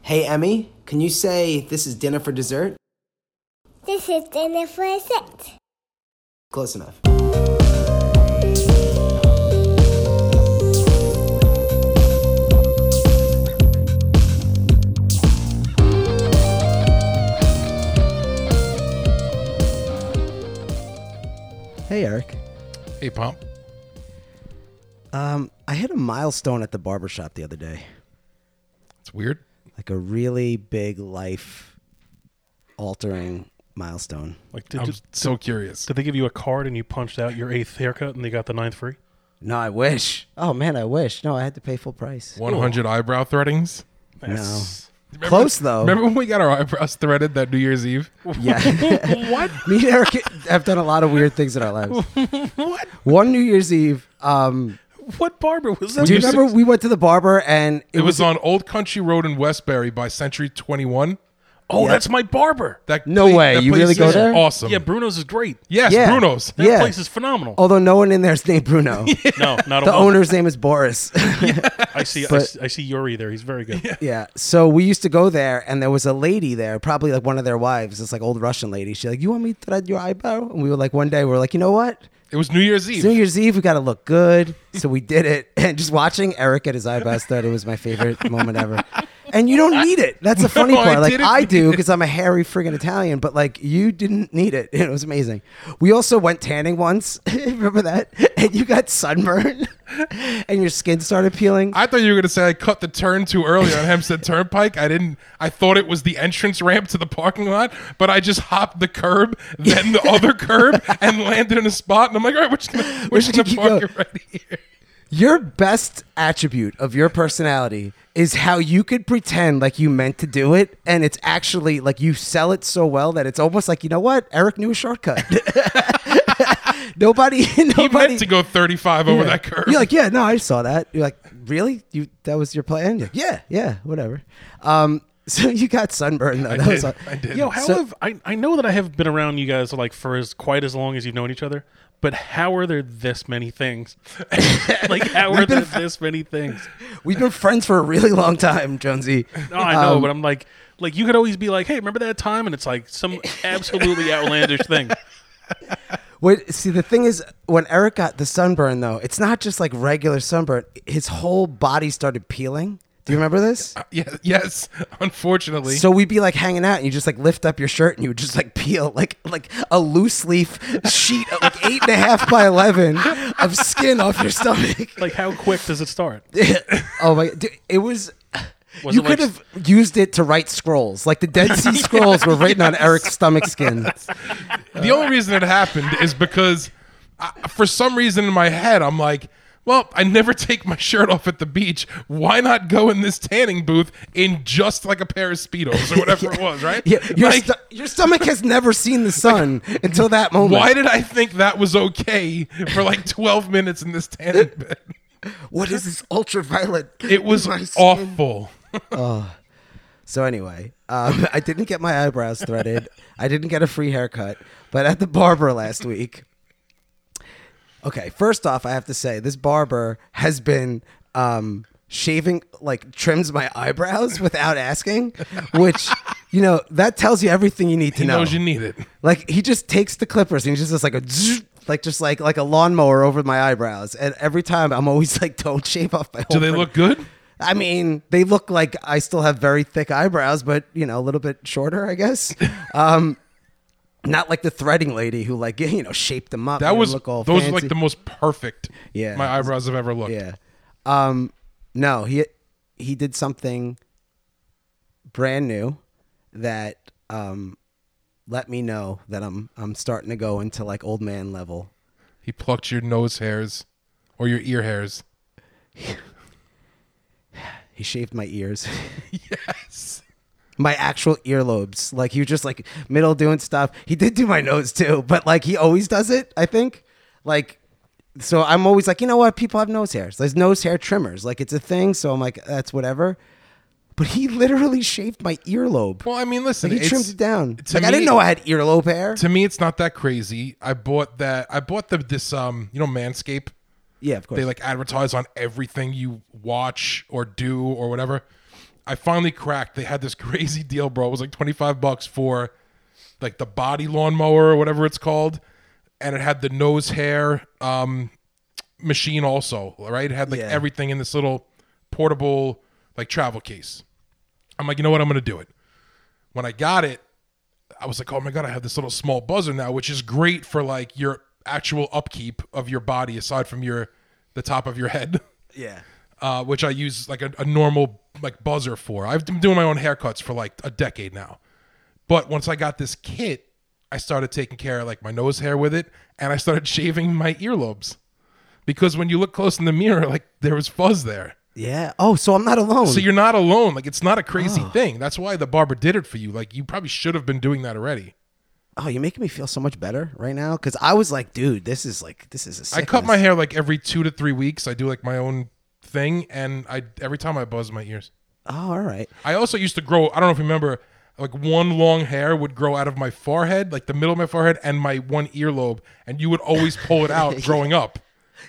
Hey, Emmy, can you say this is dinner for dessert? This is dinner for a set. Close enough. Hey, Eric. Hey, Pump. Um, I hit a milestone at the barbershop the other day. It's weird. Like a really big life altering milestone. Like, did, I'm did, so curious. did they give you a card and you punched out your eighth haircut and they got the ninth free? No, I wish. Oh man, I wish. No, I had to pay full price. 100 eyebrow threadings. That's- Remember- Close though. Remember when we got our eyebrows threaded that New Year's Eve? Yeah. What? Me and Eric have done a lot of weird things in our lives. What? One New Year's Eve, um, What barber was that? do you Your remember six- we went to the barber and It it, was was, on Old Country Road in Westbury by Century 21. oh, that's my barber. That No place- way. that You place really go is there? Awesome. Yeah, Bruno's is great. yes, Yeah. Bruno's. That Yeah. place is phenomenal. although no one in there is named Bruno. No, not a The one. owner's name is Boris. I see, I but- see. I see Yuri there. He's very good. yeah. So we used to go there and there was a lady there, probably like one of their wives, this like old Russian lady. She's like, You want me to thread your eyebrow? And we were like one day, we were like, you know what? It was New Year's Eve. It's New Year's Eve, we gotta look good. So we did it. And just watching Eric at his eyebrows threaded was my favorite moment ever. And you don't need it. That's the funny No, I part. like didn't I need do it. because I'm a hairy friggin' Italian, but like you didn't need it. It was amazing. We also went tanning once. Remember that? And you got sunburned and your skin started peeling. I thought you were going to say I cut the turn too early on Hempstead Turnpike. I didn't. I thought it was the entrance ramp to the parking lot, but I just hopped the curb, then the other curb, and landed in a spot. And I'm like, all right, we're just gonna, we're just did gonna you park go? it right here. Your best attribute of your personality is how you could pretend like you meant to do it, and it's actually like you sell it so well that it's almost like you know what Eric knew a shortcut. nobody, He nobody. meant to go 35 over that curve. You're like, yeah, no, I saw that. You're like, really? You that was your plan? You're like, yeah, yeah, whatever. Um, so you got sunburned though. I that was did. all- I did. Yo, how So- have I? I know that I have been around you guys like for as quite as long as you've known each other, but how are there this many things? like, how are there this many things? We've been friends for a really long time, Jonesy. No, I know, Um, but I'm like, like you could always be like, hey, remember that time? And it's like some absolutely outlandish thing. What, see, the thing is, when Eric got the sunburn, though, it's not just like regular sunburn. His whole body started peeling. Do you remember this? Yeah, yes, unfortunately. So we'd be like hanging out, and you just like lift up your shirt, and you would just like peel like like a loose leaf sheet, of, like eight and a half by eleven of skin off your stomach. Like, how quick does it start? oh my! Dude, it was. Was you it could like- have used it to write scrolls, like the Dead Sea Scrolls were written on Eric's stomach skin. the uh, only reason it happened is because I, for some reason in my head I'm like, well, I never take my shirt off at the beach. Why not go in this tanning booth in just like a pair of speedos or whatever it was, right? Yeah, your, Like, sto- your stomach has never seen the sun until that moment. why did I think that was okay for like 12 minutes in this tanning bed? what is this ultraviolet? It was My skin. awful. So anyway, um, I didn't get my eyebrows threaded. I didn't get a free haircut, but at the barber last week. Okay, first off, I have to say this barber has been um, shaving like trims my eyebrows without asking, which you know that tells you everything you need to He know. knows you need it. Like he just takes the clippers and he just does like a zzz, like just like like a lawnmower over my eyebrows. And every time I'm always like, don't shave off my. Whole Do they front- look good? I mean, they look like I still have very thick eyebrows, but you know, a little bit shorter, I guess. Um, not like the threading lady who like you know shaped them up. That made them was look all those were like fancy. the most perfect. Yeah. my eyebrows have ever looked. yeah. Um, no, he he did something brand new that um let me know that I'm I'm starting to go into like old man level. He plucked your nose hairs or your ear hairs. He shaved my ears. Yes. my actual earlobes. Like he was just like middle doing stuff. He did do my nose too, but like he always does it. I think like. So I'm always like, you know what? People have nose hairs. There's nose hair trimmers. Like it's a thing. So I'm like, that's whatever. But he literally shaved my earlobe. Well, I mean, listen, Like he it's- trimmed it down. to Like I didn't me- know I had earlobe hair. To me, it's not that crazy. I bought that. I bought the this um, you know, Manscaped. yeah, of course. They like advertise on everything you watch or do or whatever. I finally cracked. They had this crazy deal, bro. It was like 25 bucks for like the body lawnmower or whatever it's called. And it had the nose hair um, machine also, right? It had like Yeah. everything in this little portable like travel case. I'm like, you know what? I'm going to do it. When I got it, I was like, oh my God, I have this little small buzzer now, which is great for like your actual upkeep of your body aside from your the top of your head. Yeah. uh, which I use like a, a normal like buzzer for. I've been doing my own haircuts for like a decade now, but once I got this kit, I started taking care of like my nose hair with it, and I started shaving my earlobes because when you look close in the mirror, like there was fuzz there. Yeah. Oh, so I'm not alone. So you're not alone. Like it's not a crazy thing. That's why the barber did it for you. Like you probably should have been doing that already. oh, you're making me feel so much better right now because I was like, dude, this is like this is a I sickness. cut my hair like every two to three weeks. I do like my own thing, and I every time I buzz my ears. Oh, all right. I also used to grow. I don't know if you remember, like one long hair would grow out of my forehead, like the middle of my forehead, and my one earlobe, and you would always pull it out growing up.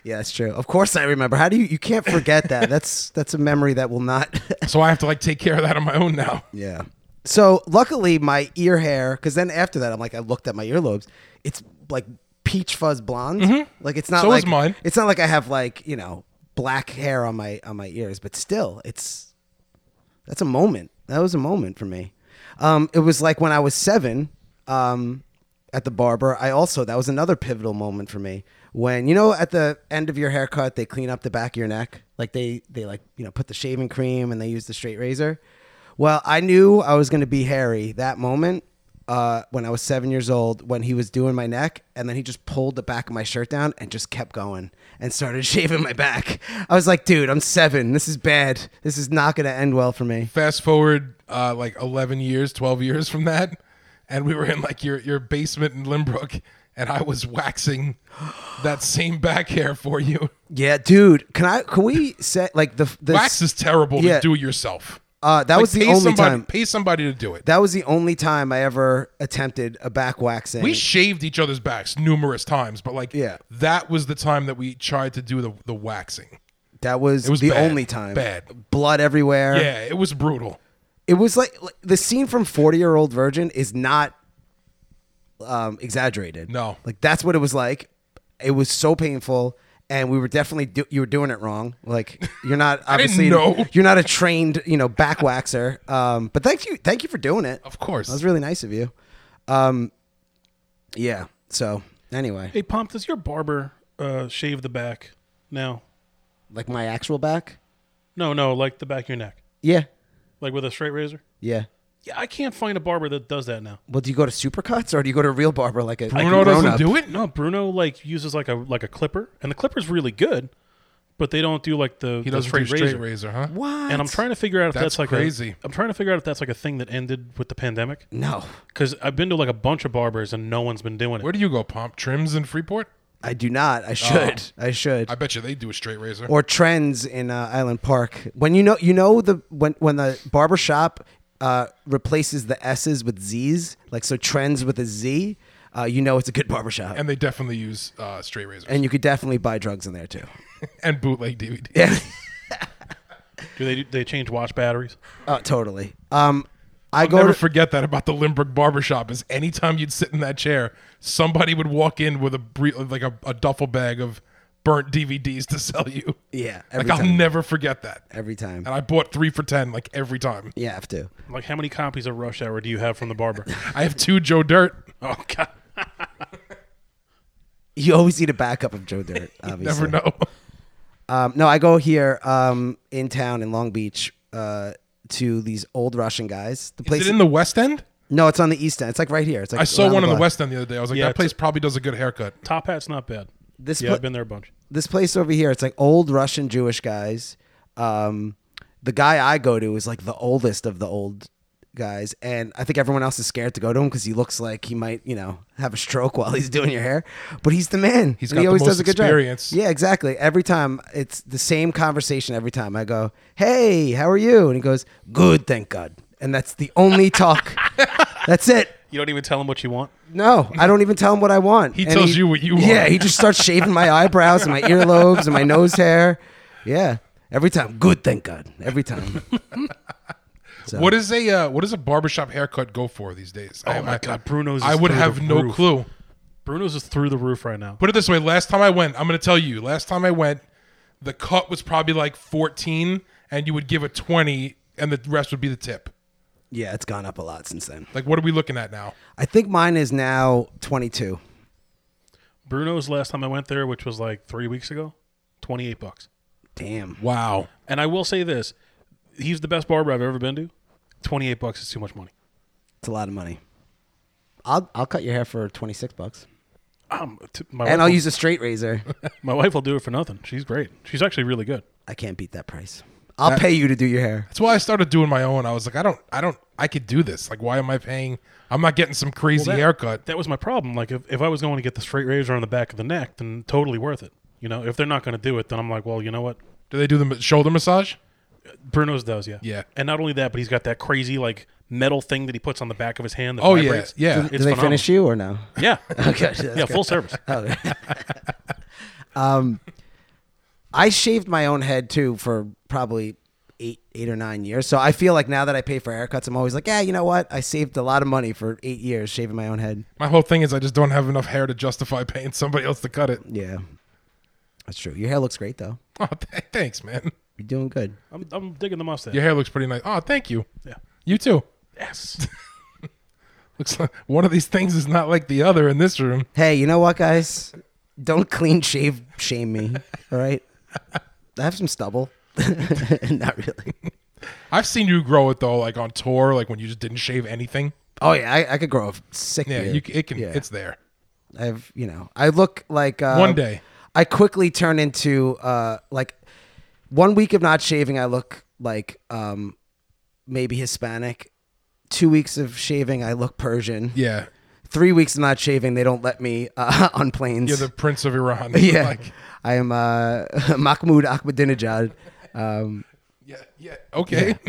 Yeah, that's true. Of course, I remember. How do you? You can't forget that. That's that's a memory that will not. So I have to like take care of that on my own now. yeah. So luckily, my ear hair. Because then after that, I'm like, I looked at my earlobes. It's like peach fuzz blonde. Like it's not. Mm-hmm. So is like, mine. It's not like I have like you know black hair on my on my ears, but still, it's that's a moment. That was a moment for me. Um, it was like when I was seven um, at the barber. I also that was another pivotal moment for me when you know at the end of your haircut they clean up the back of your neck, like they they like you know put the shaving cream and they use the straight razor. Well, I knew I was going to be hairy that moment uh, when I was seven years old when he was doing my neck, and then he just pulled the back of my shirt down and just kept going and started shaving my back. I was like, dude, I'm seven. This is bad. This is not going to end well for me. Fast forward uh, like eleven years, twelve years from that, and we were in like your your basement in Limbrook, and I was waxing that same back hair for you. Yeah, dude. Can I? Can we set like the the Wax is terrible Yeah. to do yourself. Uh, that Like, was the pay only somebody, time. Pay somebody to do it. That was the only time I ever attempted a back waxing. we shaved each other's backs numerous times, but like Yeah. that was the time that we tried to do the, the waxing. that was, was the bad. only time. Bad. Blood everywhere. Yeah, it was brutal. It was like, like the scene from 40 Year Old Virgin is not um, exaggerated. No. Like that's what it was like. It was so painful. And we were definitely do- you were doing it wrong. Like you're not didn't obviously know. you're not a trained you know back waxer. Um, but thank you thank you for doing it. Of course. That was really nice of you. Um, yeah. So anyway, Hey, Pomp, does your barber uh, shave the back now? like my actual back. No, no, like the back of your neck, Yeah. like with a straight razor. Yeah. Yeah, I can't find a barber that does that now. Well, do you go to Supercuts or do you go to a real barber like a like a Bruno doesn't grown-up? do it? No, Bruno like uses like a like a clipper, and the clipper's really good, but they don't do like the He the doesn't straight, do straight razor. razor, huh? What? And I'm trying to figure out if that's, That's like crazy. A, I'm trying to figure out if that's like a thing that ended with the pandemic No, because I've been to like a bunch of barbers and no one's been doing it. Where do you go, Pomp? Trims in Freeport? I do not. I should. I should. Oh. I bet you they do a straight razor. or trends in uh, Island Park. When you know, you know the when when the barber shop uh, replaces the S's with Z's, like so trends with a Z, uh, you know it's a good barber shop. and they definitely use uh, straight razors and, and you could definitely buy drugs in there too. bootleg DVD. Yeah. Do they do they change watch batteries? oh, totally. Um, I go Never to, forget that about the Limbrook barbershop is anytime you'd sit in that chair, somebody would walk in with a bre- like a, a duffel bag of burnt DVDs to sell you. Yeah, Like every I'll time. never forget that. every time. And I bought three for ten like every time. You have to. Like how many copies of Rush Hour do you have from the barber? I have two Joe Dirt. oh God, You always need a backup of Joe Dirt. Obviously. Never know. Um, no, I go here um, in town in Long Beach uh, to these old Russian guys. The place Is it in the West End? No, it's on the East End. It's like right here. It's like I saw around one in the block. West End the other day. I was like, Yeah, that it's- place probably does a good haircut. Top Hat's not bad. This yeah, pla- I've been there a bunch. This place over here, it's like old Russian Jewish guys. Um, the guy I go to is like the oldest of the old guys, and I think everyone else is scared to go to him because he looks like he might, you know, have a stroke while he's doing your hair. But he's the man. He's And got he the always most does a good experience. job. Yeah, exactly. Every time it's the same conversation. Every time I go, "Hey, how are you?" and he goes, "Good, thank God." And that's the only talk. that's it. You don't even tell him what you want. No, I don't even tell him what I want. He tells you what you want. Yeah, he just starts shaving my eyebrows and my earlobes and my nose hair. Yeah, every time. Good, thank God. Every time. So- What is a uh, what does a barbershop haircut go for these days? Oh my God, Bruno's I is would through have the no roof. clue. Bruno's is through the roof right now. Put it this way: last time I went, I'm going to tell you. Last time I went, the cut was probably like 14, and you would give a 20, and the rest would be the tip. Yeah, it's gone up a lot since then. Like, what are we looking at now? I think mine is now 22. Bruno's last time I went there, which was like three weeks ago, twenty eight bucks. Damn. Wow. And I will say this: he's the best barber I've ever been to. Twenty eight bucks is too much money. It's a lot of money. I'll I'll cut your hair for 26 bucks. Um, t- my, wife And I'll will, use a straight razor. my wife will do it for nothing. She's great. She's actually really good. I can't beat that price. I'll pay you to do your hair. That's why I started doing my own. I was like, I don't, I don't, I could do this. Like, why am I paying? I'm not getting some crazy that- haircut. That was my problem. Like, if, if I was going to get the straight razor on the back of the neck, then totally worth it. You know, if they're not going to do it, then I'm like, well, you know what? Do they do the m- shoulder massage? Bruno's does, yeah. Yeah. And not only that, but he's got that crazy, like, metal thing that he puts on the back of his hand that Oh, yeah, vibrates. yeah. Do- It's do they phenomenal. finish you or no? Yeah. Okay, that's yeah, good. full service. Oh. um, I shaved my own head too for probably eight, eight or nine years. So I feel like now that I pay for haircuts, I'm always like, yeah, you know what? I saved a lot of money for eight years shaving my own head. My whole thing is I just don't have enough hair to justify paying somebody else to cut it. Yeah, that's true. Your hair looks great though. Oh, th- thanks, man. You're doing good. I'm, I'm digging the mustache. Your hair looks pretty nice. Oh, thank you. Yeah. You too. Yes. Looks like one of these things is not like the other in this room. Hey, you know what, guys? Don't clean shave shame me. All right, I have some stubble. Not really. I've seen you grow it though, like on tour, like when you just didn't shave anything. Oh yeah, I, I could grow a sick Yeah, beard. you c- it can. Yeah. It's there. I've you know I look like uh, One day. I quickly turn into uh, like one week of not shaving I look like um, maybe Hispanic. Two weeks of shaving I look Persian. Yeah, Three weeks of not shaving they don't let me uh, on planes. you're the prince of Iran. yeah. Like, I am uh, Mahmoud Ahmadinejad. Um, yeah, yeah. Okay.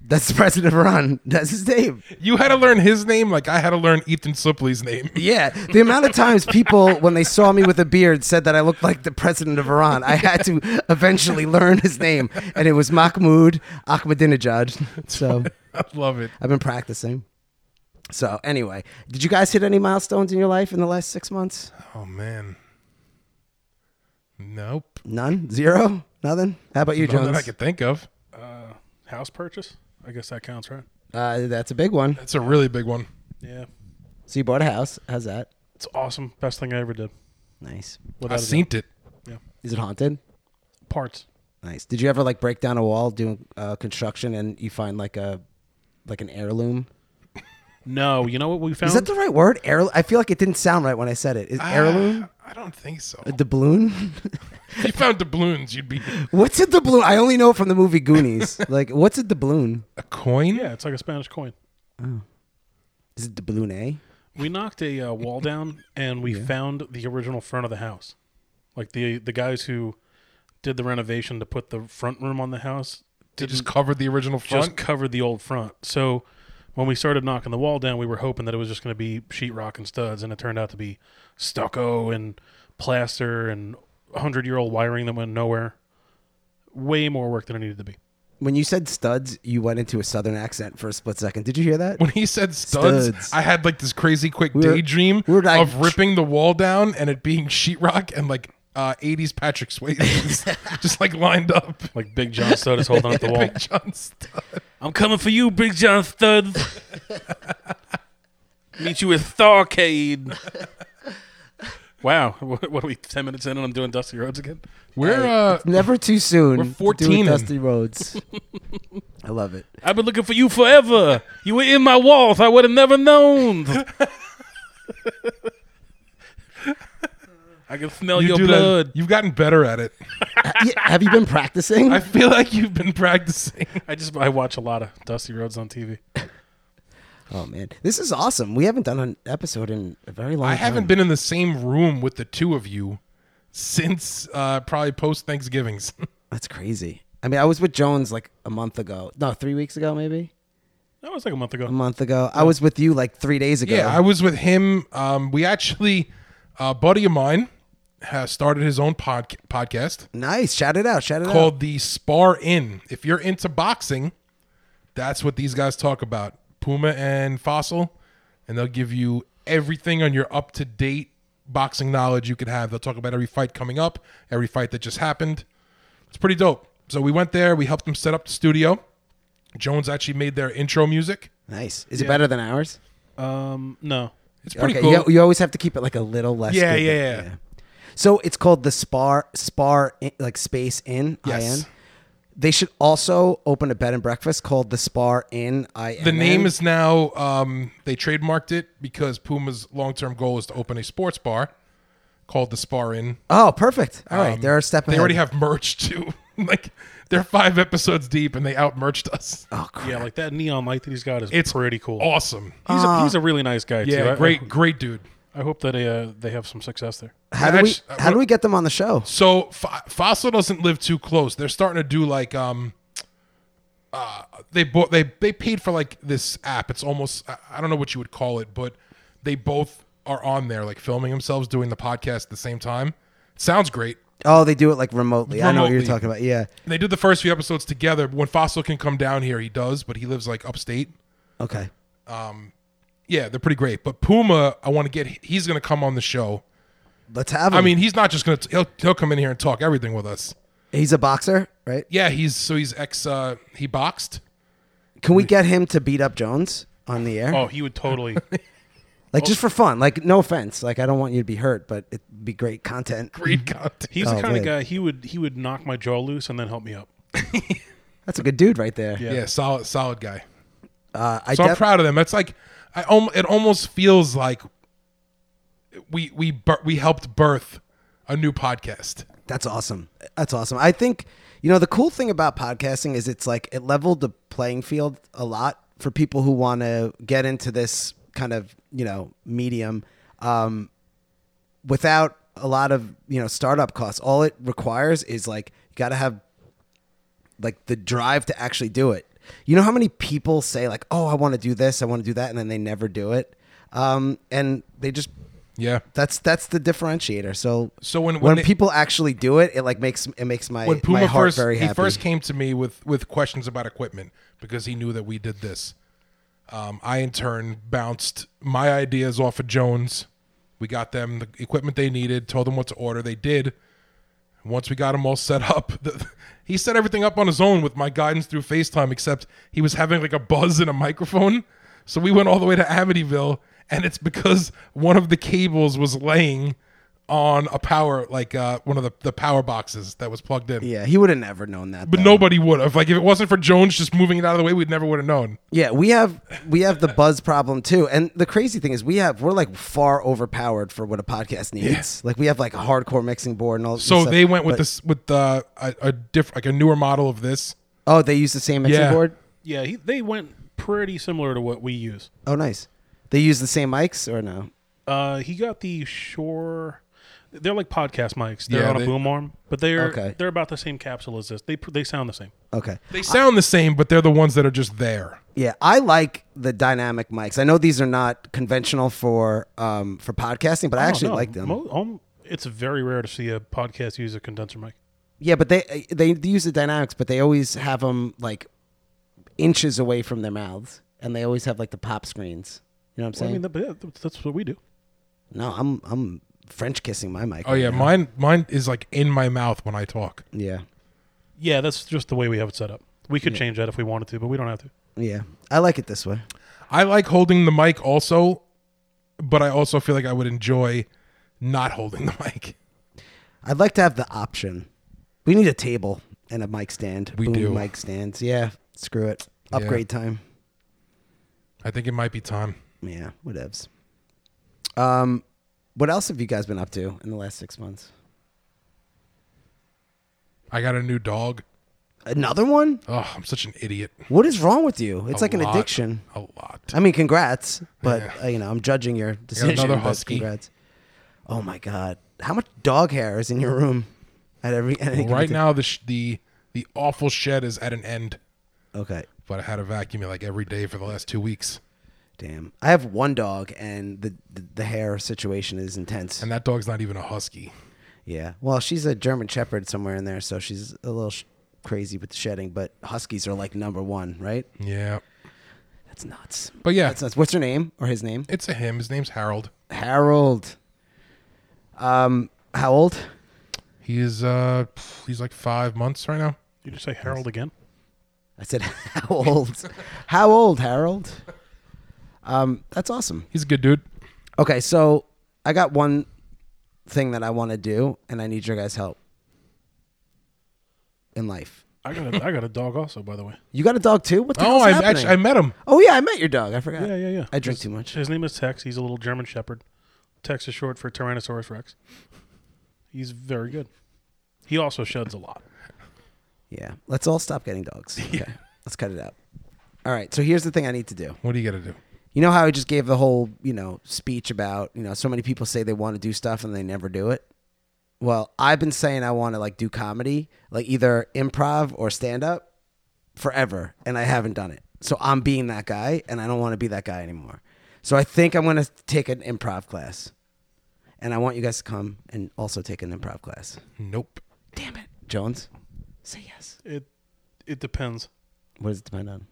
that's the president of Iran. That's his name. You had to learn his name, like I had to learn Ethan Sipley's name. Yeah, the amount of times people, when they saw me with a beard, said that I looked like the president of Iran, I had to eventually learn his name, and it was Mahmoud Ahmadinejad. So I love it. I've been practicing. So anyway, did you guys hit any milestones in your life in the last six months? Oh man. Nope. None, zero, nothing. How about you, None that I Jones? could think of. Uh, House purchase? I guess that counts, right? Uh, that's a big one. That's a really big one. Yeah. So you bought a house. How's that? It's awesome. Best thing I ever did. Nice. Without I've a doubt. seen it. Is it haunted? parts. Nice. Did you ever like break down a wall doing uh, construction and you find like a like an heirloom? No, you know what we found? Is that the right word? Heirloom? I feel like it didn't sound right when I said it. Ah. Is heirloom I don't think so. a doubloon? If you found doubloons, you'd be what's a doubloon? I only know it from the movie Goonies. like, what's a doubloon? a coin. yeah, it's like a Spanish coin. Is it doubloon A? We knocked a uh, wall down and we found the original front of the house. Like the the guys who did the renovation to put the front room on the house They just covered the original just front. covered the old front. So when we started knocking the wall down, we were hoping that it was just going to be sheetrock and studs, and it turned out to be stucco and plaster and hundred year old wiring that went nowhere. Way more work than it needed to be. When you said studs, you went into a southern accent for a split second. Did you hear that? when he said studs, Studs. I had like this crazy quick were- daydream we were like- of ripping the wall down and it being sheetrock and like uh, 80s Patrick Swayze just like lined up. Like Big John Stud is holding up the wall. Big John Stud. I'm coming for you, Big John Stud. Meet you at Tharcade. wow, what what are we? Ten minutes in, and I'm doing Dusty Roads again. We're uh, Never too soon. We're to do with 14 -ing. Dusty Roads. I love it. I've been looking for you forever. You were in my walls. I would have never known. I can smell you your do that- blood. You've gotten better at it. Yeah, Have you been practicing? I feel like you've been practicing. I just I watch a lot of Dusty Roads on TV. oh man, this is awesome. We haven't done an episode in a very long I time. haven't been in the same room with the two of you since uh, probably post Thanksgivings. That's crazy. I mean, I was with Jones like a month ago. No, three weeks ago, maybe. That was like a month a ago. month ago. I was with you like three days ago. Yeah, I was with him. Um, we actually, a buddy of mine has started his own podca- podcast nice. Shout it out. Shout it out. called the Spar Inn. If you're into boxing, That's what these guys talk about. Puma and Fossil, and they'll give you everything on your up to date boxing knowledge you could have. They'll talk about every fight coming up, every fight that just happened. It's pretty dope. So we went there, we helped them set up the studio. Jones actually made their intro music. Nice. Is it better than ours? Um, no. It's pretty okay. cool. You, you always have to keep it like a little less. Yeah, good yeah, than- yeah. So it's called the Spar Spar in, like Space Inn. Yes. IN. They should also open a bed and breakfast called the Spar Inn. IN. The name is now um, they trademarked it because Puma's long-term goal is to open a sports bar called the Spar Inn. Oh, perfect. All right, Um, they're a step They ahead. already have merch too. like they're five episodes deep and they outmerched us. Oh, crap. Yeah, like that neon light that he's got is It's pretty cool. Awesome. Uh, He's, a, he's a really nice guy too. Yeah, I- great, great dude. I, I hope that uh, they have some success there. How do we? Actu- uh, How do we get them on the show? So F- Fossil doesn't live too close. They're starting to do like um, uh, they bought they they paid for like this app. It's almost I, I don't know what you would call it, but they both are on there like filming themselves doing the podcast at the same time. Sounds great. Oh, they do it like remotely. I know what you're Remotely. talking about. Yeah. They did the first few episodes together. When Fossil can come down here, he does, but he lives like upstate. Okay. Yeah, they're pretty great. But Puma, I want to get. He's going to come on the show. Let's have him. I mean, he's not just going to. He'll he'll come in here and talk everything with us. he's a boxer, right? Yeah, he's so he's ex. Uh, he boxed. Can we get him to beat up Jones on the air? Oh, he would totally. like just for fun. Like no offense. Like I don't want you to be hurt, but it'd be great content. Great content. He's Oh, the kind man. of guy he would he would knock my jaw loose and then help me up. That's a good dude right there. Yeah. yeah, solid solid guy. Uh, I So I'm def- proud of them. It's like I om- it almost feels like we we bir- we helped birth a new podcast. That's awesome. That's awesome. I think you know the cool thing about podcasting is it's like it leveled the playing field a lot for people who want to get into this kind of you know medium um, without a lot of you know startup costs. All it requires is like you got to have like the drive to actually do it. You know how many people say like, "Oh, I want to do this, I want to do that," and then they never do it, um, and they just Yeah. that's that's the differentiator. So So when- when, when it- people actually do it, it like makes it makes my when Puma my heart first very happy. he first came to me with with questions about equipment because he knew that we did this. Um, I in turn bounced my ideas off of Jones. We got them the equipment they needed. Told them what to order. They did. Once we got them all set up, the, he set everything up on his own with my guidance through FaceTime. Except he was having like a buzz in a microphone, so we went all the way to Amityville, and it's because one of the cables was laying on a power like uh, one of the, the power boxes that was plugged in. yeah, he would have never known that. But though. nobody would have. Like if it wasn't for Jones just moving it out of the way, we'd never would have known. Yeah, we have we have the buzz problem too. And the crazy thing is we have we're like far overpowered for what a podcast needs. Like we have like a hardcore mixing board and all this So stuff, they went with but- this with uh, a, a different like a newer model of this. Oh, they use the same mixing Yeah. board? Yeah, he, they went pretty similar to what we use. Oh nice. They use the same mics or no? Uh, he got the Shure. They're like podcast mics. They're Yeah, on a they- boom arm, but they're Okay. they're about the same capsule as this. They pr- they sound the same. Okay. They sound the same, but they're the ones that are just there. Yeah, I like the dynamic mics. I know these are not conventional for um for podcasting, Oh, but I actually no, like them. mo- um, it's very rare to see a podcast use a condenser mic. Yeah, but they uh, they use the dynamics, but they always have them like inches away from their mouths, and they always have like the pop screens. You know what I'm I saying? mean, that, that- that's what we do. no, I'm I'm French kissing my mic. Oh yeah, right now. mine mine is like in my mouth when I talk. yeah, Yeah, that's just the way we have it set up. We could change that if we wanted to, but we don't have to. yeah. I like it this way. I like holding the mic also, but I also feel like I would enjoy not holding the mic. I'd like to have the option. We need a table and a mic stand. We Boom, do. mic stands. Yeah, screw it. Upgrade time. I think it might be time. Yeah, whatevs. Um, what else have you guys been up to in the last six months? I got a new dog. Another one? Oh, I'm such an idiot. What is wrong with you? It's A like an lot- addiction. A lot. I mean, congrats, but Yeah. uh, you know, I'm judging your decision. another but husky. Congrats. Oh my god, how much dog hair is in your room at every? At any Well, right given now the sh- the the awful shed is at an end. time? Okay, but I had to vacuum it like every day for the last two weeks. damn. I have one dog, and the the, the hair situation is intense. And that dog's not even a husky. yeah. Well, she's a German Shepherd somewhere in there, so she's a little sh- crazy with the shedding, but Huskies are like number one, right? Yeah. That's nuts. But yeah, That's nuts. What's her name or his name? it's a him. His name's Harold. Harold. Um, how old? He is uh he's like five months right now. You just say Harold again? I said, how old? how old, Harold? Um, that's awesome. He's a good dude. Okay, so I got one thing that I want to do, and I need your guys' help in life. I got a, I got a dog also, by the way. You got a dog too? What the Oh, hell's I happening? actually I met him. oh yeah, I met your dog. I forgot. Yeah, yeah, yeah. I drink too much. His name is Tex. He's a little German Shepherd. Tex is short for Tyrannosaurus Rex. He's very good. He also sheds a lot. Yeah, let's all stop getting dogs. Okay, let's cut it out. All right, so here's the thing I need to do. What do you got to do? You know how I just gave the whole, you know, speech about, you know, so many people say they want to do stuff and they never do it. Well, I've been saying I want to like do comedy, like either improv or stand up forever, and I haven't done it. So I'm being that guy and I don't want to be that guy anymore. So I think I'm going to take an improv class. And I want you guys to come and also take an improv class. Nope. Damn it. Jones, say yes. It it depends. What does it depend on?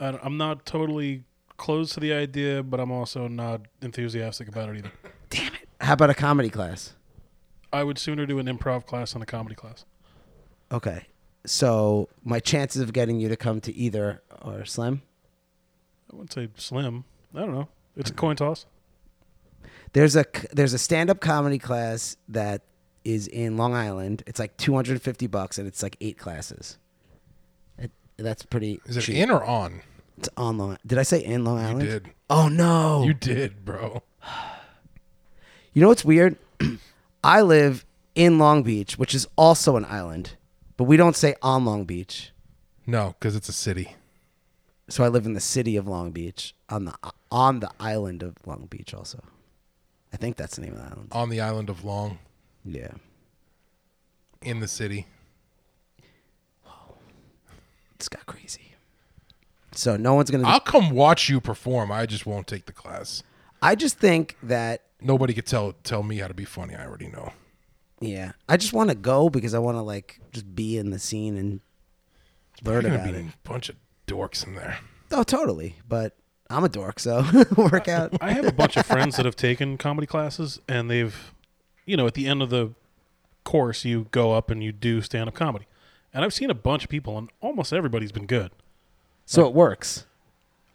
I, am not totally closed to the idea, but I'm also not enthusiastic about it either. Damn it. How about a comedy class? I would sooner do an improv class than a comedy class. Okay. So my chances of getting you to come to either are slim. I wouldn't say slim. I don't know. It's a coin toss. There's a c- there's a stand up comedy class that is in Long Island. It's like 250 bucks and it's like eight classes. It, that's pretty Is it cheap. in or on? It's on Long. Did I say in Long Island? did. Oh no. You You, did, bro. know what's weird? I live in Long Beach, which is also an island, but we don't say on Long Beach. No, cuz it's a city. So I live in the city of Long Beach on the on the island of Long Beach also. I think that's the name of the island. On the island of Long Yeah. in the city. It's got crazy. So no one's gonna. I'll come watch you perform. I just won't take the class. I just think that Nobody could tell tell me how to be funny. I already know. yeah, I just want to go because I want to like just be in the scene and learn There's about gonna be it. a bunch of dorks in there. Oh, totally. But I'm a dork, so work out. I have a bunch of friends that have taken comedy classes, and they've, you know, at the end of the course, you go up and you do stand up comedy. And I've seen a bunch of people, and almost everybody's been good. So it works.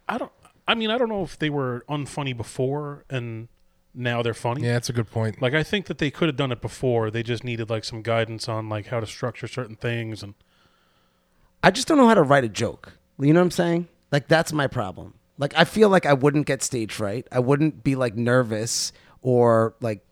I don't. I mean, I don't know if they were unfunny before, and now they're funny. Yeah, that's a good point. Like I think that they could have done it before. They just needed like some guidance on like how to structure certain things and I just don't know how to write a joke. You know what I'm saying? Like that's my problem. Like I feel like I wouldn't get stage fright. I wouldn't be like nervous or like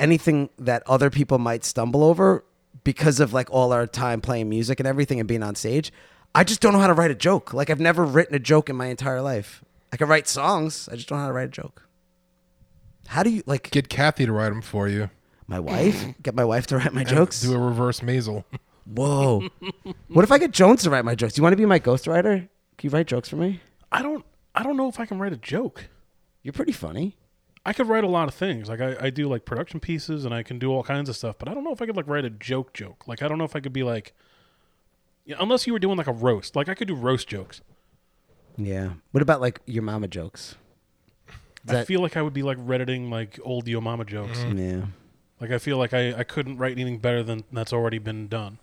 anything that other people might stumble over because of like all our time playing music and everything and being on stage. I just don't know how to write a joke. Like I've never written a joke in my entire life. I can write songs. I just don't know how to write a joke. How do you like Get Kathy to write them for you. my wife? Get my wife to write my jokes? Do a reverse mazel. Whoa. what if I get Jones to write my jokes? Do you want to be my ghostwriter? Can you write jokes for me? I don't I don't know if I can write a joke. You're pretty funny. I could write a lot of things. Like I, I do like production pieces and I can do all kinds of stuff, but I don't know if I could like write a joke joke. Like I don't know if I could be like yeah, unless you were doing like a roast. Like I could do roast jokes. Yeah. What about like your mama jokes? I That- Mm. feel like I would be like redditing like old yo mama jokes. Yeah. Like I feel like I, I couldn't write anything better than that's already been done.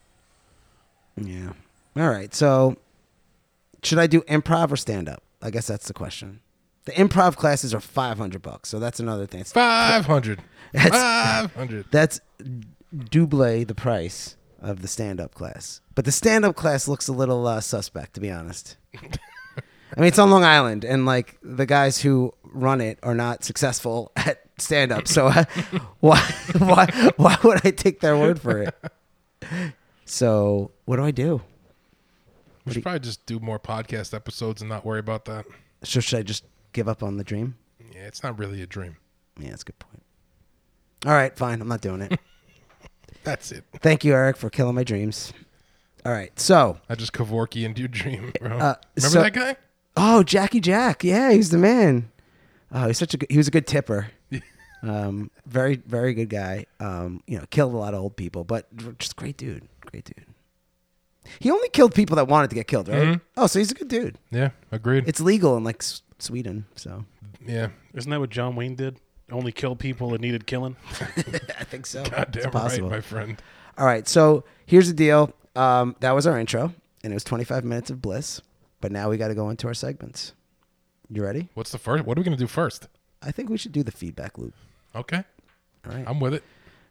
Yeah. All right. So, should I do improv or stand up? I guess that's the question. The improv classes are 500 bucks. So, that's another thing. It's- Five hundred. That's- Five hundred. That's double the price of the stand up class. But the stand up class looks a little uh, suspect, to be honest. I mean, it's on Long Island, and like the guys who run it are not successful at stand up. So uh, why, why, why would I take their word for it? So what do I do? We should probably just do more podcast episodes and not worry about that. So should I just give up on the dream? Yeah, it's not really a dream. Yeah, that's a good point. All right, fine. I'm not doing it. That's it. Thank you, Eric, for killing my dreams. All right, so I just Kevorkian and your dream, bro. Remember Uh, so- that guy? Oh, Jackie Jack. Yeah, he's the man. Oh, he's such a good, he was a good tipper. um, very very good guy. Um, you know, killed a lot of old people, but just great dude. Great dude. He only killed people that wanted to get killed, right? Oh, so he's a good dude. Yeah, agreed. It's legal in like S- Sweden, so yeah, Isn't that what John Wayne did? Only kill people that needed killing. I think so. goddamn right, possible. my friend. All right, so here's the deal. Um, that was our intro, and it was 25 minutes of bliss. But now we got to go into our segments. You ready? What's the first? What are we gonna do first? I think we should do the feedback loop. Okay, All right. I'm with it.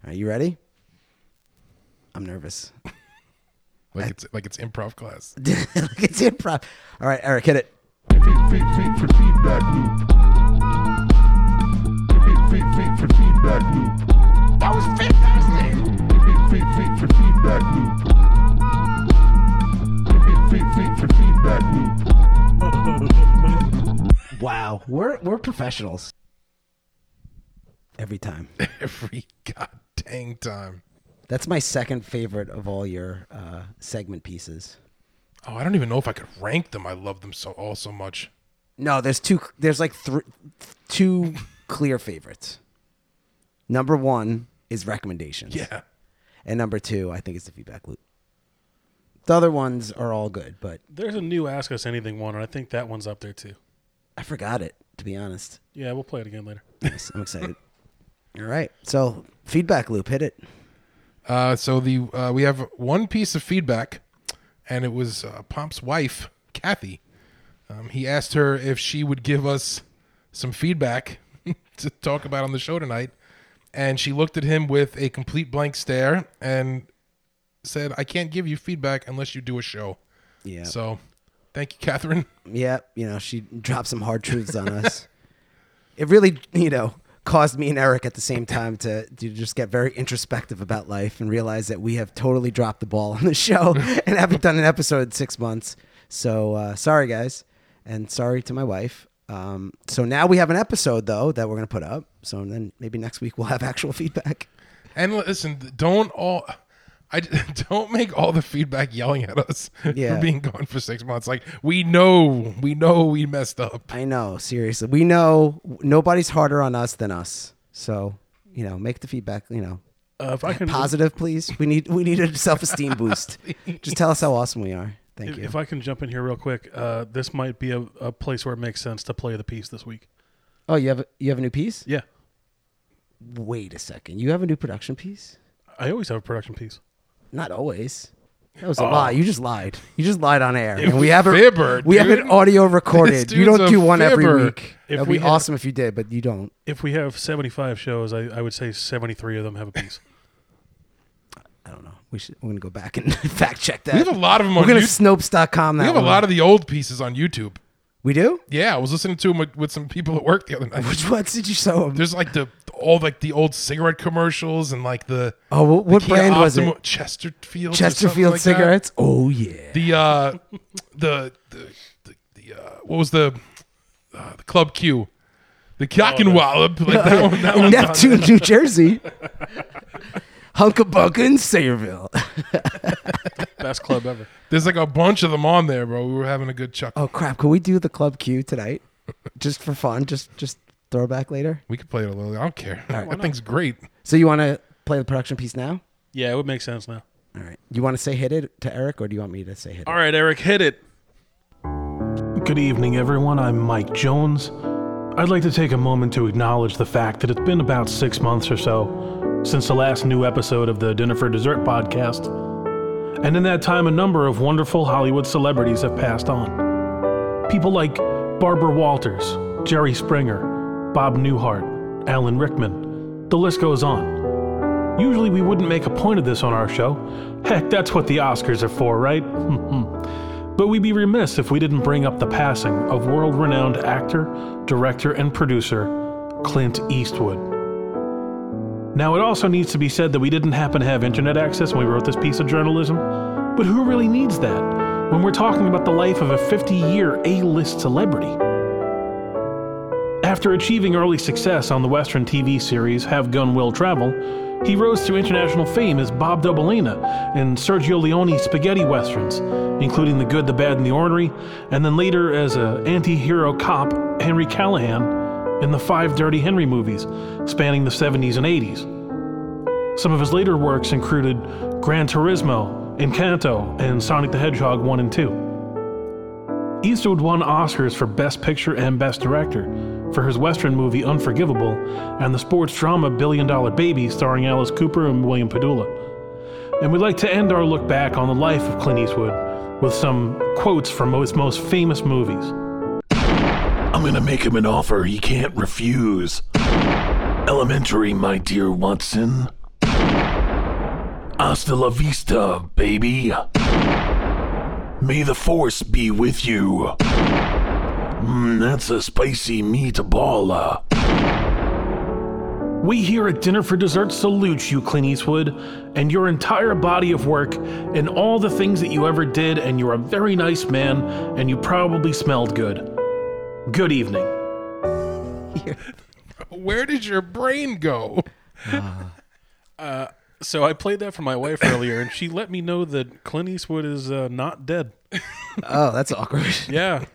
Are you ready? I'm nervous. Like it's like it's improv class. Like it's improv. All right, Eric, hit it. That was fantastic. Wow, we're we're professionals. Every time. Every god dang time. That's my second favorite of all your uh, segment pieces. Oh, I don't even know if I could rank them. I love them so all so much. No, there's two. There's like three, two clear favorites. Number one is recommendations. Yeah. And number two, I think is the feedback loop. The other ones are all good, but There's a new Ask Us Anything one, and I think that one's up there too. I forgot it to be honest. Yeah, we'll play it again later. Nice. I'm excited. all right, so feedback loop, hit it. Uh, so the uh, we have one piece of feedback, and it was uh, Pomp's wife, Kathy. Um, he asked her if she would give us some feedback to talk about on the show tonight, and she looked at him with a complete blank stare and said, "I can't give you feedback unless you do a show." Yeah. So, thank you, Catherine. yeah, you know, she dropped some hard truths on us. It really, you know, caused me and Eric at the same time to, to just get very introspective about life and realize that we have totally dropped the ball on the show and haven't done an episode in six months. So uh, sorry, guys, and sorry to my wife. Um, so now we have an episode though that we're gonna put up. So then maybe next week we'll have actual feedback. And listen, don't all. I don't make all the feedback yelling at us Yeah. for being gone for six months. Like we know, we know we messed up. I know, seriously. We know nobody's harder on us than us. So, you know, make the feedback, you know, Uh, if I can, positive, please. We need we need a self esteem boost. Just tell us how awesome we are. Thank if, you. if I can jump in here real quick, uh, this might be a, a place where it makes sense to play the piece this week. Oh, you have a, you have a new piece? Yeah, Wait a second. You have a new production piece? I always have a production piece. Not always. That was a lie. You just lied. You just lied on air. And we was have a, Oh. fibber, we have dude. an audio recorded. This You don't dude's a do one every fibber. week. If That'd we be had- awesome if you did, but you don't. If we have 75 shows, I, I would say 73 of them have a piece. I don't know. We should. We're gonna go back and fact check that. We have a lot of them We're on gonna YouTube. Snopes.com. That We have a one. lot of the old pieces on YouTube. We do. Yeah, I was listening to them with, with some people at work the other night. Which ones did you show him? There's like the all like the old cigarette commercials and like the Oh, what, what Kia brand was Optima- it? Chesterfield. or something Chesterfield like that. cigarettes. Oh yeah. The uh, the the the, the uh, what was the uh, the Club Q, the Cock and Wallop. Like that one. That In one's on Neptune, New Jersey. Hunkabunka in Sayreville. Best club ever. There's like a bunch of them on there, bro. We were having a good chuckle. Oh crap! Could we do the Club Q tonight, just for fun? Just just throwback later. We could play it a little. I don't care. right. that thing's great. So you want to play the production piece now? Yeah, it would make sense now. All right. You want to say hit it to Eric, or do you want me to say hit it? All right, Eric, hit it. Good evening, everyone. I'm Mike Jones. I'd like to take a moment to acknowledge the fact that it's been about six months or so since the last new episode of the Dinner for Dessert podcast. And in that time, a number of wonderful Hollywood celebrities have passed on. People like Barbara Walters, Jerry Springer, Bob Newhart, Alan Rickman. The list goes on. Usually, we wouldn't make a point of this on our show. Heck, that's what the Oscars are for, right? But we'd be remiss if we didn't bring up the passing of world renowned actor, director, and producer Clint Eastwood. Now, it also needs to be said that we didn't happen to have internet access when we wrote this piece of journalism, but who really needs that when we're talking about the life of a 50 year A list celebrity? After achieving early success on the Western TV series Have Gun Will Travel, he rose to international fame as Bob Dobolina in Sergio Leone's spaghetti westerns, including The Good, the Bad, and the Ornery, and then later as an anti hero cop, Henry Callahan, in the five Dirty Henry movies, spanning the 70s and 80s. Some of his later works included Gran Turismo, Encanto, and Sonic the Hedgehog 1 and 2. Eastwood won Oscars for Best Picture and Best Director for his Western movie Unforgivable and the sports drama Billion Dollar Baby starring Alice Cooper and William Padula. And we'd like to end our look back on the life of Clint Eastwood with some quotes from his most famous movies. I'm gonna make him an offer he can't refuse. Elementary, my dear Watson. Hasta la vista, baby. May the force be with you. Mm, that's a spicy meatball. uh. We here at Dinner for Dessert salute you, Clint Eastwood, and your entire body of work, and all the things that you ever did, and you're a very nice man, and you probably smelled good. Good evening. Where did your brain go? So I played that for my wife earlier, and she let me know that Clint Eastwood is uh, not dead. Oh, that's awkward. Yeah.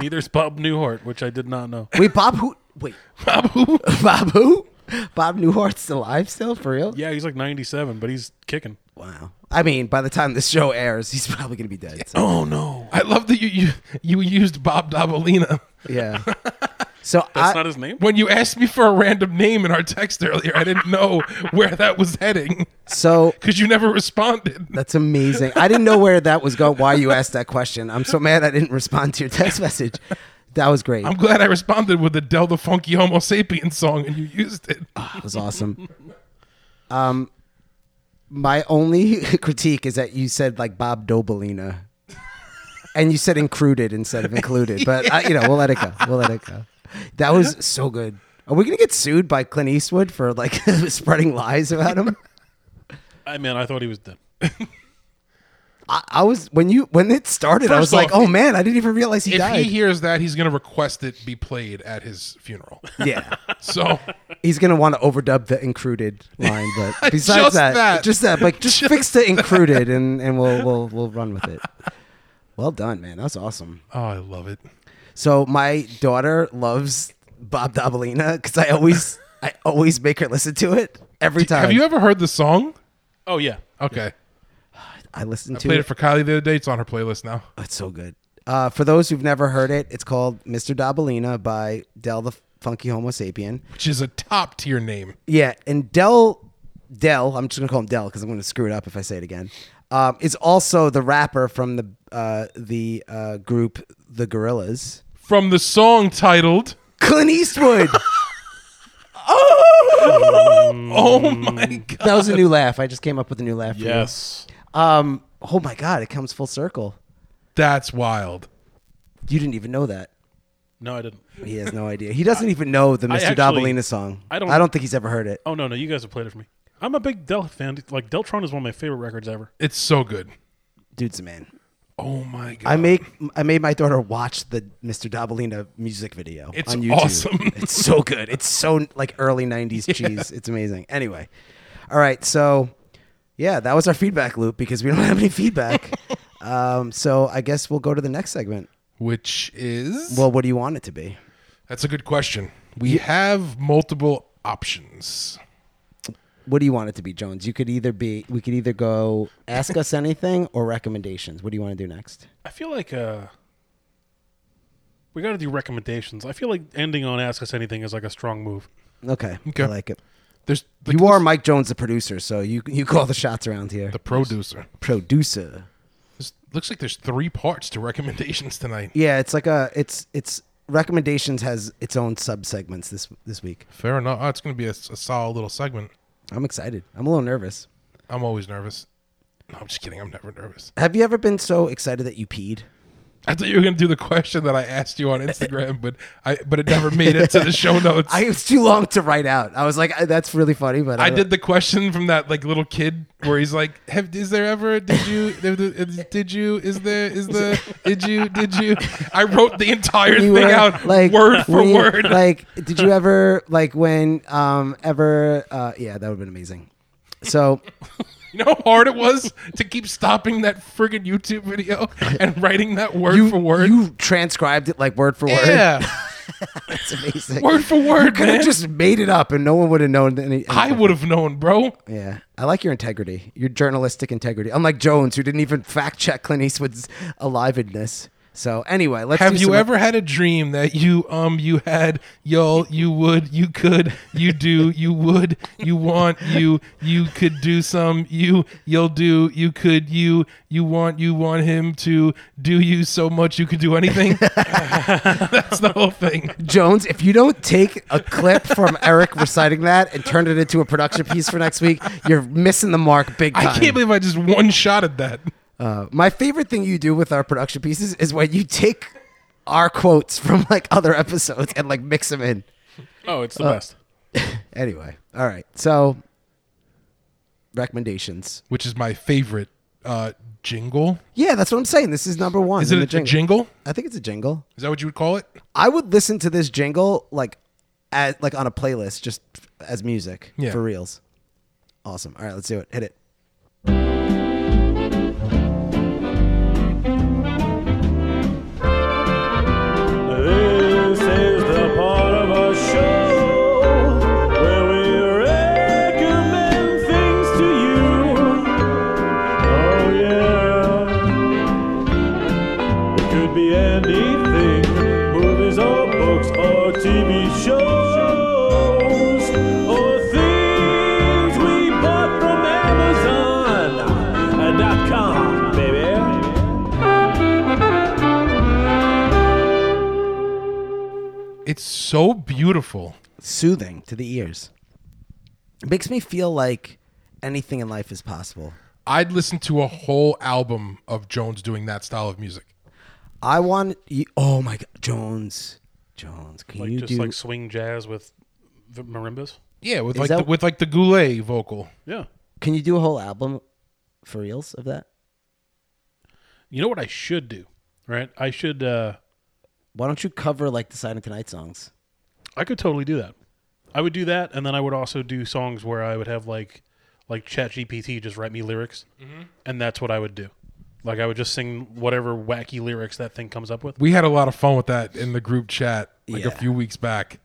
Neither's Bob Newhart, which I did not know. Wait, Bob who? Wait, Bob, who? Bob who? Bob Newhart's alive still for real? Yeah, he's like 97, but he's kicking. Wow. I mean, by the time this show airs, he's probably gonna be dead. So, Oh, no. I love that you you, you used Bob Davolina. yeah. So That's I, not his name? When you asked me for a random name in our text earlier, I didn't know where that was heading so because you never responded. That's amazing. I didn't know where that was going. Why you asked that question? I'm so mad I didn't respond to your text message. That was great. I'm glad I responded with the Del the Funky Homo Sapien song and you used it. That was awesome. Um, my only critique is that you said like Bob Dobolina, and you said included instead of included. But uh, you know, we'll let it go. We'll let it go. That was so good. Are we gonna get sued by Clint Eastwood for like spreading lies about him? I mean, I thought he was dead. I, I was when you when it started, I First was like, off, oh man, I didn't even realize he if died. he hears that, he's going to request it be played at his funeral. yeah. So he's gonna want to overdub the included line, but besides Just that, that. just that, like just, Just fix the included, and and we'll we'll we'll run with it. Well done, man. That's awesome. Oh, I love it. So my daughter loves Bob Dabalina because I always I always make her listen to it every time. Have you ever heard the song? Oh, yeah. Okay. I listen to Played it. it for Kylie the other day. It's on her playlist now. it's so good. Uh, for those who've never heard it, it's called Mr. Dabalina by Del the Funky Homo Sapien. Which is a top tier name. Yeah, and Dell, Dell, I'm just gonna call him Dell because I'm gonna screw it up if I say it again. Um, is also the rapper from the uh, the uh, group The Gorillas. From the song titled Clint Eastwood. Oh Mm. my god. that was a new laugh. I just came up with a new laugh. for you. Yes. Um. Oh my God! It comes full circle. That's wild. You didn't even know that. No, I didn't. He has no idea. He doesn't even know the I Mr. actually- Dabalina song. I don't- I don't think he's ever heard it. Oh, no, no. You guys have played it for me. I'm a big Del fan. Like, Deltron is one of my favorite records ever. It's so good. Dude's a man. Oh my god. I make I made my daughter watch the Mr. Dabalina music video It's on YouTube. awesome. it's so good. It's so like early '90s cheese. It's amazing. Anyway, all right. So yeah, that was our feedback loop because we don't have any feedback. um, so I guess we'll go to the next segment. Which is Well, what do you want it to be? That's a good question. We have multiple options. What do you want it to be, Jones? You could either be we could either go ask us anything or recommendations. What do you want to do next? I feel like uh we got to do recommendations. I feel like ending on ask us anything is like a strong move. Okay, Okay. I like it. There's You are Mike Jones, the producer, so you you call the shots around here. the producer. producer. This- looks like there's three parts to recommendations tonight. Yeah, it's like a it's it's recommendations has its own sub segments this this week. Fair enough. Oh, it's going to be a, s- a solid little segment. I'm excited. I'm a little nervous. I'm always nervous. No, I'm just kidding. I'm never nervous. Have you ever been so excited that you peed? I thought you were going to do the question that I asked you on Instagram, but I but it never made it to the show notes. I it was too long to write out. I was like, I, that's really funny, but I don't- did the question from that like little kid where he's like, Have, "Is there ever did you did you is there is the did you did you?" I wrote the entire You thing were, out word for when you- word. Like, did you ever like when um ever uh yeah that would have been amazing. So you know how hard it was to keep stopping that friggin' YouTube video and writing that word you for word. you transcribed it like word for word. yeah, It's amazing. Word for word, Could man. have just made it up and no one would have known any. I would have known, bro. Yeah, I like your integrity, your journalistic integrity. Unlike Jones, who didn't even fact check Clint Eastwood's aliveness. So anyway, let's. Have do you some- ever had a dream that you um you had y'all you would you could you do you would you want you you could do some you you'll do you could you you want you want him to do you so much you could do anything? That's the whole thing. Jones? If you don't take a clip from Eric reciting that and turn it into a production piece for next week, you're missing the mark big time. I can't believe I just one shot at that. Uh, my favorite thing you do with our production pieces is when you take our quotes from like other episodes and like mix them in. Oh, it's the Uh, best. Anyway, all right. So recommendations. Which is my favorite uh jingle. Yeah, that's what I'm saying. This is number one. Is it in a the jingle? jingle? I think it's a jingle. Is that what you would call it? I would listen to this jingle like as like on a playlist just as music Yeah. for reals. Awesome. All right, let's do it. Hit it. This is the part of our show where we recommend things to you. Oh, yeah. It could be anything movies or books or TV shows or things we bought from Amazon uh, dot com, baby. It's so beautiful. Soothing to the ears. It makes me feel like anything in life is possible. I'd listen to a whole album of Jones doing that style of music. I want you, oh my god, Jones. Jones, can Like you just do like swing jazz with the marimbas. Yeah, with Is like that- the, with like the Goulet vocal. Yeah. can you do a whole album for reals of that? You know what I should do, right? I should. uh Why don't you cover like the Silent Night songs? I could totally do that. I would do that, and then I would also do songs where I would have like, like ChatGPT just write me lyrics, and that's what I would do. Like I would just sing whatever wacky lyrics that thing comes up with. We had a lot of fun with that in the group chat like a Yeah. few weeks back,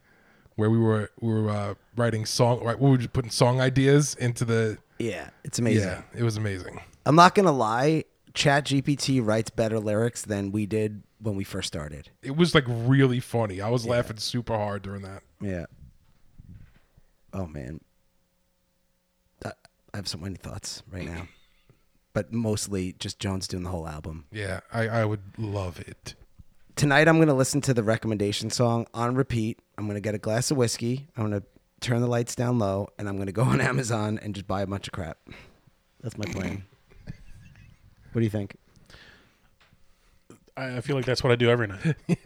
where we were we were uh, writing song. Right, we were just putting song ideas into the. Yeah, it's amazing. Yeah, it was amazing. I'm not gonna lie, Chat GPT writes better lyrics than we did when we first started. It was like really funny. I was laughing super hard during that. Yeah. Oh man. I I have so many thoughts right now. But mostly just Jones doing the whole album. Yeah, I, I would love it. Tonight I'm gonna listen to the recommendation song on repeat. I'm gonna get a glass of whiskey. I'm gonna turn the lights down low and I'm gonna go on Amazon and just buy a bunch of crap. That's my plan. what do you think? I, I feel like that's what I do every night. I'm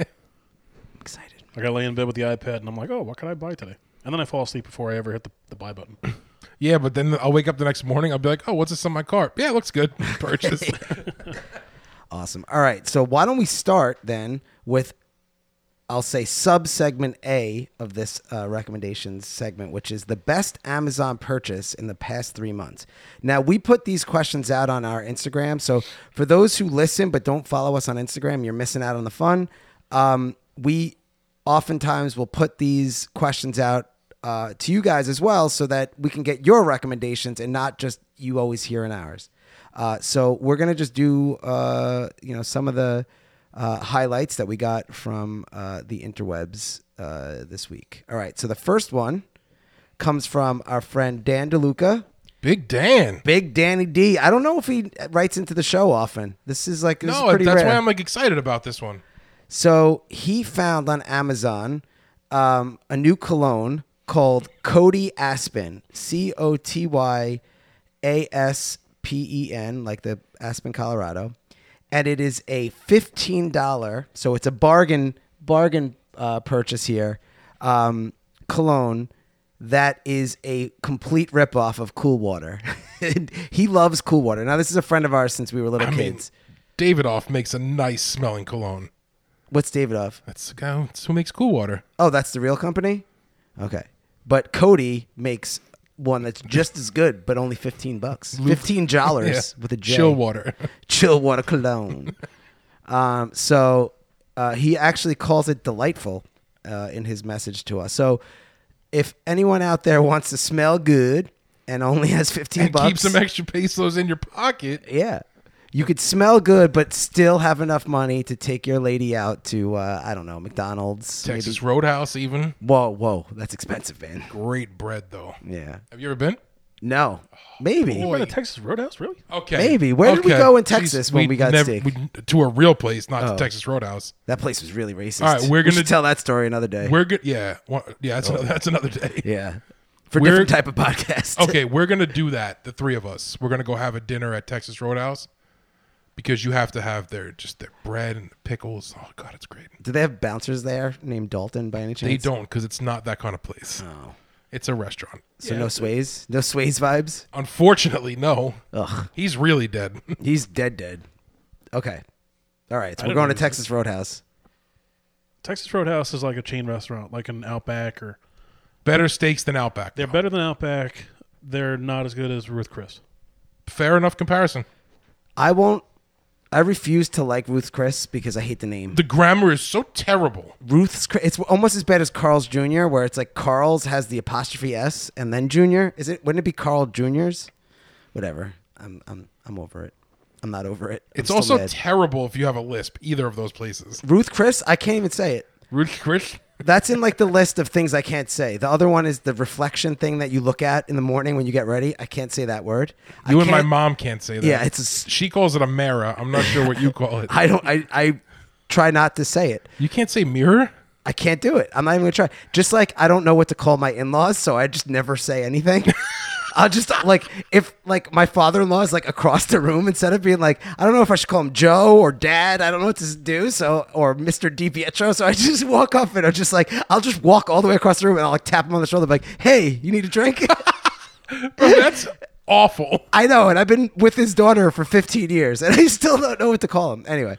excited. like I lay in bed with the iPad, and I'm like, oh, what can I buy today? And then I fall asleep before I ever hit the, the buy button. Yeah, but then I'll wake up the next morning. I'll be like, oh, what's this on my cart? Yeah, it looks good. Purchase. Awesome. All right. So why don't we start then with, I'll say sub segment A of this uh, recommendations segment, which is the best Amazon purchase in the past three months. Now we put these questions out on our Instagram. So for those who listen but don't follow us on Instagram, you're missing out on the fun. Um, we oftentimes will put these questions out uh, to you guys as well so that we can get your recommendations and not just you always hearing ours. Uh, so we're gonna just do uh, you know some of the uh, highlights that we got from uh, the interwebs uh, this week. All right, so the first one comes from our friend Dan DeLuca, Big Dan. Big Danny D. I don't know if he writes into the show often. This is like this is No, pretty that's rare. why I'm like excited about this one. So he found on Amazon um, a new cologne called Cody Aspen, C O T Y A S P E N, like the Aspen, Colorado, and it is a fifteen dollar. So it's a bargain bargain uh, purchase here. Um, cologne that is a complete ripoff of Cool Water. he loves Cool Water. Now this is a friend of ours since we were little I mean, kids. Davidoff makes a nice smelling cologne. What's David of? That's the guy who- that's who makes Cool Water. Oh, that's the real company? Okay. But Cody makes one that's just as good, but only 15 bucks. $15 Yeah. with a J. Chill Water. Chill water cologne. um, so uh, he actually calls it delightful. uh, in his message to us. So, if anyone out there wants to smell good and only has fifteen And bucks, keep some extra pesos in your pocket. yeah, you could smell good but still have enough money to take your lady out to uh, I don't know McDonald's. Texas maybe- Roadhouse, even Whoa, whoa, that's expensive, man. great bread though. Yeah. Have you ever been? No. Maybe. What, the Texas Roadhouse, really? Okay. Maybe. Where did we go in Texas when we got Oh. nev- steak? we- to a real place, not to Texas Roadhouse. That place was really racist. All right, we're We should gonna- tell that story another day. We're good. Yeah. One- Yeah. That's, another, that's another day. Oh. yeah. For We're- different type of podcast. Okay. We're going to do that. The three of us. We're going to go have a dinner at Texas Roadhouse because you have to have their just their bread and the pickles. Oh, God. It's great. Do they have bouncers there named Dalton by any chance? They don't because it's not that kind of place. It's a restaurant. So no sways? No sways vibes? Unfortunately, no. Ugh. He's really dead. He's dead dead. Okay. All right. So I we're don't going to know. Texas Roadhouse. Texas Roadhouse is like a chain restaurant, like an Outback or Better steaks than Outback. they're better than Outback. They're not as good as Ruth Chris. Fair enough comparison. I won't I refuse to like Ruth's Chris because I hate the name. The grammar is so terrible. Ruth's Chris it's almost as bad as Carl's Jr., where it's like Carl's has the apostrophe S and then Junior. Is it wouldn't it be Carl Junior's? Whatever. I'm I'm I'm over it. I'm not over it. I'm It's still also mad. terrible if you have a lisp, either of those places. Ruth Chris, I can't even say it. Ruth Chris? That's in like the list of things I can't say. The other one is the reflection thing that you look at in the morning when you get ready. I can't say that word. I You and my can't- mom can't say that. Yeah, it's a s- she calls it a mara. I'm not sure what you call it. I don't. I I try not to say it. You can't say mirror? I can't do it. I'm not even gonna try. Just like I don't know what to call my in-laws, so I just never say anything. I'll just like if like my father-in-law is like across the room instead of being like I don't know if I should call him Joe or Dad. I don't know what to do. So or Mr. Di Pietro. So I just walk up and I'm just like I'll just walk all the way across the room and I'll like tap him on the shoulder like Hey, you need a drink? Bro, that's awful. I know, and I've been with his daughter for 15 years, and I still don't know what to call him. Anyway,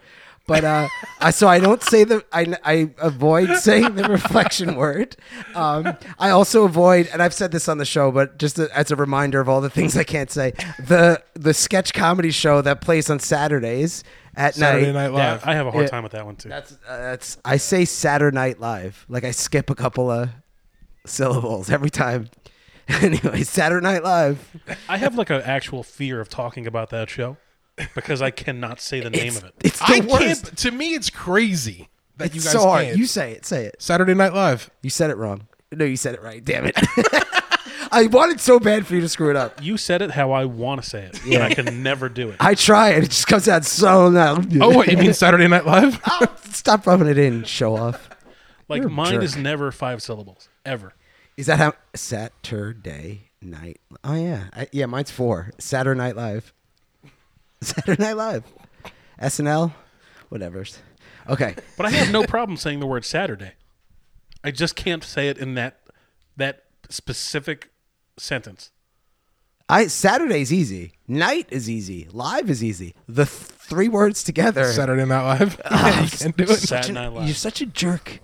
but uh, I, so I don't say the I, I avoid saying the reflection word. Um, I also avoid, and I've said this on the show, but just as a reminder of all the things I can't say, the the sketch comedy show that plays on Saturdays at Saturday Night Yeah, Live. I have a hard Yeah. time with that one too. That's uh, that's I say Saturday Night Live, like I skip a couple of syllables every time. anyway, Saturday Night Live. I have like an actual fear of talking about that show because I cannot say the name of it. It's the I worst. can't. To me, it's crazy that It's you guys so hard. can't. You say it. Say it. Saturday Night Live. You said it wrong. No, you said it right. Damn it. I wanted so bad for you to screw it up. You said it how I want to say it, and I can never do it. I try and it just comes out so loud. Oh, what? You mean Saturday Night Live? Stop rubbing it in. Show off. Like You're a mine jerk. is never five syllables ever. Is that how Saturday night? Oh yeah, I, yeah. Mine's four. Saturday Night Live. Saturday Night Live. SNL. Whatever's. Okay. But I have no problem saying the word Saturday. I just can't say it in that that specific sentence. I Saturday's easy. Night is easy. Live is easy. The th- three words together. Saturday Night Live. Yeah, Ah, you can't do it. Such Saturday an- Night Live. You're such a jerk.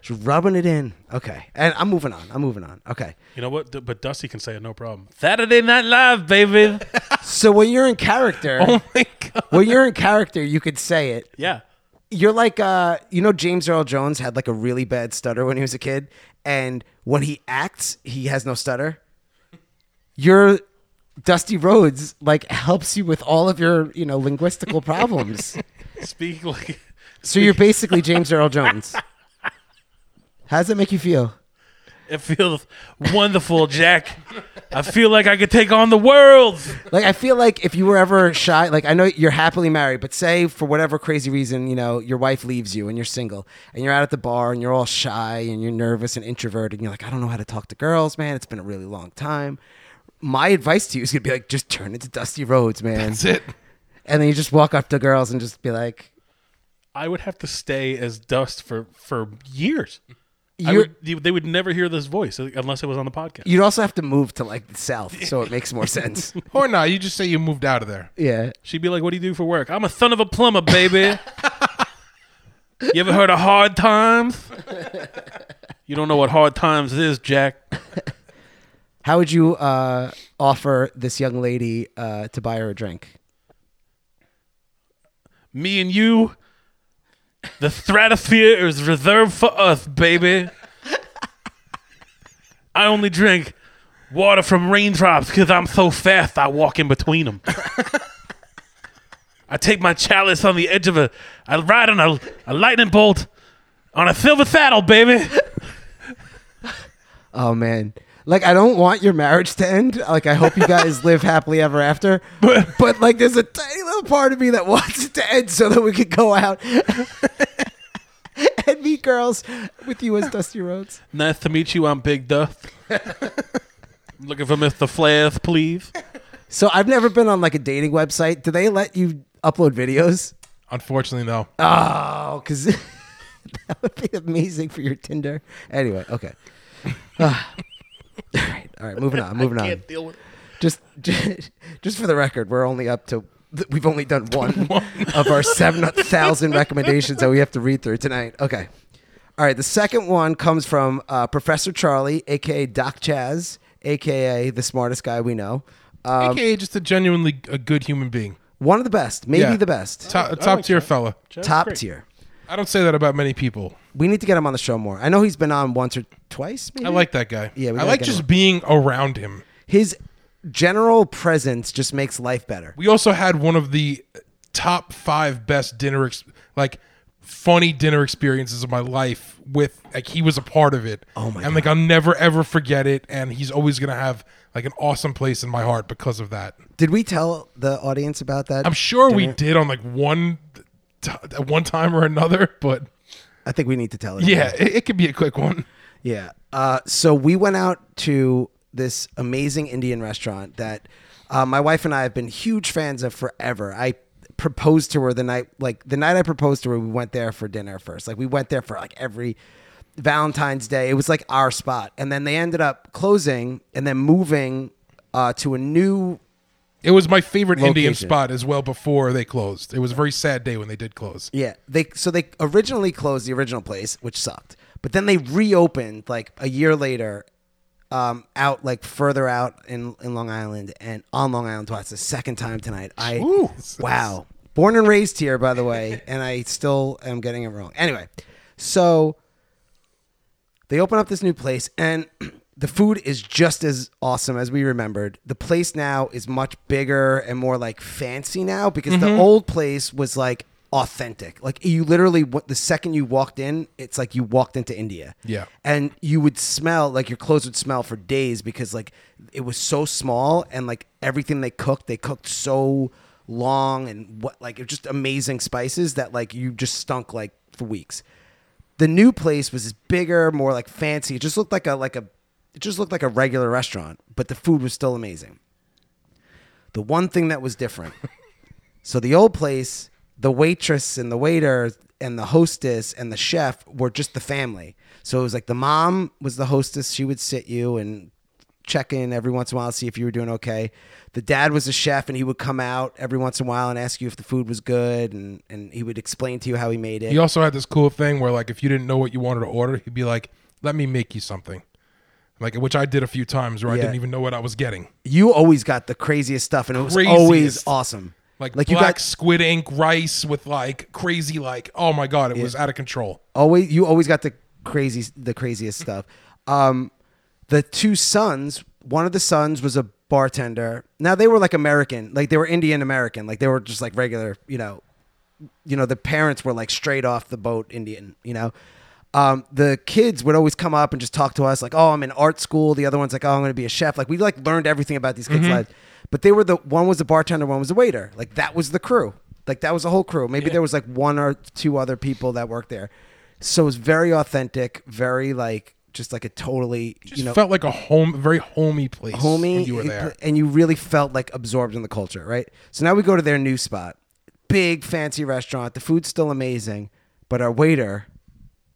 Just rubbing it in. Okay. And I'm moving on. I'm moving on. Okay. You know what? D- But Dusty can say it no problem. Saturday Night Live, baby. So when you're in character, Oh my god. when you're in character, you could say it. yeah. You're like, uh, you know, James Earl Jones had like a really bad stutter when he was a kid. And when he acts, he has no stutter. Your Dusty Rhodes like helps you with all of your, you know, linguistical problems. Speak like so you're basically James Earl Jones. How does that make you feel? it feels wonderful, Jack. I feel like I could take on the world. Like I feel like if you were ever shy, like I know you're happily married, but say for whatever crazy reason, you know, your wife leaves you and you're single and you're out at the bar and you're all shy and you're nervous and introverted and you're like, I don't know how to talk to girls, man. It's been a really long time. My advice to you is gonna be like, just turn into Dusty Roads, man. That's it. And then you just walk up to girls and just be like, I would have to stay as Dust for for years. I You're- would, you- they would never hear this voice uh, unless it was on the podcast. you'd also have to move to like the south, so it makes more sense. Or not. You just say you moved out of there. Yeah. She'd be like, "What do you do for work?" I'm a son of a plumber, baby. you ever heard of hard times? you don't know what hard times is, Jack. How would you uh, offer this young lady uh, to buy her a drink? Me and you The stratosphere is reserved for us, baby. I only drink water from raindrops because I'm so fast I walk in between them. I take my chalice on the edge of a. I ride on a, a lightning bolt on a silver saddle, baby. Oh man. Like I don't want your marriage to end. Like I hope you guys live happily ever after. But, like there's a tiny little part of me that wants it to end so that we could go out and meet girls with you as Dusty Rhodes. Nice to meet you. I'm Big Duff. I'm looking for Mr. Flath, please. So I've never been on like a dating website. Do they let you upload videos? Unfortunately, no. Oh, because that would be amazing for your Tinder. Anyway, okay. Ah. all right, all right. Moving on. Moving on. deal with Just, just, just for the record, we're only up to. We've only done one of our seven thousand recommendations that we have to read through tonight. Okay. All right. The second one comes from uh, Professor Charlie, aka Doc Chaz, aka the smartest guy we know. Um, AKA just a genuinely a good human being. one of the best, maybe Yeah. the best, Top, top tier fella. top tier. I don't say that about many people. We need to get him on the show more. I know he's been on once or twice. Maybe? I like that guy. Yeah, we I gotta like get just him. being around him. his general presence just makes life better. We also had one of the top five best dinner, ex- like funny dinner experiences of my life. With like he was a part of it. Oh my And like I'll never ever forget it. And he's always gonna have like an awesome place in my heart because of that. Did we tell the audience about that? I'm sure we dinner? did on like one, t- at one time or another, but I think we need to tell it. yeah, it, it could be a quick one. Yeah. Uh, so we went out to this amazing Indian restaurant that uh, my wife and I have been huge fans of forever. I proposed to her the night, like the night I proposed to her, we went there for dinner first. Like we went there for like every Valentine's Day. It was like our spot. And then they ended up closing and then moving uh, to a new It was my favorite Indian Location. spot as well before they closed. It was a very sad day when they did close. Yeah, they so they originally closed the original place, which sucked. But then they reopened like a year later, um, out like further out in in Long Island and on Long Island twice. The second time tonight. I wow, born and raised here, by the way, and I still am getting it wrong. Anyway, so they open up this new place and the food is just as awesome as we remembered the place now is much bigger and more like fancy now because the old place was like authentic like you literally wa- the second you walked in it's like you walked into india Yeah. and you would smell like your clothes would smell for days because like it was so small and like everything they cooked they cooked so long and what like it was just amazing spices that like you just stunk like for weeks the new place was bigger, more like fancy. It just looked like a like a it just looked like a regular restaurant, but the food was still amazing. The one thing that was different. so the old place, the waitress and the waiter and the hostess and the chef were just the family. So it was like the mom was the hostess, she would sit you and check in every once in a while see if you were doing okay. The dad was a chef and he would come out every once in a while and ask you if the food was good and and he would explain to you how he made it. He also had this cool thing where like if you didn't know what you wanted to order, he'd be like, "Let me make you something." Like which I did a few times where I Yeah. didn't even know what I was getting. you always got the craziest stuff, and it was Craziest. always awesome. Like, like black you got squid ink rice with like crazy like oh my god, it was out of control. always you always got the crazy the craziest stuff. Um, the two sons, one of the sons was a bartender. Now they were like American, like they were Indian American, like they were just like regular, you know, you know the parents were like straight off the boat Indian, you know. Um, the kids would always come up and just talk to us like, "Oh, I'm in art school." The other one's like, "Oh, I'm going to be a chef." Like we like learned everything about these kids' lives. But they were the one was the bartender, one was the waiter. Like that was the crew. Like that was the whole crew. Maybe there was like one or two other people that worked there. So it was very authentic, very like just like a totally Just you know felt like a home, very homey place. homey when you were and- there. and you really felt like absorbed in the culture right so now we go to their new spot big fancy restaurant the food's still amazing but our waiter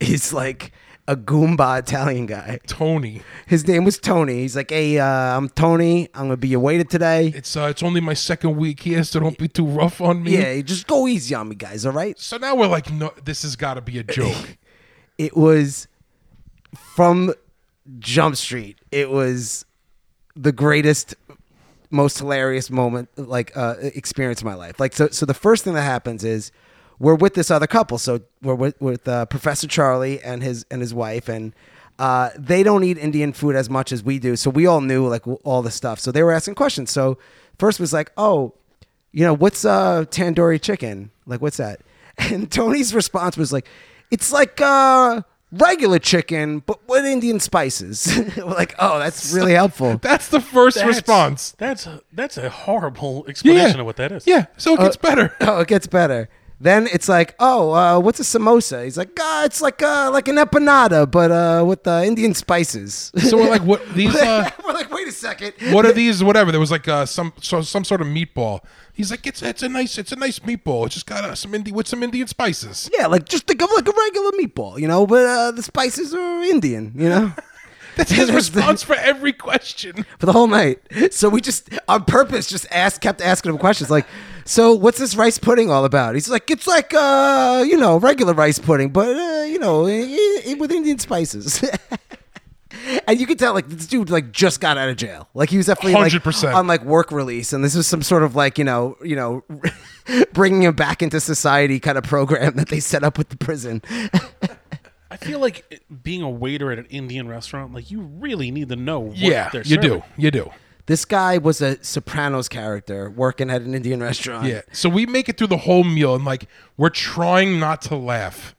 is like a goomba italian guy Tony, his name was tony he's like hey uh, i'm tony i'm gonna be your waiter today it's uh, it's only my second week here, so don't be too rough on me. yeah just go easy on me guys all right So now we're like, no, this has got to be a joke. it was from Jump Street. It was the greatest, most hilarious moment, like uh, experience of my life. Like so. So the first thing that happens is we're with this other couple. So we're with, with uh, Professor Charlie and his and his wife, and uh, they don't eat Indian food as much as we do. So we all knew like w- all the stuff. So they were asking questions. So first was like, oh, you know, what's uh, tandoori chicken? Like, what's that? And Tony's response was like, it's like uh, regular chicken, but with Indian spices. we're like, oh, that's really helpful. That's the first That's- response. That's a, that's a horrible explanation of what that is. Yeah, so it gets better. Oh, it gets better. Then it's like, oh, uh, what's a samosa? He's like, ah, it's like uh, like an empanada, but uh, with uh, Indian spices. So we're like, what these? Uh, We're like, wait a second. what are these? Whatever. There was like uh, some so, some sort of meatball. He's like, it's it's a nice it's a nice meatball. It's just got uh, some Indian with some Indian spices. Yeah, like just think of like a regular meatball, you know, but uh, the spices are Indian, you know, That's his That's the- response for every question. for the whole night. So we just on purpose just asked, kept asking him questions like, so what's this rice pudding all about? He's like, it's like uh, you know, regular rice pudding, but uh, you know, i i with Indian spices. And you could tell, like this dude, like just got out of jail. Like he was definitely like 100%. on like work release, and this was some sort of like you know, you know, bringing him back into society kind of program that they set up with the prison. I feel like it- being a waiter at an Indian restaurant, like you really need to know. What yeah, they're you do, serving. you do. This guy was a Sopranos character working at an Indian restaurant. Yeah. So we make it through the whole meal and like we're trying not to laugh.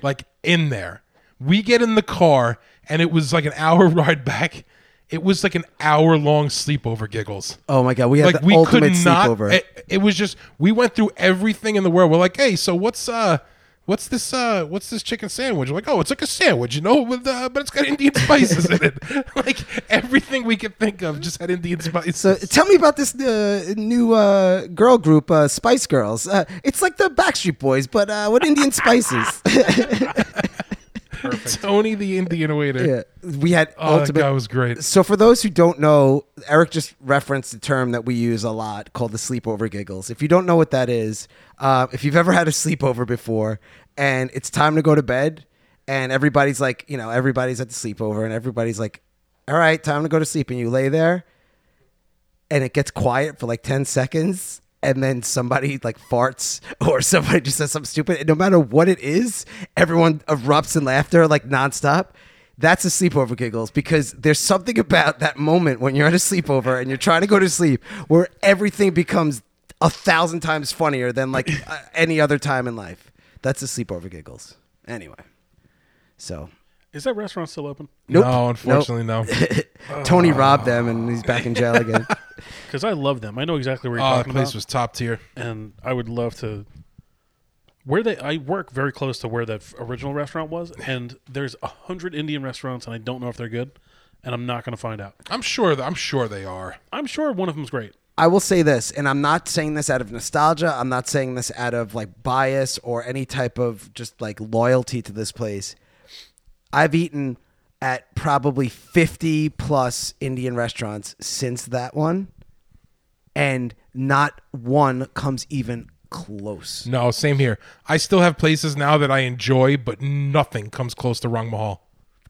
Like in there. We get in the car and it was like an hour ride back. It was like an hour long sleepover giggles. Oh my god, we had like the we could ultimate not sleepover. It, it was just we went through everything in the world. We're like, "Hey, so what's uh What's this? Uh, what's this chicken sandwich? We're like, oh, it's like a sandwich, you know, with uh, but it's got Indian spices in it. Like everything we could think of just had Indian spices. so tell me about this uh, new uh, girl group, uh, Spice Girls. Uh, it's like the Backstreet Boys, but uh, with Indian spices. Tony the Indian waiter. Yeah, we had Oh, ultimate. that guy was great. so for those who don't know, Eric just referenced the term that we use a lot called the sleepover giggles. If you don't know what that is, uh, if you've ever had a sleepover before and it's time to go to bed and everybody's like, you know, everybody's at the sleepover and everybody's like, all right, time to go to sleep. And you lay there and it gets quiet for like 10 seconds and then somebody like farts or somebody just says something stupid and no matter what it is everyone erupts in laughter like nonstop that's a sleepover giggles because there's something about that moment when you're at a sleepover and you're trying to go to sleep where everything becomes a thousand times funnier than like uh, any other time in life that's a sleepover giggles anyway so Is that restaurant still open? nope. No, unfortunately, Oh. no. Nope. tony robbed them and he's back in jail again Because I love them. I know exactly where you're Oh, the talking place about, was top tier. and I would love to. Where they, I work very close to where that f- original restaurant was, and there's a hundred Indian restaurants, and I don't know if they're good, and I'm not going to find out. I'm sure. th- I'm sure they are. I'm sure one of them's great. I will say this, and I'm not saying this out of nostalgia. I'm not saying this out of like bias or any type of just like loyalty to this place. I've eaten at probably 50 plus Indian restaurants since that one, and not one comes even close. No, same here. I still have places now that I enjoy, but nothing comes close to Rang Mahal.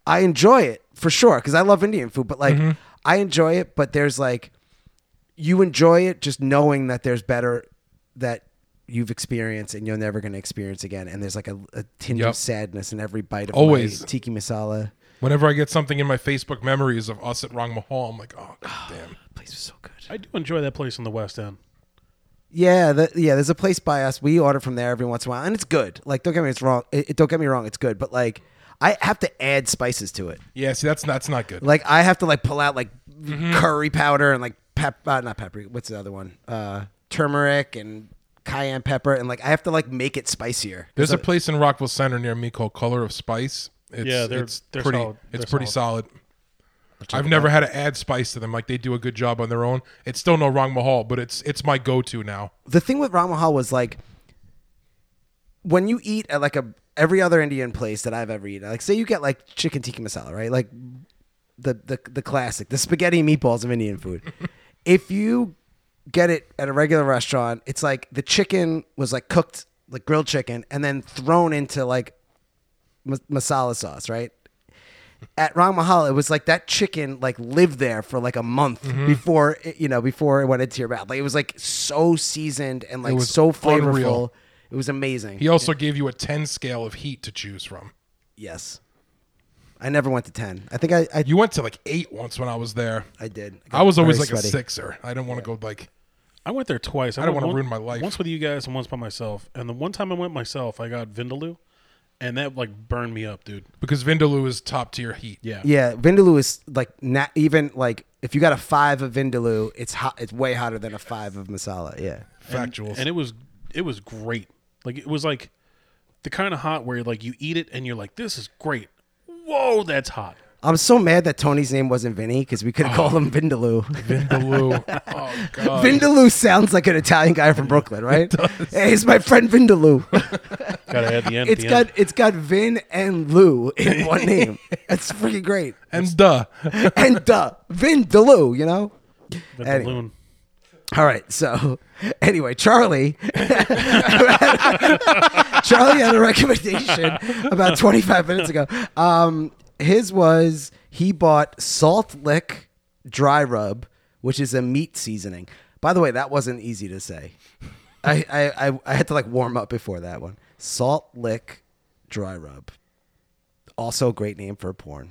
I enjoy it for sure because I love Indian food, but like I enjoy it, but there's like you enjoy it just knowing that there's better that you've experienced and you're never going to experience again. And there's like a, a tinge Yep. of sadness in every bite of Always. my tiki masala. Whenever I get something in my Facebook memories of us at Rang Mahal, I'm like, oh god damn. The place was so good. I do enjoy that place in the West End. Yeah, the, yeah. There's a place by us. We order from there every once in a while, and it's good. Like, don't get me it's wrong. It, it- don't get me wrong. It's good, but like, I have to add spices to it. Yeah, see, that's that's not good. Like, I have to like pull out like curry powder and like pep, uh, not pepper. What's the other one? Uh, turmeric and cayenne pepper, and like I have to like make it spicier. There's a place in Rockville Center near me called Color of Spice. It's, Yeah, they're- it's they're pretty. solid. It's They're pretty solid. I've never had to add spice to them. Like they do a good job on their own. It's still no Rang Mahal, but it's it's my go-to now. the thing with Ram Mahal was like when you eat at like a every other Indian place that I've ever eaten, like say you get like chicken tikka masala, right? Like the the the classic, the spaghetti and meatballs of Indian food. if you get it at a regular restaurant, it's like the chicken was like cooked like grilled chicken and then thrown into like ma- masala sauce, right? At Rang Mahal, it was like that chicken like lived there for like a month before it, you know before it went into your mouth. Like it was like so seasoned and like was so flavorful. unreal. It was amazing. He also gave you a 10 scale of heat to choose from. Yes. I never went to 10. I think I I, You went to like eight once when I was there. I did. got I was always very like a sweaty. sixer. I didn't want to go like I went there twice. I, don't went wanna one- ruin my life. Once with you guys and once by myself. And the one time I went myself, I got Vindaloo, and that like burned me up, dude. because Vindaloo is top tier heat. Yeah. Yeah, Vindaloo is like not even like if you got a five of Vindaloo, it's hot. It's way hotter than a five of Masala. Yeah, Factuals. And it was it was great. Like it was like the kind of hot where like you eat it and you're like, this is great. Whoa, that's hot. I'm so mad that Tony's name wasn't Vinny because we could have called him Vindaloo. Vindaloo. oh god. Vindaloo sounds like an Italian guy from Brooklyn, right? Hey, he's my friend Vindaloo. Gotta add the end. at it's the got end. it's got Vin and Lou in one name. That's freaking great. and duh. And duh, Vindaloo, you know. the anyway. balloon. All right. So, anyway, Charlie, Charlie had a recommendation about 25 minutes ago. Um, his was he bought Salt Lick Dry Rub, which is a meat seasoning. By the way, that wasn't easy to say. I I, I, I had to like warm up before that one. Salt Lick Dry Rub. Also, a great name for porn.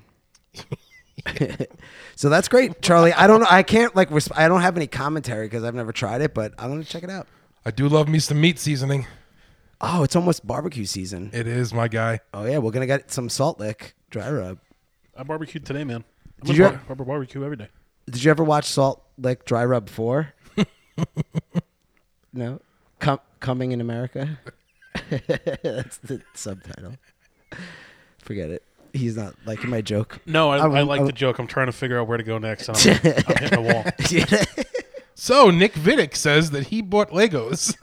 So that's great, Charlie. I don't know. I can't like. Resp- I don't have any commentary because I've never tried it, but I'm gonna check it out. I do love me some meat seasoning. Oh, it's almost barbecue season. It is my guy. Oh yeah, we're gonna get some salt lick dry rub. I barbecued today, man. Did I'm Did you- you bar- barbe- barbecue every day? Did you ever watch Salt Lick Dry Rub Four? no, Com- coming in America. that's the subtitle. Forget it. He's not liking my joke. No, I, I, I- like I- the joke. I'm trying to figure out where to go next, and I'm, I'm hitting the wall. So Nick Vidic says that he bought Legos.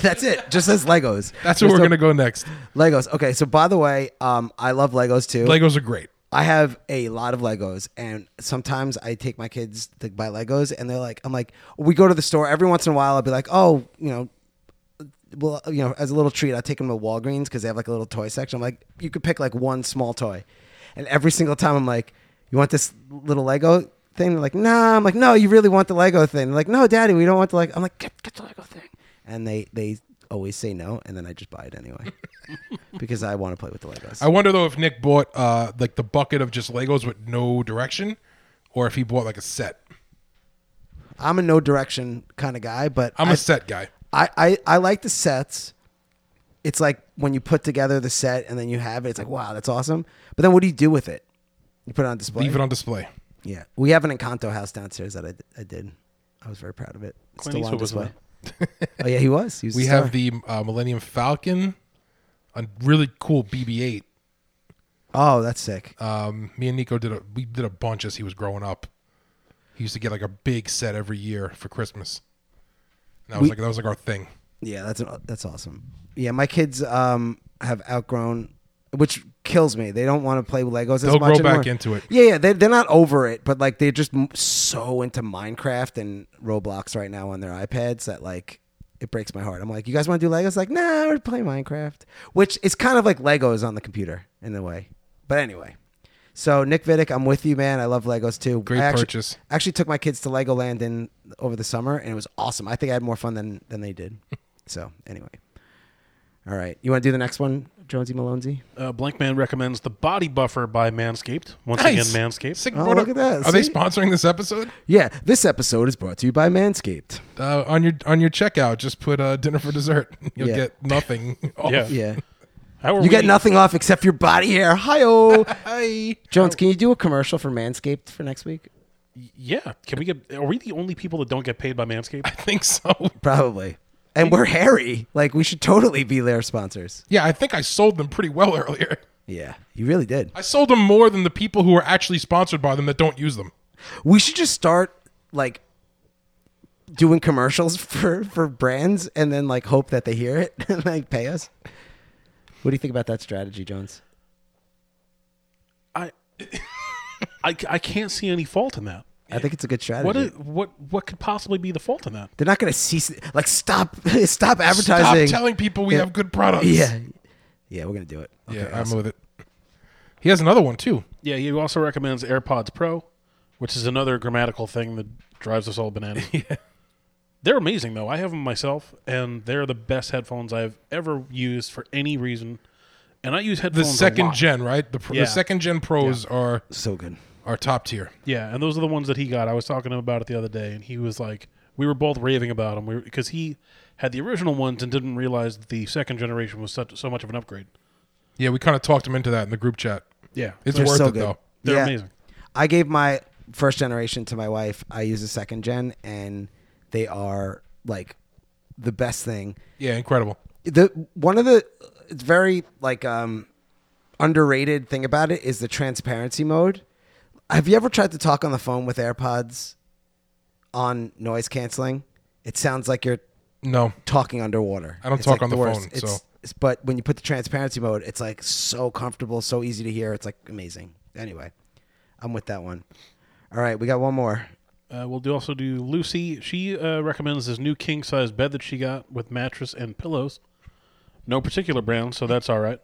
that's it. Just as Legos. That's where Just we're a- gonna go next. Legos. Okay, so by the way, um, I love Legos too. Legos are great. I have a lot of Legos, and sometimes I take my kids to buy Legos, and they're like, I'm like, we go to the store every once in a while. I'll be like, oh, you know, well, you know, as a little treat, I take them to Walgreens because they have like a little toy section. I'm like, you could pick like one small toy, and every single time I'm like, you want this little Lego thing? They're like, nah. I'm like, no, you really want the Lego thing? They're like, no, Daddy, we don't want the Lego. I'm like, get, get the Lego thing, and they they always say no, and then I just buy it anyway because I want to play with the Legos. I wonder though if Nick bought uh like the bucket of just Legos with no direction, or if he bought like a set. I'm a no direction kind of guy, but I'm I- a set guy. I, I, I like the sets. It's like when you put together the set and then you have it, it's like, wow, that's awesome. But then what do you do with it? You put it on display? Leave it on display. Yeah. We have an Encanto house downstairs that I, d- I did. I was very proud of it. It's Clint still on Eastwood was in display. oh, yeah, he was. He was We a have star. the uh, Millennium Falcon, a really cool BB-8. Oh, that's sick. Um, me and Nico did a we did a bunch as he was growing up. He used to get like a big set every year for Christmas. And that was We- like that was like our thing. Yeah, that's that's awesome. Yeah, my kids um have outgrown, which kills me. They don't want to play with Legos They'll as much grow back anymore. into it. Yeah, yeah, they they're not over it, but like they're just m- so into Minecraft and Roblox right now on their iPads that like it breaks my heart. I'm like, you guys want to do Legos? Like, nah, we're playing Minecraft, which is kind of like Legos on the computer in a way. But anyway. So Nick Vidic, I'm with you, man. I love Legos too. Great I actu- purchase. Actually, took my kids to Legoland in over the summer, and it was awesome. I think I had more fun than than they did. so anyway, all right. You want to do the next one, Jonesy Malonesy? Uh, Blank Man recommends the Body Buffer by Manscaped. Once Nice. again, Manscaped. Sick Oh, product. look at that. Are they See? sponsoring this episode? Yeah. This episode is brought to you by Manscaped. Uh, on your on your checkout, just put uh, dinner for dessert. You'll Yeah. get nothing. Oh, off. Yeah. Yeah. How are You get we- nothing off except your body hair. Hi-oh. Hi. Jones, can you do a commercial for Manscaped for next week? Yeah. Can we get? Are we the only people that don't get paid by Manscaped? I think so. Probably. And we're hairy. Like we should totally be their sponsors. Yeah, I think I sold them pretty well earlier. Yeah, you really did. I sold them more than the people who are actually sponsored by them that don't use them. We should just start like doing commercials for for brands and then like hope that they hear it and like pay us. What do you think about that strategy, Jones? I, I, c- I can't see any fault in that. I think it's a good strategy. What, i- what what could possibly be the fault in that? They're not going to cease like stop stop Stop advertising. telling people we Yeah. have good products. Yeah. Yeah, we're going to do it. Okay, Yeah, I'm awesome. with it. He has another one too. Yeah, he also recommends AirPods Pro, which is another grammatical thing that drives us all bananas. They're amazing though. I have them myself, and they're the best headphones I've ever used for any reason. And I use The headphones. a second lot. gen, right? The, pr- Yeah. the second gen pros are So good. are top tier. Yeah, and those are the ones that he got. I was talking to him about it the other day, and he was like, we were both raving about them because he had the original ones and didn't realize that the second generation was such so much of an upgrade. Yeah, we kind of talked him into that in the group chat. Yeah, It's so They're worth so it good. though. They're amazing. I gave my first generation to my wife. I use a second gen, and they are like the best thing. Yeah, incredible. The one of the it's very like um underrated thing about it is the transparency mode. Have you ever tried to talk on the phone with AirPods on noise canceling? It sounds like you're No, talking underwater. I don't It's talk like on the worst. phone, It's- so- it's- but when you put the transparency mode, it's like so comfortable, so easy to hear. It's like amazing. Anyway, I'm with that one. All right, we got one more. Uh, we'll do also do Lucy. She uh, recommends this new king size bed that she got with mattress and pillows. No particular brand, so that's all right.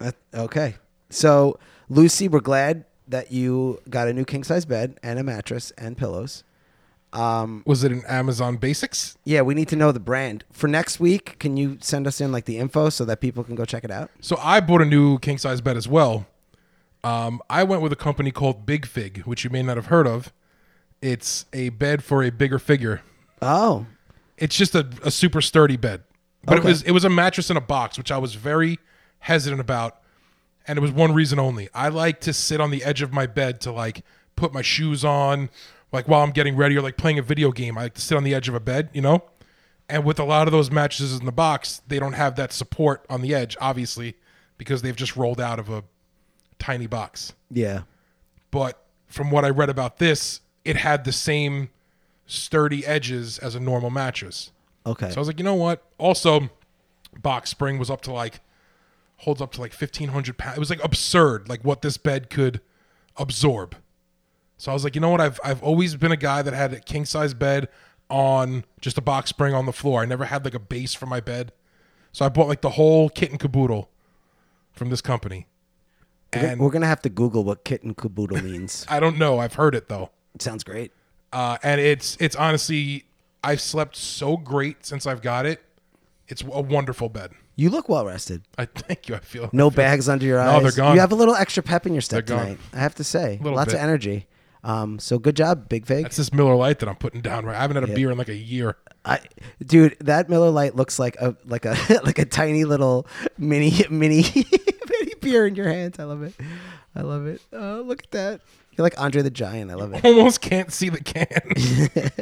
Uh, okay, so Lucy, we're glad that you got a new king size bed and a mattress and pillows. was it an Amazon Basics? Yeah, we need to know the brand for next week. Can you send us in like the info so that people can go check it out? So I bought a new king size bed as well. Um, I went with a company called Big Fig, which you may not have heard of. It's a bed for a bigger figure. Oh, It's just a, a super sturdy bed, but Okay. it was it was a mattress in a box, which I was very hesitant about, and it was one reason only. I like to sit on the edge of my bed to like put my shoes on, like while I'm getting ready or like playing a video game. I like to sit on the edge of a bed, you know. And with a lot of those mattresses in the box, they don't have that support on the edge, obviously, because they've just rolled out of a tiny box yeah. but from what I read about this, it had the same sturdy edges as a normal mattress. Okay. So I was like, you know what? Also, box spring was up to like holds up to like fifteen hundred pounds. It was like absurd, like what this bed could absorb. So I was like, you know what? I've I've always been a guy that had a king size bed on just a box spring on the floor. I never had like a base for my bed. So I bought like the whole kit and caboodle from this company. We're- And we're gonna have to Google what kitten caboodle means. I don't know. I've heard it though. Sounds great. uh, and it's it's honestly I've slept so great since I've got it. It's a wonderful bed. You look well rested. I thank you. I feel No bags under your eyes. No, they're gone. You have a little extra pep in your step They're gone. tonight. I have to say, Little lots of bit. energy. Um, so good job, Big Fig. That's this Miller Light that I'm putting down. Right, I haven't had a beer in like a year. I, dude, that Miller Light looks like a like a like a tiny little mini mini mini beer in your hands. I love it. I love it. Oh, look at that. You're like Andre the Giant. I love it. Almost can't see the can.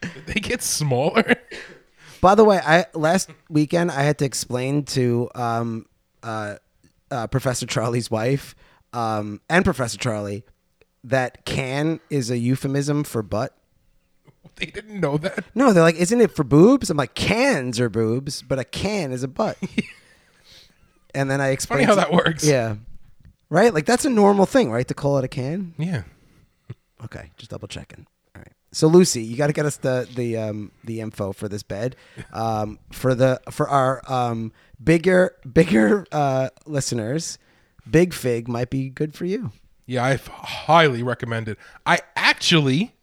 Did they get smaller. By the way, I last weekend I had to explain to um, uh, uh, Professor Charlie's wife um, and Professor Charlie that "can" is a euphemism for butt. They didn't know that. No, they're like, isn't it for boobs? I'm like, cans are boobs, but a can is a butt. and then I Funny explained how to- that works. Yeah, right. Like that's a normal thing, right? To call it a can. Yeah. Okay, just double checking. All right. So Lucy, you got to get us the the um, the info for this bed, um, for the for our um, bigger bigger uh, listeners. Big fig might be good for you. Yeah, I f- highly recommend it. I actually,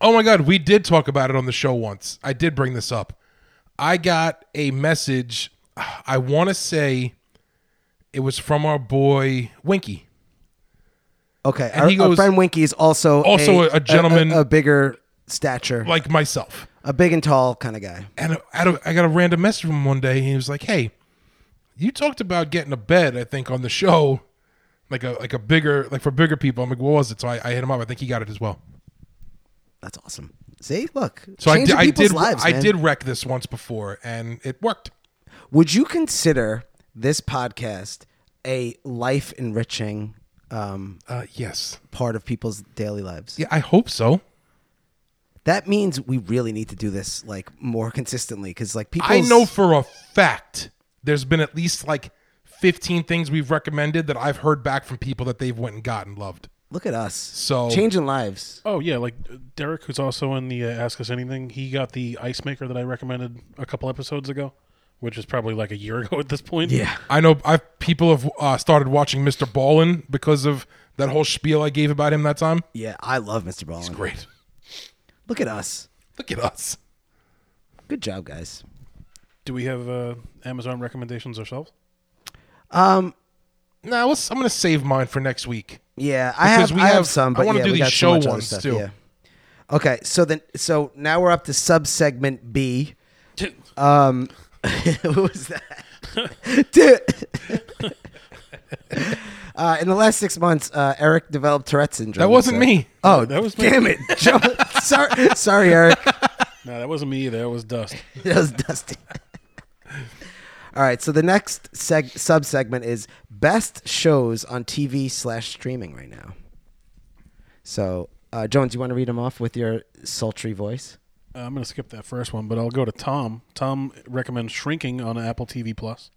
oh my God, we did talk about it on the show once. I did bring this up. I got a message. I want to say it was from our boy Winky. Okay, And our, he our goes- friend Winky is also Also a- a gentleman- a, bigger stature, like like myself. a big and tall kind of guy. And I don't- I got a random message from him one day, and he was like, "Hey, you talked about getting a bed, I think, on the show, like a like a bigger like for bigger people." I'm like, "What was it?" So I, I hit him up. I think he got it as well. That's awesome. See, look, So I did, changing I people's did lives. I man. did wreck this once before, and it worked. Would you consider this podcast a life enriching um, Uh, yes. part of people's daily lives? Yeah, I hope so. That means we really need to do this like more consistently because like people. I know for a fact there's been at least like 15 things we've recommended that I've heard back from people that they've went and got and loved. Look at us. So- changing lives. Oh yeah, like uh, Derek, who's also in the uh, Ask Us Anything. He got the ice maker that I recommended a couple episodes ago, which is probably like a year ago at this point. I know I've people have uh, started watching Mr. Ballin because of that whole spiel I gave about him that time. yeah. I love Mr. Ballin. Great. Look at us. Look at us. Good job, guys. Do we have uh, Amazon recommendations ourselves? Um, Nah, let's, I'm going to save mine for next week. yeah, I Because have, we I have have- some, I but wanna yeah, do we these got so show much other ones, stuff, too. yeah. Okay, so then, so now we're up to subsegment B. Um, who was that? Dude. uh, in the last six months, uh, Eric developed Tourette's syndrome. That wasn't so- me. Oh, That was me. damn it, Joe. sorry, sorry, Eric. No, that wasn't me either. That was Dust. Uh, That was dusty. All right, so the next seg- sub segment is best shows on TV slash streaming right now. So, uh, Jones, you want to read them off with your sultry voice? Uh, I'm going to skip that first one, but I'll go to Tom. Tom recommends Shrinking on Apple TV Plus.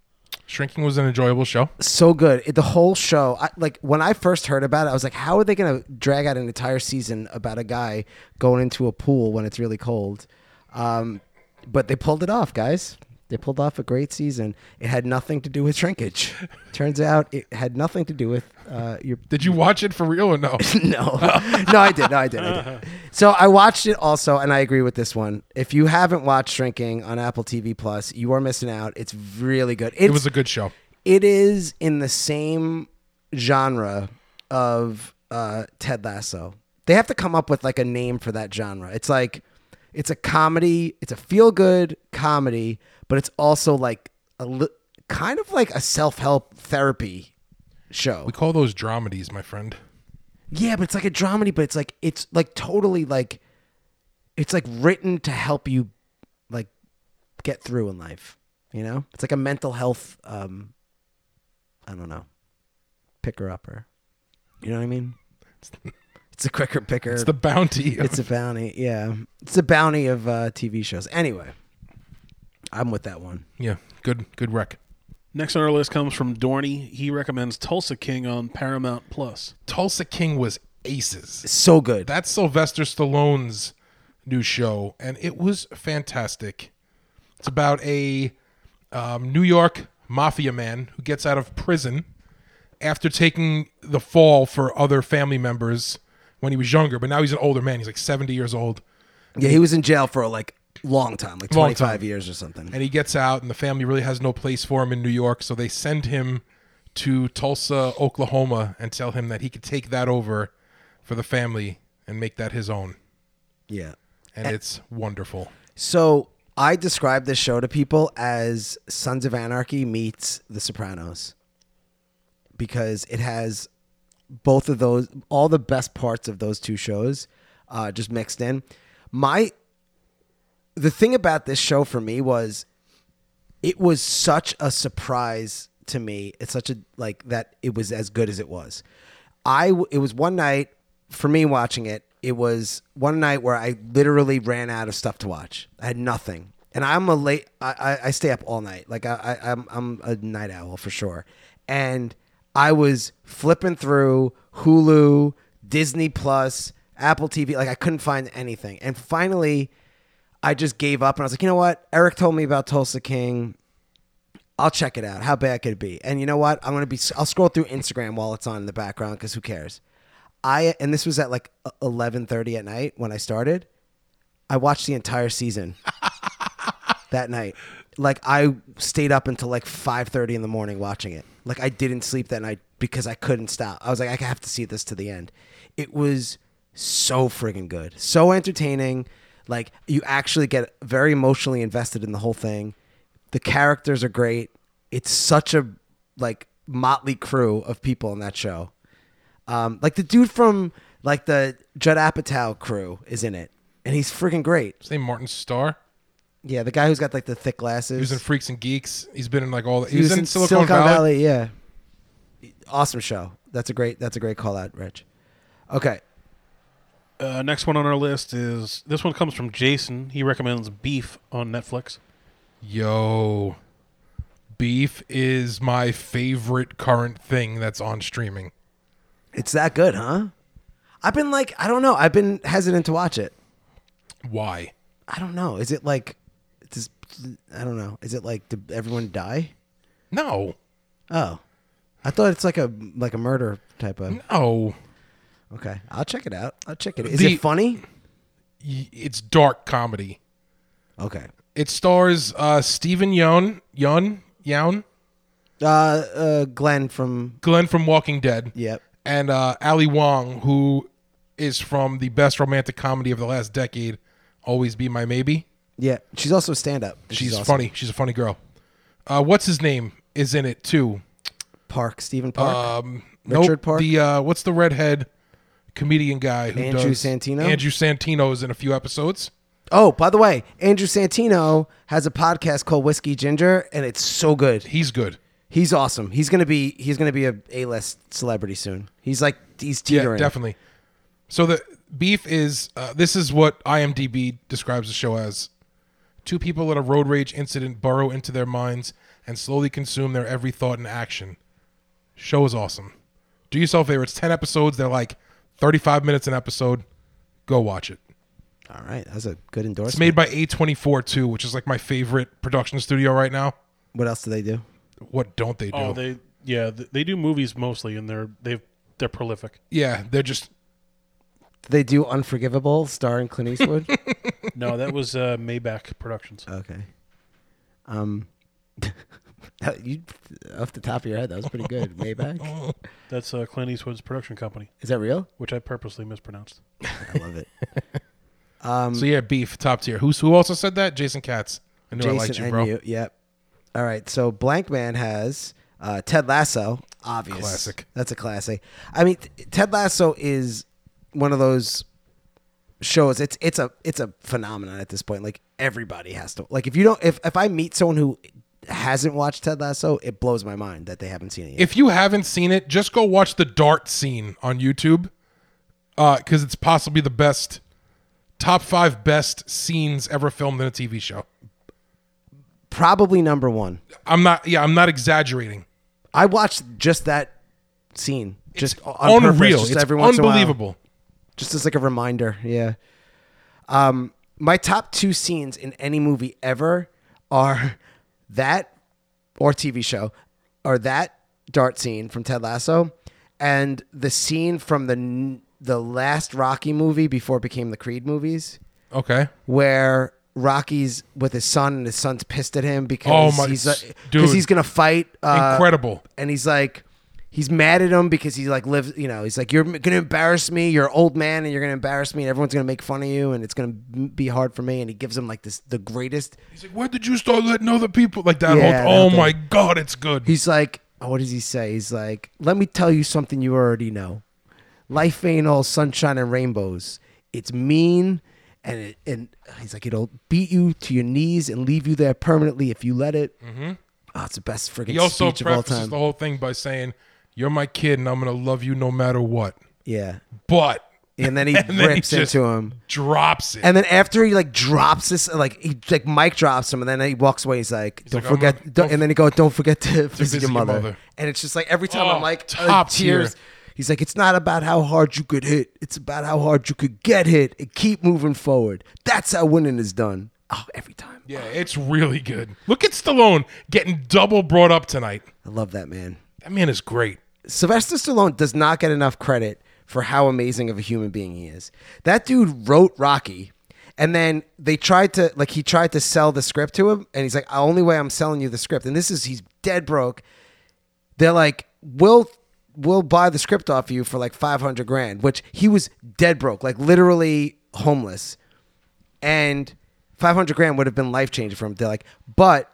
Shrinking was an enjoyable show. So good. It, the whole show, I, like when I first heard about it, I was like, how are they going to drag out an entire season about a guy going into a pool when it's really cold? Um, but they pulled it off, guys. They pulled off a great season. It had nothing to do with shrinkage. Turns out it had nothing to do with uh, your Did you watch it for real or no? no, no, I did, no, I did, I did. So I watched it also, and I agree with this one. If you haven't watched Shrinking on Apple TV Plus, you are missing out. It's really good. It's, it was a good show. It is in the same genre of uh, Ted Lasso. They have to come up with like a name for that genre. It's like it's a comedy. It's a feel good comedy, but it's also like a li- kind of like a self help therapy show. We call those dramedies, my friend. Yeah, but it's like a dramedy, but it's like it's like totally like it's like written to help you like get through in life. You know? It's like a mental health um I don't know. Picker upper. You know what I mean? It's a quicker picker. It's the bounty. It's a bounty, yeah. It's a bounty of uh TV shows. Anyway. I'm with that one. yeah, good, good wreck. Next on our list comes from Dorney. He recommends Tulsa King on Paramount Plus. Tulsa King was aces. So good. That's Sylvester Stallone's new show, and it was fantastic. It's about a um, New York mafia man who gets out of prison after taking the fall for other family members when he was younger, but now he's an older man. He's like 70 years old. yeah, he was in jail for a like long time, like Long time. 25 years or something. and he gets out and the family really has no place for him in New York so they send him to Tulsa, Oklahoma and tell him that he could take that over for the family and make that his own. Yeah. And it's wonderful. So I describe this show to people as Sons of Anarchy meets The Sopranos because it has both of those, all the best parts of those two shows uh, just mixed in. My, the thing about this show for me was it was such a surprise to me. It's such a like that it was as good as it was. I w- it was one night for me watching it. It was one night where I literally ran out of stuff to watch. I had nothing, and I'm a late. I I, I stay up all night. Like I, I I'm I'm a night owl for sure, and I was flipping through Hulu, Disney Plus, Apple TV. Like I couldn't find anything, and finally. I just gave up and I was like, you know what? Eric told me about Tulsa King. I'll check it out. How bad could it be? And you know what? I'm gonna be. I'll scroll through Instagram while it's on in the background because who cares? I and this was at like 11:30 at night when I started. I watched the entire season that night. Like I stayed up until like 5:30 in the morning watching it. Like I didn't sleep that night because I couldn't stop. I was like I have to see this to the end. It was so friggin' good. So entertaining. Like you actually get very emotionally invested in the whole thing. The characters are great. It's such a like motley crew of people in that show. Um, like the dude from like the Judd Apatow crew is in it, and he's freaking great. His name Martin Starr. Yeah, the guy who's got like the thick glasses. He was in Freaks and Geeks. He's been in like all. The, he, was, in Silicon, Valley. Valley. Yeah, awesome show. That's a great. That's a great call out, Rich. Okay, Uh, next one on our list is this one comes from Jason. He recommends Beef on Netflix. Yo, beef is my favorite current thing that's on streaming. it's that good, huh? I've been like, I don't know. I've been hesitant to watch it. Why? I don't know. Is it like, does I don't know. Is it like did everyone die? No, Oh, I thought it's like a like a murder type of. no. Okay, I'll check it out. I'll check it. Is The- it funny? y- it's dark comedy. Okay. It stars uh, Stephen Yeun, Yeun, Yeun, Uh, uh, Glenn from Glenn from Walking Dead, yep. and uh, Ali Wong, who is from the best romantic comedy of the last decade, Always Be My Maybe. Yeah, she's also a stand-up. She's awesome. funny. She's a funny girl. Uh, what's his name is in it too? Park, Stephen Park. Um, Richard Park? The uh, what's the redhead comedian guy? Who Andrew does- Santino? Andrew Santino is in a few episodes. oh, by the way, Andrew Santino has a podcast called Whiskey Ginger, and it's so good. He's good. He's awesome. He's gonna be he's gonna be a A list celebrity soon. He's like he's Yeah, teetering. definitely. So the beef is uh, this is what IMDb describes the show as: two people at a road rage incident burrow into their minds and slowly consume their every thought and action. Show is awesome. Do yourself a favor. It's ten episodes. They're like thirty-five minutes an episode. Go watch it. All right, that's a good It's endorsement. made by A24 too, which is like my favorite production studio right now. what else do they do? What don't they do? Oh, they yeah, th- they do movies mostly, and they're they've they're prolific. yeah, they're just Do they do Unforgivable, starring Clint Eastwood? No, that was uh, Maybach Productions. okay. Um, that- you off the top of your head, that was pretty good. Maybach, That's uh, Clint Eastwood's production company, is that real? which I purposely mispronounced. I love it. Um, so yeah, beef top tier. Who's who also said that? Jason Katz. I knew I liked you, bro. Yep. All right. So Blank Man has uh, Ted Lasso. Obvious. Classic. That's a classic. I mean, t- Ted Lasso is one of those shows. It's it's a it's a phenomenon at this point. Like everybody has to. Like if you don't, if if I meet someone who hasn't watched Ted Lasso, it blows my mind that they haven't seen it. Yet. If you haven't seen it, just go watch the dart scene on YouTube, because it's possibly the best, top five best scenes ever filmed in a TV show. Probably number one. I'm not. Yeah, I'm not exaggerating. I watched just that scene. Just on purpose, Unreal. just it's every once in a while. unbelievable. just as like a reminder. Yeah. Um, my top two scenes in any movie ever are that or TV show are that dart scene from Ted Lasso and the scene from the n- the last Rocky movie before it became the Creed movies Okay. where Rocky's with his son and his son's pissed at him because Oh my he's s- dude. because he's gonna fight uh, Incredible. and he's like he's mad at him because he like lives you know he's like you're gonna embarrass me you're an old man and you're gonna embarrass me and everyone's gonna make fun of you and it's gonna m- be hard for me and he gives him like this the greatest He's like, where did you start letting other people like that? Yeah, whole, oh that my god, it's good. he's like oh, what does he say he's like let me tell you something you already know life ain't all sunshine and rainbows it's mean and it, and he's like it'll beat you to your knees and leave you there permanently if you let it mm-hmm. oh it's the best freaking He also speech of all prefaces time the whole thing by saying, "You're my kid, and I'm gonna love you no matter what." yeah But and then he And then he rips just- into him drops it. And then after he like drops this, like he like mic drops him, and then he walks away. He's like, "Don't like, I'm forget," gonna- don't- and then he goes, "Don't forget to, visit, visit your your mother. mother. And it's just like every time Oh, I'm like uh, top tier. tears. He's like, "It's not about how hard you could hit; it's about how hard you could get hit and keep moving forward. That's how winning is done." Oh, every time. yeah, it's really good. Look at Stallone getting double brought up tonight. I love that man. That man is great. Sylvester Stallone does not get enough credit for how amazing of a human being he is. That dude wrote Rocky, and then they tried to like he tried to sell the script to him, and he's like, "The only way I'm selling you the script," and this is he's dead broke. They're like, "We'll we'll buy the script off you for like five hundred grand," which he was dead broke, like literally homeless, and five hundred grand would have been life changing for him. They're like, "But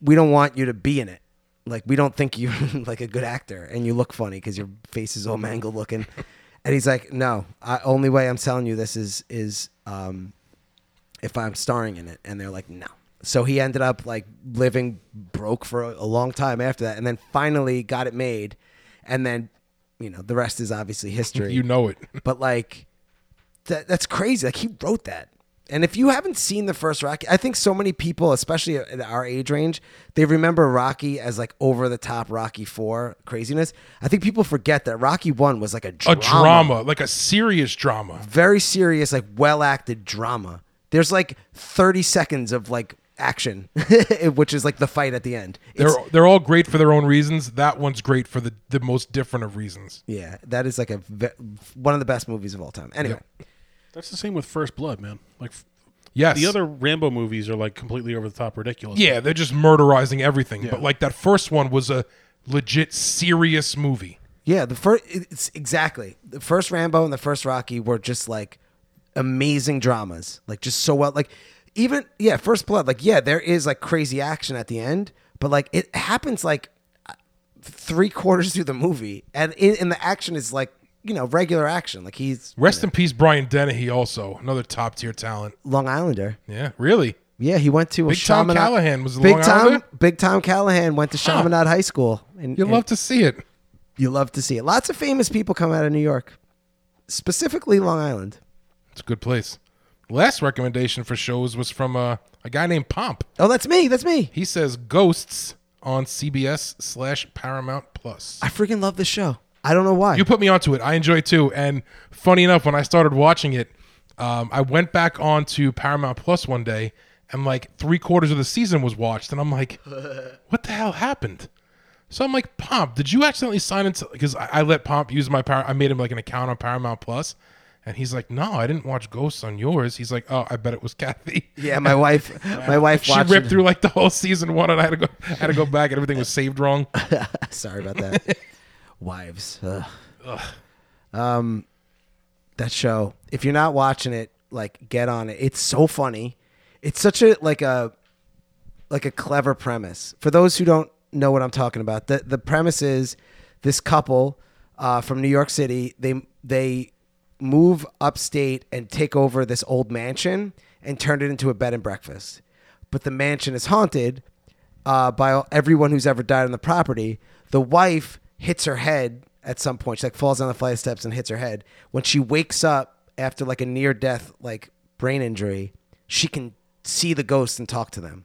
we don't want you to be in it. Like we don't think you're like a good actor and you look funny because your face is all mangled looking. And he's like, no, I, only way I'm telling you this is is um, if I'm starring in it. And they're like, no. So he ended up like living broke for a, a long time after that, and then finally got it made, and then you know the rest is obviously history You know it. but like that, that's crazy like he wrote that and if you haven't seen the first rocky i think so many people especially at our age range they remember rocky as like over the top rocky 4 craziness i think people forget that rocky 1 was like a A drama, drama, like a serious drama. very serious like well acted drama there's like 30 seconds of like action which is like the fight at the end They're It's- they're all great for their own reasons. That one's great for the the most different of reasons. Yeah, that is like a ve- one of the best movies of all time. Anyway, That's the same with First Blood, man. Like f- Yes. the other Rambo movies are like completely over the top ridiculous. Yeah, they're just murderizing everything. Yeah. But like that first one was a legit serious movie. Yeah, the first it's exactly the first Rambo and the first Rocky were just like amazing dramas, like just so well, like even yeah, First Blood, like yeah, there is like crazy action at the end, but like it happens like three quarters through the movie, and in, and the action is like you know regular action, like he's Rest in peace, Brian Dennehy. Also, another top tier talent. Long Islander. Yeah, really. Yeah, he went to a Big Tom Chaminade- Callahan was a Big Long Tom. Islander? Big Tom Callahan went to Chaminade High School. And, You and- love to see it. you love to see it. Lots of famous people come out of New York, specifically Long Island. It's a good place. Last recommendation for shows was from uh, a guy named Pomp. Oh, that's me. That's me. He says Ghosts on CBS slash Paramount Plus. I freaking love this show. I don't know why. You put me onto it. I enjoy it too. And funny enough, when I started watching it, um, I went back onto Paramount Plus one day, and like three quarters of the season was watched, and I'm like, what the hell happened? So I'm like, Pomp, did you accidentally sign into? Because I, I let Pomp use my power. I made him like an account on Paramount Plus, and he's like, No, I didn't watch Ghosts on yours. He's like, Oh, I bet it was Kathy. yeah, my wife. My wife She watched. ripped it. through like the whole season one, and I had to go. I had to go back, and everything was saved wrong. Sorry about that. Wives. Ugh. Um, that show. If you're not watching it, like get on it. It's so funny. It's such a like a like a clever premise. For those who don't know what I'm talking about, the the premise is this couple uh, from New York City. They they move upstate and take over this old mansion and turn it into a bed and breakfast. But the mansion is haunted uh, by all- everyone who's ever died on the property. The wife hits her head at some point. She like falls down the flight of steps and hits her head. When she wakes up after like a near death like brain injury, she can see the ghosts and talk to them.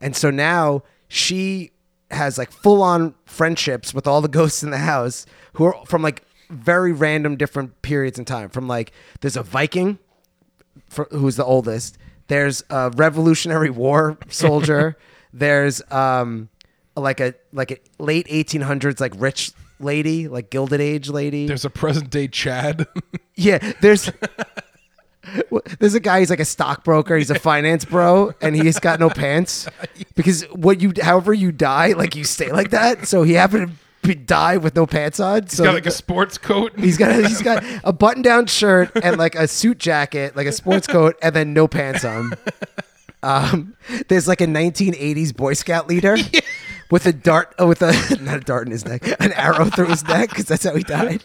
And so now she has like full on friendships with all the ghosts in the house who are from like very random different periods in time. From like there's a Viking for, who's the oldest. There's a Revolutionary War soldier. there's um like a like a late 1800s like rich lady, like gilded age lady. There's a present day Chad. Yeah, there's there's a guy. He's like a stockbroker. He's a finance bro, and he's got no pants because what you, however you die, like you stay like that. So he happened to be, die with no pants on. So He's got like a sports coat. he's got he's got a button down shirt and like a suit jacket, like a sports coat, and then no pants on. Um, there's like a 1980s Boy Scout leader. With a dart, oh, with a not a dart in his neck, an arrow through his neck, because that's how he died.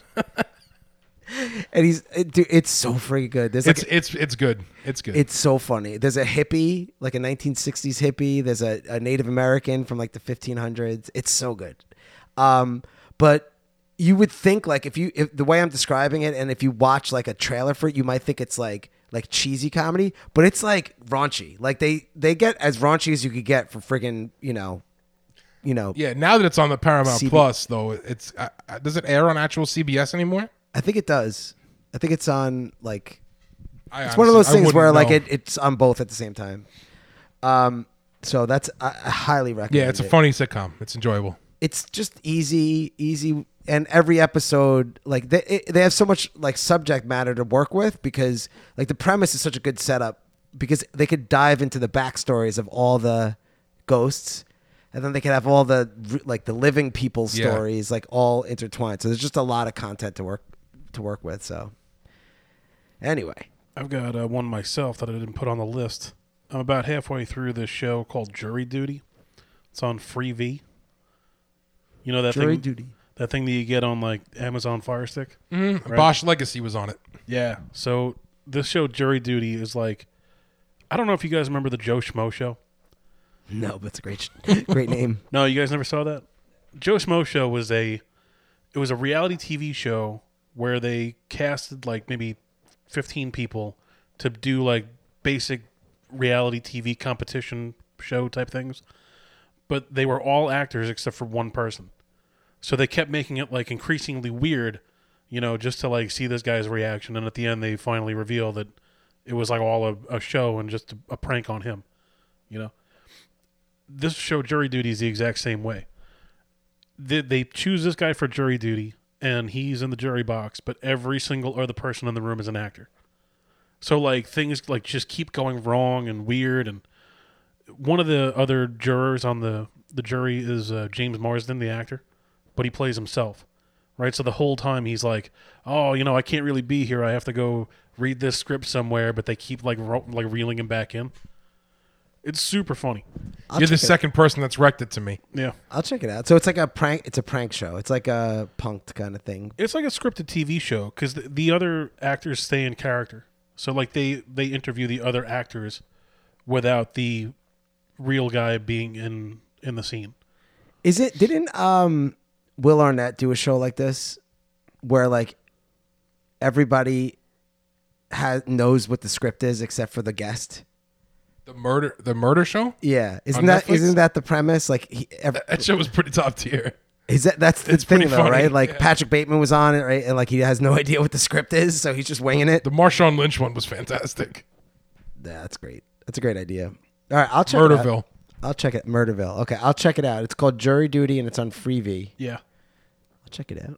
And he's, it, dude, it's so freaking good. There's like it's it's it's good. It's good. it's so funny. There's a hippie, like a 1960s hippie. There's a, a Native American from like the 1500s. It's so good. Um, but you would think like if you if the way I'm describing it, and if you watch like a trailer for it, you might think it's like like cheesy comedy, but it's like raunchy. Like they they get as raunchy as you could get for friggin' you know, you know. yeah, now that it's on the Paramount CB Plus, though, it's uh, uh, does it air on actual CBS anymore? I think it does. I think it's on like I it's one of those honestly- I things wouldn't where like know. it, it's on both at the same time. Um, so that's I, I highly recommend. Yeah, it's a it. funny sitcom. It's enjoyable. It's just easy, easy, and every episode like they it, they have so much like subject matter to work with because like the premise is such a good setup because they could dive into the backstories of all the ghosts. And then they could have all the r- like the living people Yeah. stories like all intertwined. So there's just a lot of content to work to work with. So anyway, I've got uh, one myself that I didn't put on the list. I'm about halfway through this show called Jury Duty. It's on Free V. You know that jury thing, duty. that thing that you get on like Amazon Fire Stick. Bosch Bosch Legacy was on it. Yeah. So this show Jury Duty is like, I don't know if you guys remember the Joe Schmo show. No, but it's a great, sh- great name. No, you guys never saw that. Joe Schmo show was a, it was a reality TV show where they casted like maybe fifteen people to do like basic reality TV competition show type things, but they were all actors except for one person. So they kept making it like increasingly weird, you know, just to like see this guy's reaction. And at the end, they finally reveal that it was like all a, a show and just a, a prank on him, you know. This show, Jury Duty, is the exact same way. They, they choose this guy for jury duty, and he's in the jury box, but every single other person in the room is an actor. So like things like just keep going wrong and weird. And one of the other jurors on the the jury is uh, James Marsden, the actor, but he plays himself, right? So the whole time he's like, "Oh, you know, I can't really be here. I have to go read this script somewhere." But they keep like ro- like reeling him back in. It's super funny. I'll You're the check it- second person that's wrecked it to me. Yeah. I'll check it out. So it's like a prank. It's a prank show. It's like a punked kind of thing. it's like a scripted TV show because the, the other actors stay in character. So like they they interview the other actors without the real guy being in in the scene. Is it? Didn't um, Will Arnett do a show like this, where like everybody has knows what the script is except for the guest? The murder, the murder show. Yeah, isn't On that Netflix? not that the premise? Like, he, ev- That show was pretty top tier. is that that's the it's thing pretty though, funny, right? Like yeah. Patrick Bateman was on it, right? And like he has no idea what the script is, so he's just winging it. The Marshawn Lynch one was fantastic. Yeah, that's great. That's a great idea. All right, I'll check It Murderville. out. I'll check it. Murderville. Okay, I'll check it out. It's called Jury Duty, and it's on Freevee. Yeah. I'll check it out.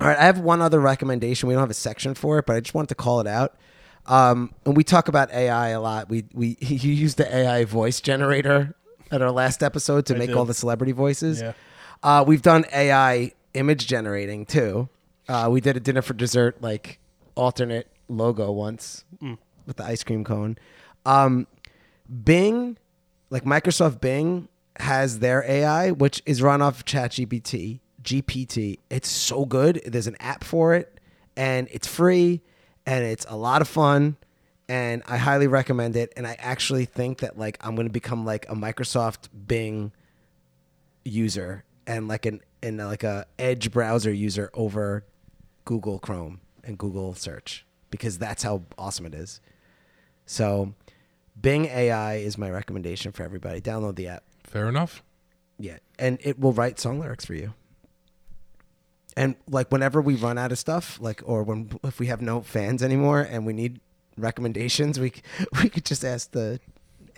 All right, I have one other recommendation. We don't have a section for it, but I just wanted to call it out. Um, and we talk about AI a lot. We we you used the AI voice generator at our last episode to make did. all the celebrity voices. Yeah. Uh, we've done AI image generating too. Uh, we did a dinner for dessert like alternate logo once Mm. with the ice cream cone. Um, Bing, like Microsoft Bing, has their AI, which is run off of ChatGPT. GPT. It's so good. There's an app for it, and it's free, and it's a lot of fun, and I highly recommend it. And I actually think that like I'm gonna become like a Microsoft Bing user and like an and like a Edge browser user over Google Chrome and Google search because that's how awesome it is. So Bing AI is my recommendation for everybody. Download the app. Fair enough. Yeah. And it will write song lyrics for you. And like whenever we run out of stuff, like or when if we have no fans anymore and we need recommendations, we c- we could just ask the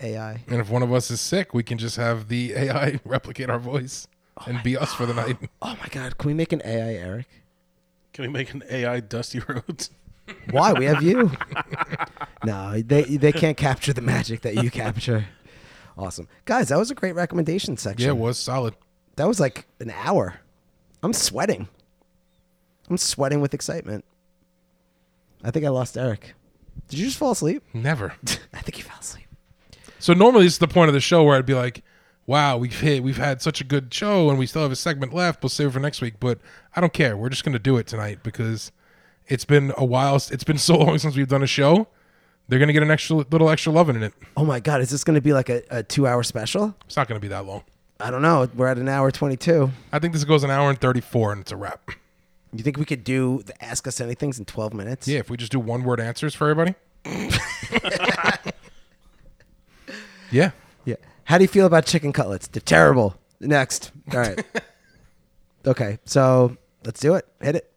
AI. And if one of us is sick, we can just have the AI replicate our voice and be us for the night. Oh my god, can we make an AI, Eric? Can we make an AI Dusty Roads? Why? We have you. no, they they can't capture the magic that you capture. Awesome. Guys, that was a great recommendation section. Yeah, it was solid. That was like an hour. I'm sweating. I'm sweating with excitement. I think I lost Eric. Did you just fall asleep? Never. I think he fell asleep. So normally this is the point of the show where I'd be like, "Wow, we've hit, we've had such a good show, and we still have a segment left. We'll save it for next week." But I don't care. We're just gonna do it tonight because it's been a while. s- It's been so long since we've done a show. They're gonna get an extra little extra loving in it. Oh my God, is this going to be like a, a two hour special? It's not gonna be that long. I don't know. We're at an hour 22. I think this goes an hour and thirty four, and it's a wrap. You think we could do the Ask Us Anythings in 12 minutes? Yeah, if we just do one word answers for everybody. yeah. Yeah. How do you feel about chicken cutlets? They're terrible. Next. All right. okay. So let's do it. Hit it.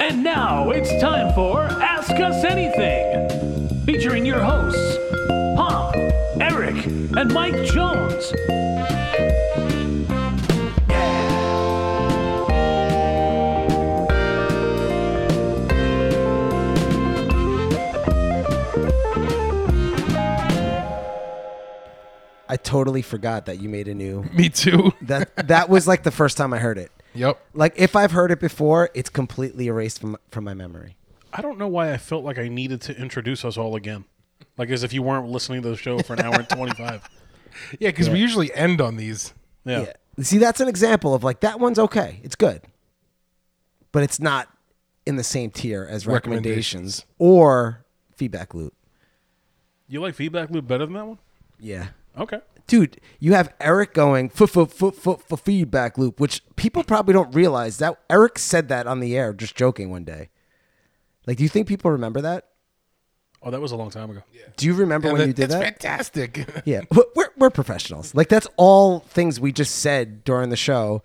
And now it's time for Ask Us Anything, featuring your hosts, Pom, Eric, and Mike Jones. I totally forgot that you made a new. Me too. That that was like the first time I heard it. Yep. Like if I've heard it before, it's completely erased from from my memory. I don't know why I felt like I needed to introduce us all again, like as if you weren't listening to the show for an hour and twenty five. Yeah, because we usually end on these. Yeah. See, that's an example of like that one's okay. It's good. But it's not in the same tier as recommendations, Recommendations. or feedback loop. You like feedback loop better than that one? Yeah. Okay. dude, you have Eric going foot foot foot foot for feedback loop, which people probably don't realize that Eric said that on the air, just joking one day. Like, do you think people remember that? Oh, that was a long time ago. Do you remember when And you did it's that? fantastic. Yeah, we're, we're, we're professionals. Like that's all things we just said during the show.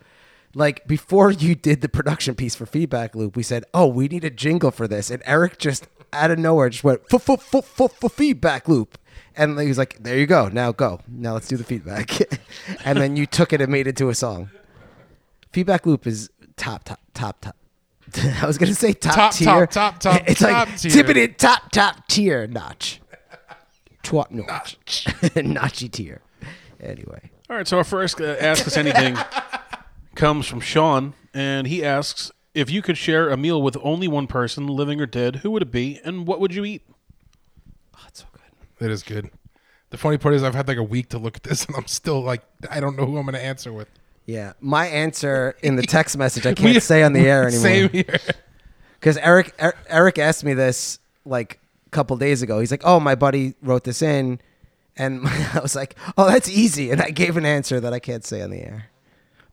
Like before you did the production piece for Feedback Loop, we said, "Oh, we need a jingle for this," and Eric just out of nowhere just went "Fu- fu- fu- fu- fu- Feedback Loop," and he was like, "There you go. Now go. Now let's do the feedback." and then you took it and made it to a song. Feedback Loop is top top top top. I was gonna say top, Top, top, tier. top, top, It's top like tier. tipping it top top tier notch. Twat notch. Notchy tier. Anyway. All right, so our first uh, Ask Us Anything comes from Sean, and he asks if you could share a meal with only one person, living or dead, who would it be, and what would you eat? That's so good. That is good. The funny part is I've had like a week to look at this and I'm still like I don't know who I'm going to answer with. Yeah. My answer in the text message I We- can't say on the air Same anymore. here. Because Eric Er- Eric asked me this like a couple days ago. He's like, Oh, my buddy wrote this in and I was like, Oh, that's easy and I gave an answer that I can't say on the air.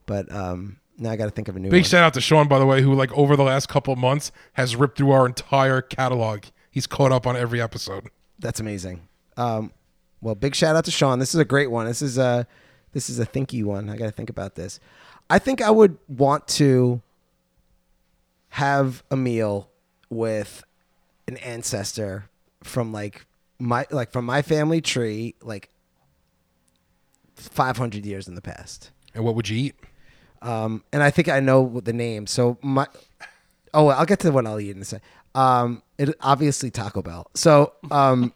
But um now I gotta think of a new Big one. shout out to Sean by the way who like over the last couple months has ripped through our entire catalog. He's caught up on every episode. That's amazing. Um, well, big shout out to Sean. This is a great one. This is a this is a thinky one. I got to think about this. I think I would want to have a meal with an ancestor from like my like from my family tree, like five hundred years in the past. And what would you eat? Um, and I think I know the name. So my oh, I'll get to the one I'll eat in a sec. Um, it obviously Taco Bell. So um,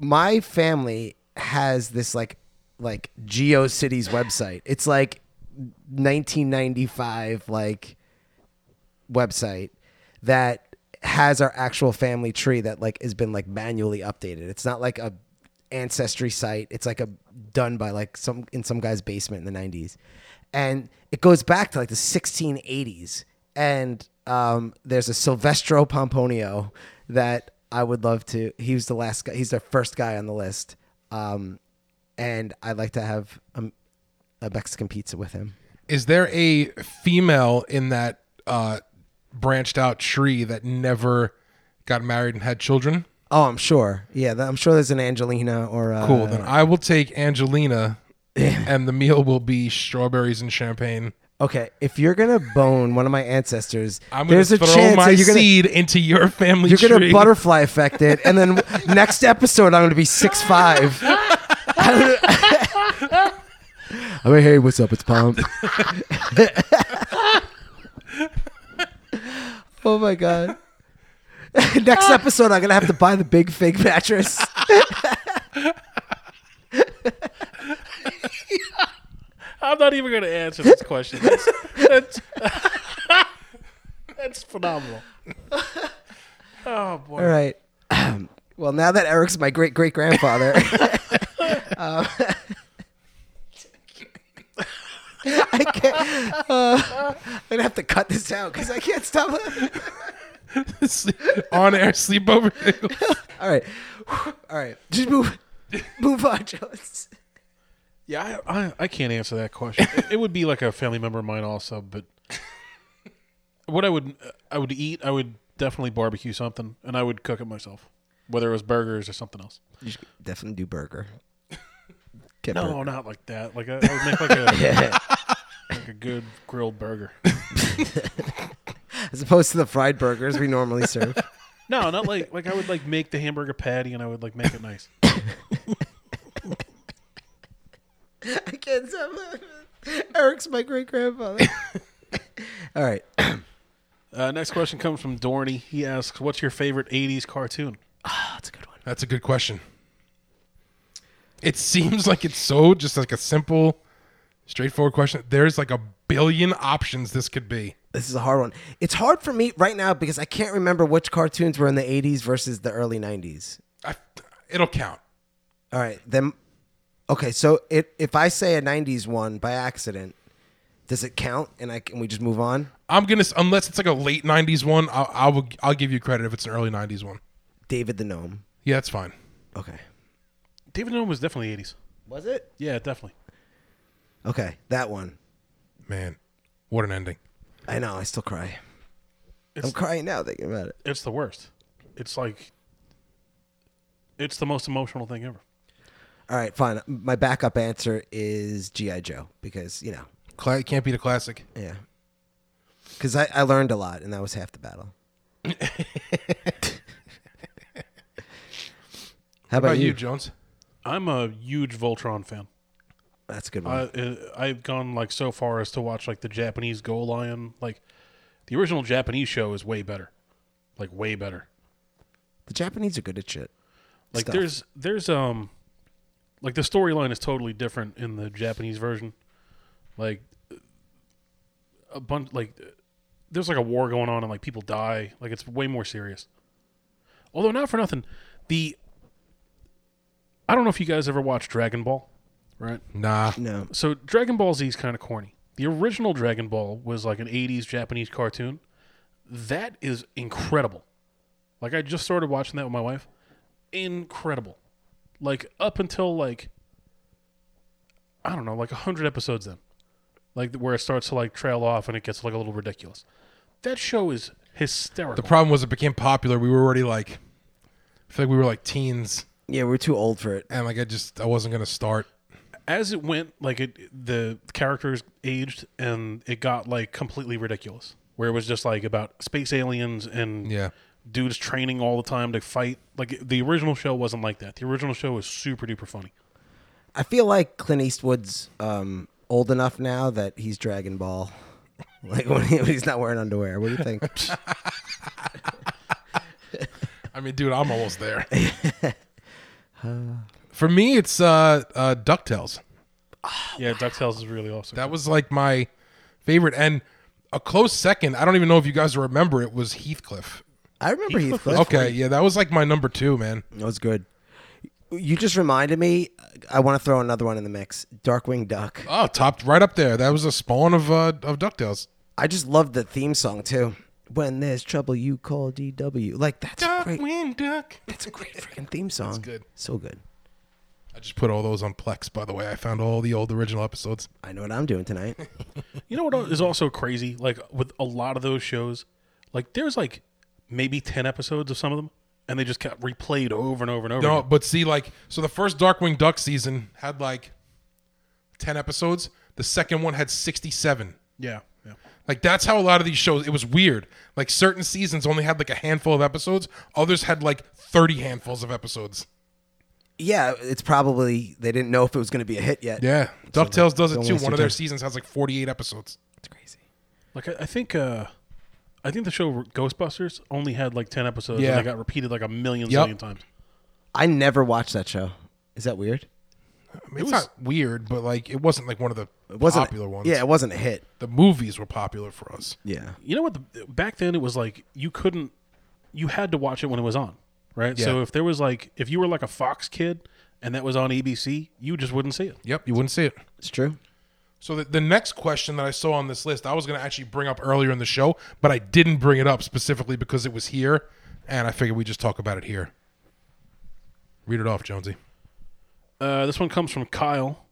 my family has this like like GeoCities website. It's like 1995 like website that has our actual family tree that like has been like manually updated. It's not like a ancestry site. It's like a done by like some in some guy's basement in the 90s. And it goes back to like the 1680s and um there's a Silvestro Pomponio that I would love to he was the last guy he's the first guy on the list. Um and I'd like to have a, a Mexican pizza with him. Is there a female in that uh branched out tree that never got married and had children? Oh, I'm sure. Yeah, th- I'm sure there's an Angelina or uh, a, Cool. then I will take Angelina, and the meal will be strawberries and champagne. Okay, if you're gonna bone one of my ancestors, I'm going there's to a throw chance my that you're gonna seed into your family you're gonna tree. butterfly affect it, and then next episode I'm gonna be six five. I'm like, hey, what's up? It's Pump. oh my god. next episode I'm gonna have to buy the big fig mattress. I'm not even going to answer this question. That's, that's, that's phenomenal. Oh boy! All right. well, now that Eric's my great great grandfather. um, I can't. Uh, I'm gonna have to cut this out because I can't stop. laughing. on air sleepover. All right, Whew. all right. Just move, move on, Jones. Yeah, I, I, I can't answer that question. It- it would be like a family member of mine also, but what I would I would eat, I would definitely barbecue something, and I would cook it myself, whether it was burgers or something else. Definitely do burger. No, Oh, not like that. Like I, I would make like a like a good grilled burger. as opposed to the fried burgers we normally serve. No, not like like I would like make the hamburger patty and I would like make it nice. I can't stop. laughing. Eric's my great grandfather. all right. Uh, next question comes from Dorney. He asks, "What's your favorite '80s cartoon?" That's a good one. That's a good question. It seems like it's so just like a simple, straightforward question. There's like a billion options this could be. This is a hard one. It's hard for me right now because I can't remember which cartoons were in the 80s versus the early 90s. I, it'll count. All right, then Okay, so it, if I say a 90s one by accident, does it count and I can we just move on? I'm gonna s- unless it's like a late '90s one. I'll, I will. I'll give you credit if it's an early '90s one. David the Gnome. Yeah, that's fine. Okay. David Nome was definitely '80s. Was it? Yeah, definitely. Okay, that one. Man, what an ending. I know, I still cry. It's- I'm crying now thinking about it. It's the worst. It's like it's the most emotional thing ever. All right, fine. My backup answer is GI Joe because, you know, Cla- it can't beat a classic. yeah. Cuz I, I learned a lot and that was half the battle. How How about, about you, you? Jones? I'm a huge Voltron fan. That's a good one. I, uh, I've gone like so far as to watch like the Japanese Go Lion. Like the original Japanese show is way better, like way better. the Japanese are good at shit. Like stuff. there's there's um like the storyline is totally different in the Japanese version. Like a bunch like there's like a war going on and like people die. Like it's way more serious. Although not for nothing, the I don't know if you guys ever watched Dragon Ball, right? Nah. No. So Dragon Ball Z is kind of corny. The original Dragon Ball was like an 80s Japanese cartoon. That is incredible. Like I just started watching that with my wife. Incredible. Like up until like I don't know, like 100 episodes in. Like where it starts to like trail off and it gets like a little ridiculous. That show is hysterical. The problem was it became popular. We were already like, I feel like we were like teens, Yeah, we're too old for it. and like I just I wasn't gonna start. as it went, like it, the characters aged and it got like completely ridiculous. Where it was just like about space aliens and Yeah. dudes training all the time to fight. Like the original show wasn't like that. The original show was super duper funny. I feel like Clint Eastwood's um, old enough now that he's Dragon Ball. Like when, he, when he's not wearing underwear. What do you think? I mean, dude, I'm almost there. For me, it's uh, uh, Ducktales. Yeah, DuckTales is really awesome. That was like my favorite, and a close second. I don't even know if you guys remember it was Heathcliff. I remember Heathcliff. Okay, yeah, that was like my number two, man. That was good. You just reminded me. I want to throw another one in the mix. Darkwing Duck. Oh, topped right up there. That was a spawn of uh, of Ducktales. I just love the theme song too. When there's trouble, you call DW. Like that's a great. Darkwing Duck. That's a great freaking theme song. good. So good. I just put all those on Plex, by the way. I found all the old original episodes. I know what I'm doing tonight. You know what is also crazy? Like with a lot of those shows, like there's like maybe ten episodes of some of them, and they just kept replayed over and over and over. No, again. but see, like, so the first Darkwing Duck season had like ten episodes. The second one had sixty-seven. yeah, yeah. Like that's how a lot of these shows. It was weird. Like certain seasons only had like a handful of episodes. Others had like thirty handfuls of episodes. yeah, it's probably they didn't know if it was going to be a hit yet. Yeah, Ducktales does it don't too. waste One your of their time. seasons has like forty-eight episodes. It's crazy. Like I, I think uh I think the show Ghostbusters only had like ten episodes Yeah. and they got repeated like a million Yep. zillion times. I never watched that show. Is that weird? I mean, it's not weird, but like it wasn't like one of the It wasn't popular ones. Yeah, it wasn't a hit. the movies were popular for us. Yeah. You know what? The, back then it was like you couldn't, you had to watch it when it was on, right? So Yeah. if there was like if you were like a Fox kid and that was on ABC, you just wouldn't see it. Yep, you wouldn't see it. It's true. So the, the next question that I saw on this list, I was going to actually bring up earlier in the show, but I didn't bring it up specifically because it was here, and I figured we just talk about it here. Read it off, Jonesy. Uh, this one comes from Kyle.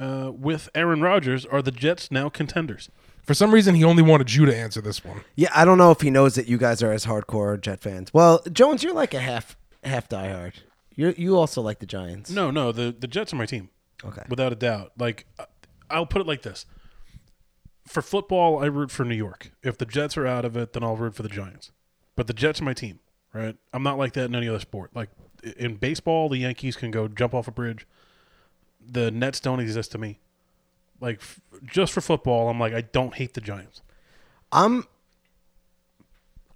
Uh, with Aaron Rodgers, are the Jets now contenders? For some reason, he only wanted you to answer this one. Yeah, I don't know if he knows that you guys are as hardcore Jet fans. Well, Jones, you're like a half half diehard. You you also like the Giants. No, no, the the Jets are my team. Okay. without a doubt. Like, uh, I'll put it like this: for football, I root for New York. If the Jets are out of it, then I'll root for the Giants. But the Jets are my team, right? I'm not like that in any other sport. Like i- in baseball, the Yankees can go jump off a bridge. The Nets don't exist to me. Like f- just for football, I'm like I don't hate the Giants. I'm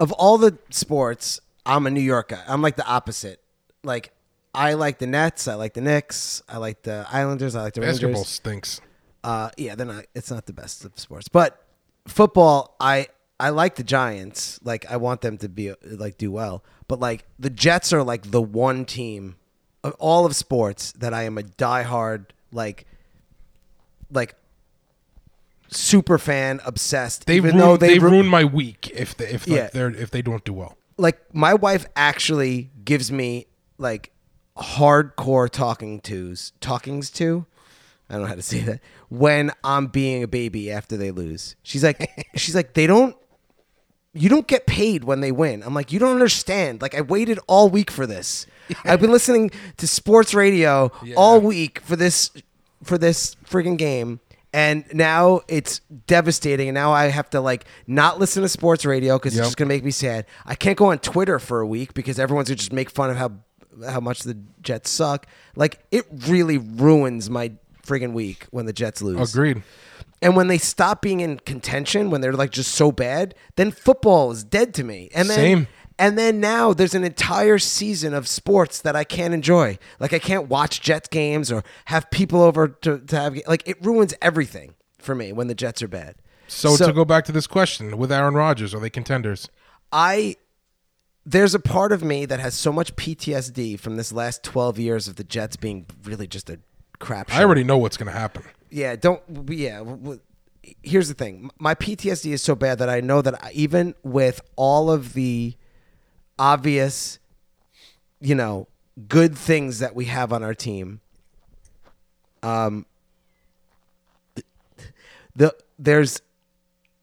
of all the sports, I'm a New York guy. I'm like the opposite. Like I like the Nets, I like the Knicks, I like the Islanders, I like the Basketball Rangers. stinks. Uh yeah, they're not it's not the best of sports. But football, I I like the Giants. Like I want them to be like do well. But like the Jets are like the one team of all of sports that I am a diehard like like super fan obsessed They even ruin, though they, ru- ruin my week if they, if like, Yeah. they're if they don't do well. like my wife actually gives me like hardcore talking tos talkings to i don't know how to say that when i'm being a baby after they lose she's like she's like they don't you don't get paid when they win. I'm like, you don't understand. Like, I waited all week for this. I've been listening to sports radio all week for this for this friggin' game, and now it's devastating. And now I have to like not listen to sports radio because Yep. it's just gonna make me sad. I can't go on Twitter for a week because everyone's gonna just make fun of how how much the Jets suck. Like, it really ruins my friggin' week when the Jets lose. Agreed. And when they stop being in contention, when they're like just so bad, then football is dead to me. And then, Same. And then now there's an entire season of sports that I can't enjoy. Like I can't watch Jets games or have people over to, to have like it ruins everything for me when the Jets are bad. So, So- to go back to this question with Aaron Rodgers, are they contenders? I there's a part of me that has so much PTSD from this last 12 years of the Jets being really just a crap show. I already know what's going to happen. Yeah, don't. Yeah. w- w- Here's the thing. My PTSD is so bad that I know that I- even with all of the obvious, you know, good things that we have on our team, um, the there's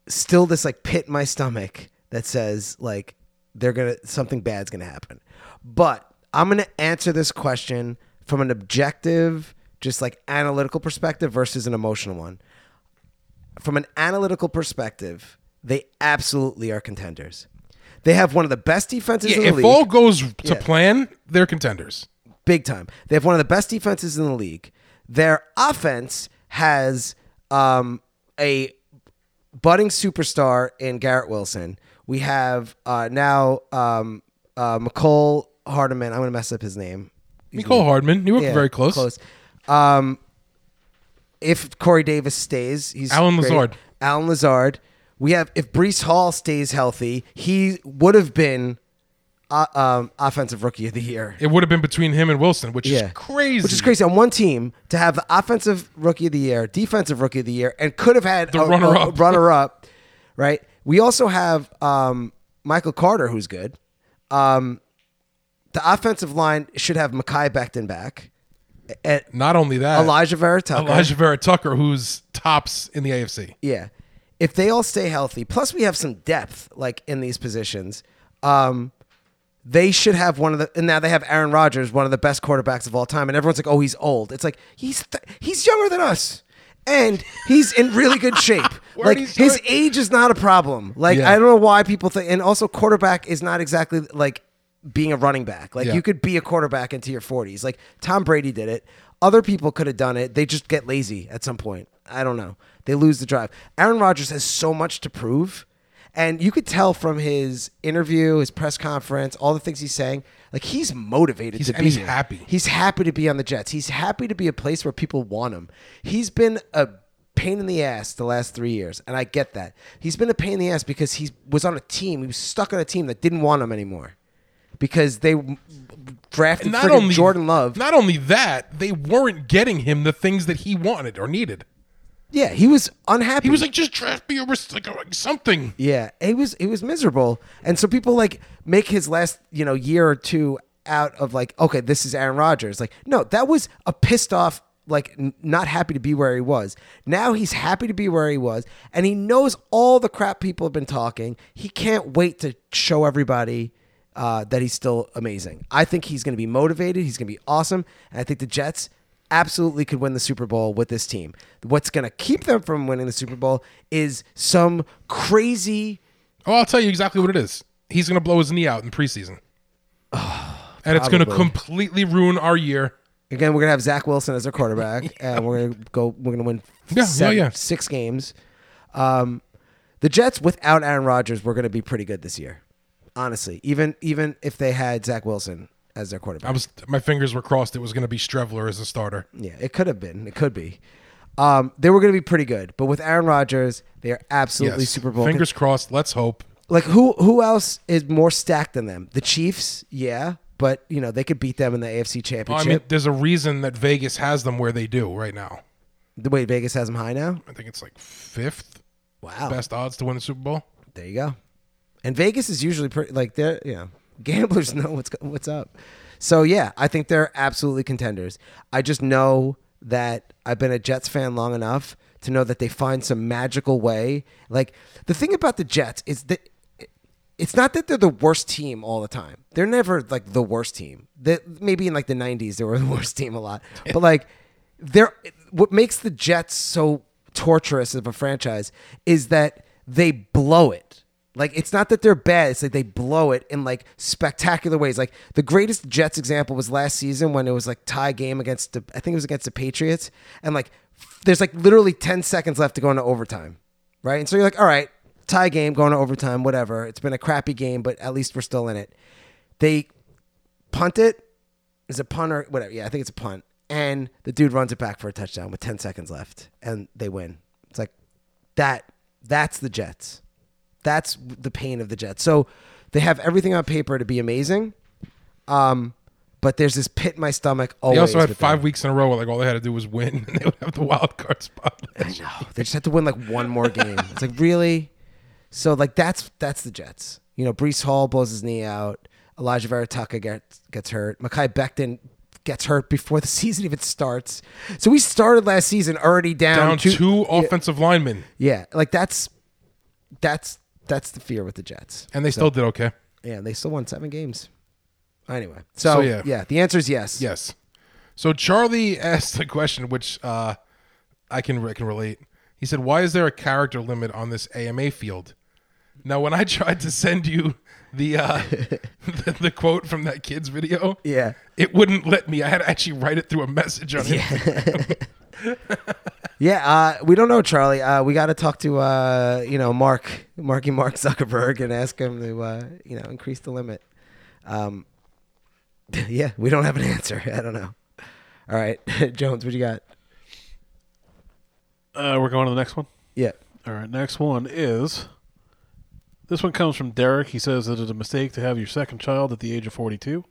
still this like pit in my stomach that says like they're gonna something bad's gonna happen. But I'm gonna answer this question from an objective, just like analytical perspective versus an emotional one. From an analytical perspective, they absolutely are contenders. They have one of the best defenses in the if league all goes to Yeah. plan, they're contenders. big time. They have one of the best defenses in the league. Their offense has um, a budding superstar in Garrett Wilson. We have uh, now um, uh, McCole Hardeman. I'm going to mess up his name. Nicole Hardman, you were Yeah, very close. Um, if Corey Davis stays, he's Alan great. Lazard. Alan Lazard. We have if Brees Hall stays healthy, he would have been uh, um, offensive rookie of the year It would have been between him and Wilson, which is crazy. which is crazy on one team to have the offensive rookie of the year, defensive rookie of the year, and could have had The runner-up. runner up, right? We also have um, Michael Carter, who's good. Um, the offensive line should have Makai Becton back, and Not only that, Elijah Vera Tucker. Elijah Vera Tucker, who's tops in the AFC. Yeah. If they all stay healthy, plus we have some depth like in these positions, um, they should have one of the. And now they have Aaron Rodgers, one of the best quarterbacks of all time, and everyone's like, "Oh, he's old." It's like he's th- he's younger than us, and he's in really good shape. like is his your- age is not a problem. Like Yeah. I don't know why people think. And also, quarterback is not exactly like being a running back. Like Yeah. you could be a quarterback into your forties. Like Tom Brady did it. Other people could have done it. They just get lazy at some point. I don't know. They lose the drive. Aaron Rodgers has so much to prove. And you could tell from his interview, his press conference, all the things he's saying, like he's motivated He's- to and be he's here. happy. He's happy to be on the Jets. He's happy to be a place where people want him. He's been a pain in the ass the last three years, and I get that. He's been a pain in the ass because he was on a team. He was stuck on a team that didn't want him anymore because they w- drafted Not friggin' only Jordan Love. Not only that, they weren't getting him the things that he wanted or needed. yeah, he was unhappy. He was like, just draft me or like uh, something. Yeah, he was he was miserable, and so people like make his last you know year or two out of like okay, this is Aaron Rodgers. Like no, that was a pissed off like n- not happy to be where he was. Now he's happy to be where he was, and he knows all the crap people have been talking. He can't wait to show everybody. Uh, that he's still amazing. I think he's going to be motivated. He's going to be awesome. And I think the Jets absolutely could win the Super Bowl with this team. What's going to keep them from winning the Super Bowl is some crazy. Oh, I'll tell you exactly what it is. He's going to blow his knee out in preseason. and it's going to probably. completely ruin our year. Again, we're gonna have Zach Wilson as our quarterback, and we're gonna go. We're gonna win Yeah, seven- yeah, yeah. six games. Um, the Jets without Aaron Rodgers, we're gonna be pretty good this year. Honestly, even even if they had Zach Wilson as their quarterback, I was my fingers were crossed it was going to be Strevler as a starter. Yeah, it could have been. It could be. Um, they were going to be pretty good, but with Aaron Rodgers, they are absolutely Yes. Super Bowl. Fingers crossed. Let's hope. like who who else is more stacked than them? The Chiefs, yeah, but you know they could beat them in the AFC Well, I mean, Championship. there's a reason that Vegas has them where they do right now. the way Vegas has them high now. I think it's like fifth Wow, best odds to win the Super Bowl. there you go. And Vegas is usually pretty like they're you know gamblers know what's go- what's up. So yeah, I think they're absolutely contenders. I just know that I've been a Jets fan long enough to know that they find some magical way. Like the thing about the Jets is that it's not that they're the worst team all the time. They're never like the worst team. That maybe in like the '90s they were the worst team a lot, but like they're what makes the Jets so torturous of a franchise is that they blow it. Like it's not that they're bad; it's like they blow it in like spectacular ways. Like the greatest Jets example was last season when it was like tie game against the I think it was against the Patriots, and like f- there's like literally ten seconds left to go into overtime, right? And so you're like, all right, tie game, going to overtime, whatever. It's been a crappy game, but at least we're still in it. They punt it. Is it punt or whatever? Yeah, I think it's a punt. And the dude runs it back for a touchdown with ten seconds left, and they win. It's like that. That's the Jets. That's the pain of the Jets. So they have everything on paper to be amazing, um, but there's this pit in my stomach always. They also had with them. five weeks in a row where like all they had to do was win, and they would have the wild card spot. I know. Oh, They just have to win like one more game. It's like really. So like that's that's the Jets. You know, Brees Hall blows his knee out. Elijah Verataka gets gets hurt. Makai Becton gets hurt before the season even starts. So we started last season already down, Down two- two offensive linemen, Yeah, like that's that's that's the fear with the Jets. and they still did okay. Yeah, and they still won seven games. Anyway, so, So, yeah. yeah. the answer is yes. Yes. So Charlie asked a question which uh, I can I can relate. He said, "Why is there a character limit on this AMA field?" Now, when I tried to send you the uh, the, the quote from that kid's video, Yeah. it wouldn't let me. I had to actually write it through a message on it. Yeah, uh, we don't know, Charlie. Uh, we got to talk to uh, you know Mark, Marky Mark Zuckerberg, and ask him to uh, you know increase the limit. Um, yeah, we don't have an answer. I don't know. All right, Jones, what you got? Uh, we're going to the next one. Yeah, All right, next one is. This one comes from Derek. He says that it's a mistake to have your second child at the age of 42.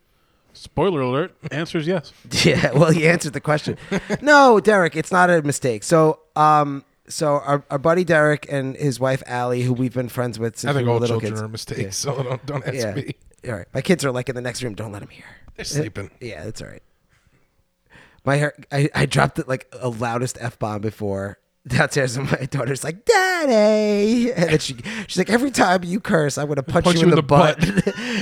Spoiler alert, answer is yes. yeah. Well, he answered the question. no, Derek, it's not a mistake. So, um, so our, our buddy Derek and his wife Allie, who we've been friends with since I think we were all little children kids. are mistakes, so don't don't ask Yeah. me. All right, my kids are like in the next room. Don't let them hear. They're sleeping. Yeah, that's all right. My hair, I, I dropped it like a loudest f bomb before downstairs, and my daughter's like, "Daddy," and then she she's like, "Every time you curse, I'm gonna punch, you, in the, butt."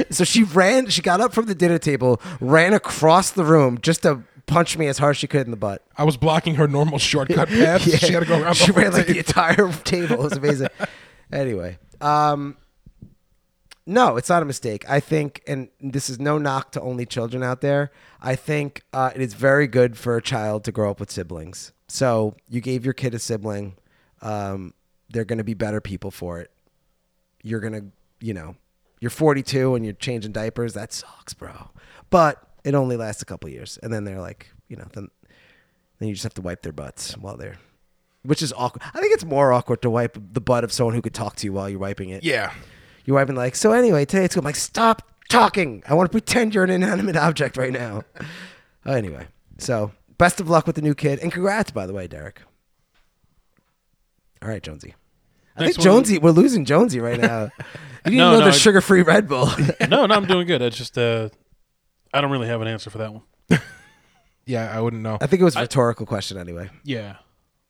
so she ran. She got up from the dinner table, ran across the room just to punch me as hard as she could in the butt. I was blocking her normal shortcut path. Yeah. She had to go around. She the whole ran like the thing. entire table. It was amazing. anyway, um, no, it's not a mistake. I think, and this is no knock to only children out there. I think uh, it is very good for a child to grow up with siblings. So you gave your kid a sibling. Um, they're going to be better people for it. You're going to, you know, you're 42 and you're changing diapers. That sucks, bro. But it only lasts a couple years, and then they're like, you know, then then you just have to wipe their butts while they're, which is awkward. I think it's more awkward to wipe the butt of someone who could talk to you while you're wiping it. yeah. You're wiping like, so anyway, today it's good. I'm like, stop talking. I want to pretend you're an inanimate object right now. Uh, anyway, so best of luck with the new kid. And congrats, by the way, Derek. All right, Jonesy. I Next think one. Jonesy, we're losing Jonesy right now. You need No, another no, I- sugar free Red Bull. No, no, I'm doing good. It's just, uh, I don't really have an answer for that one. Yeah, I wouldn't know. I think it was a rhetorical question anyway. Yeah.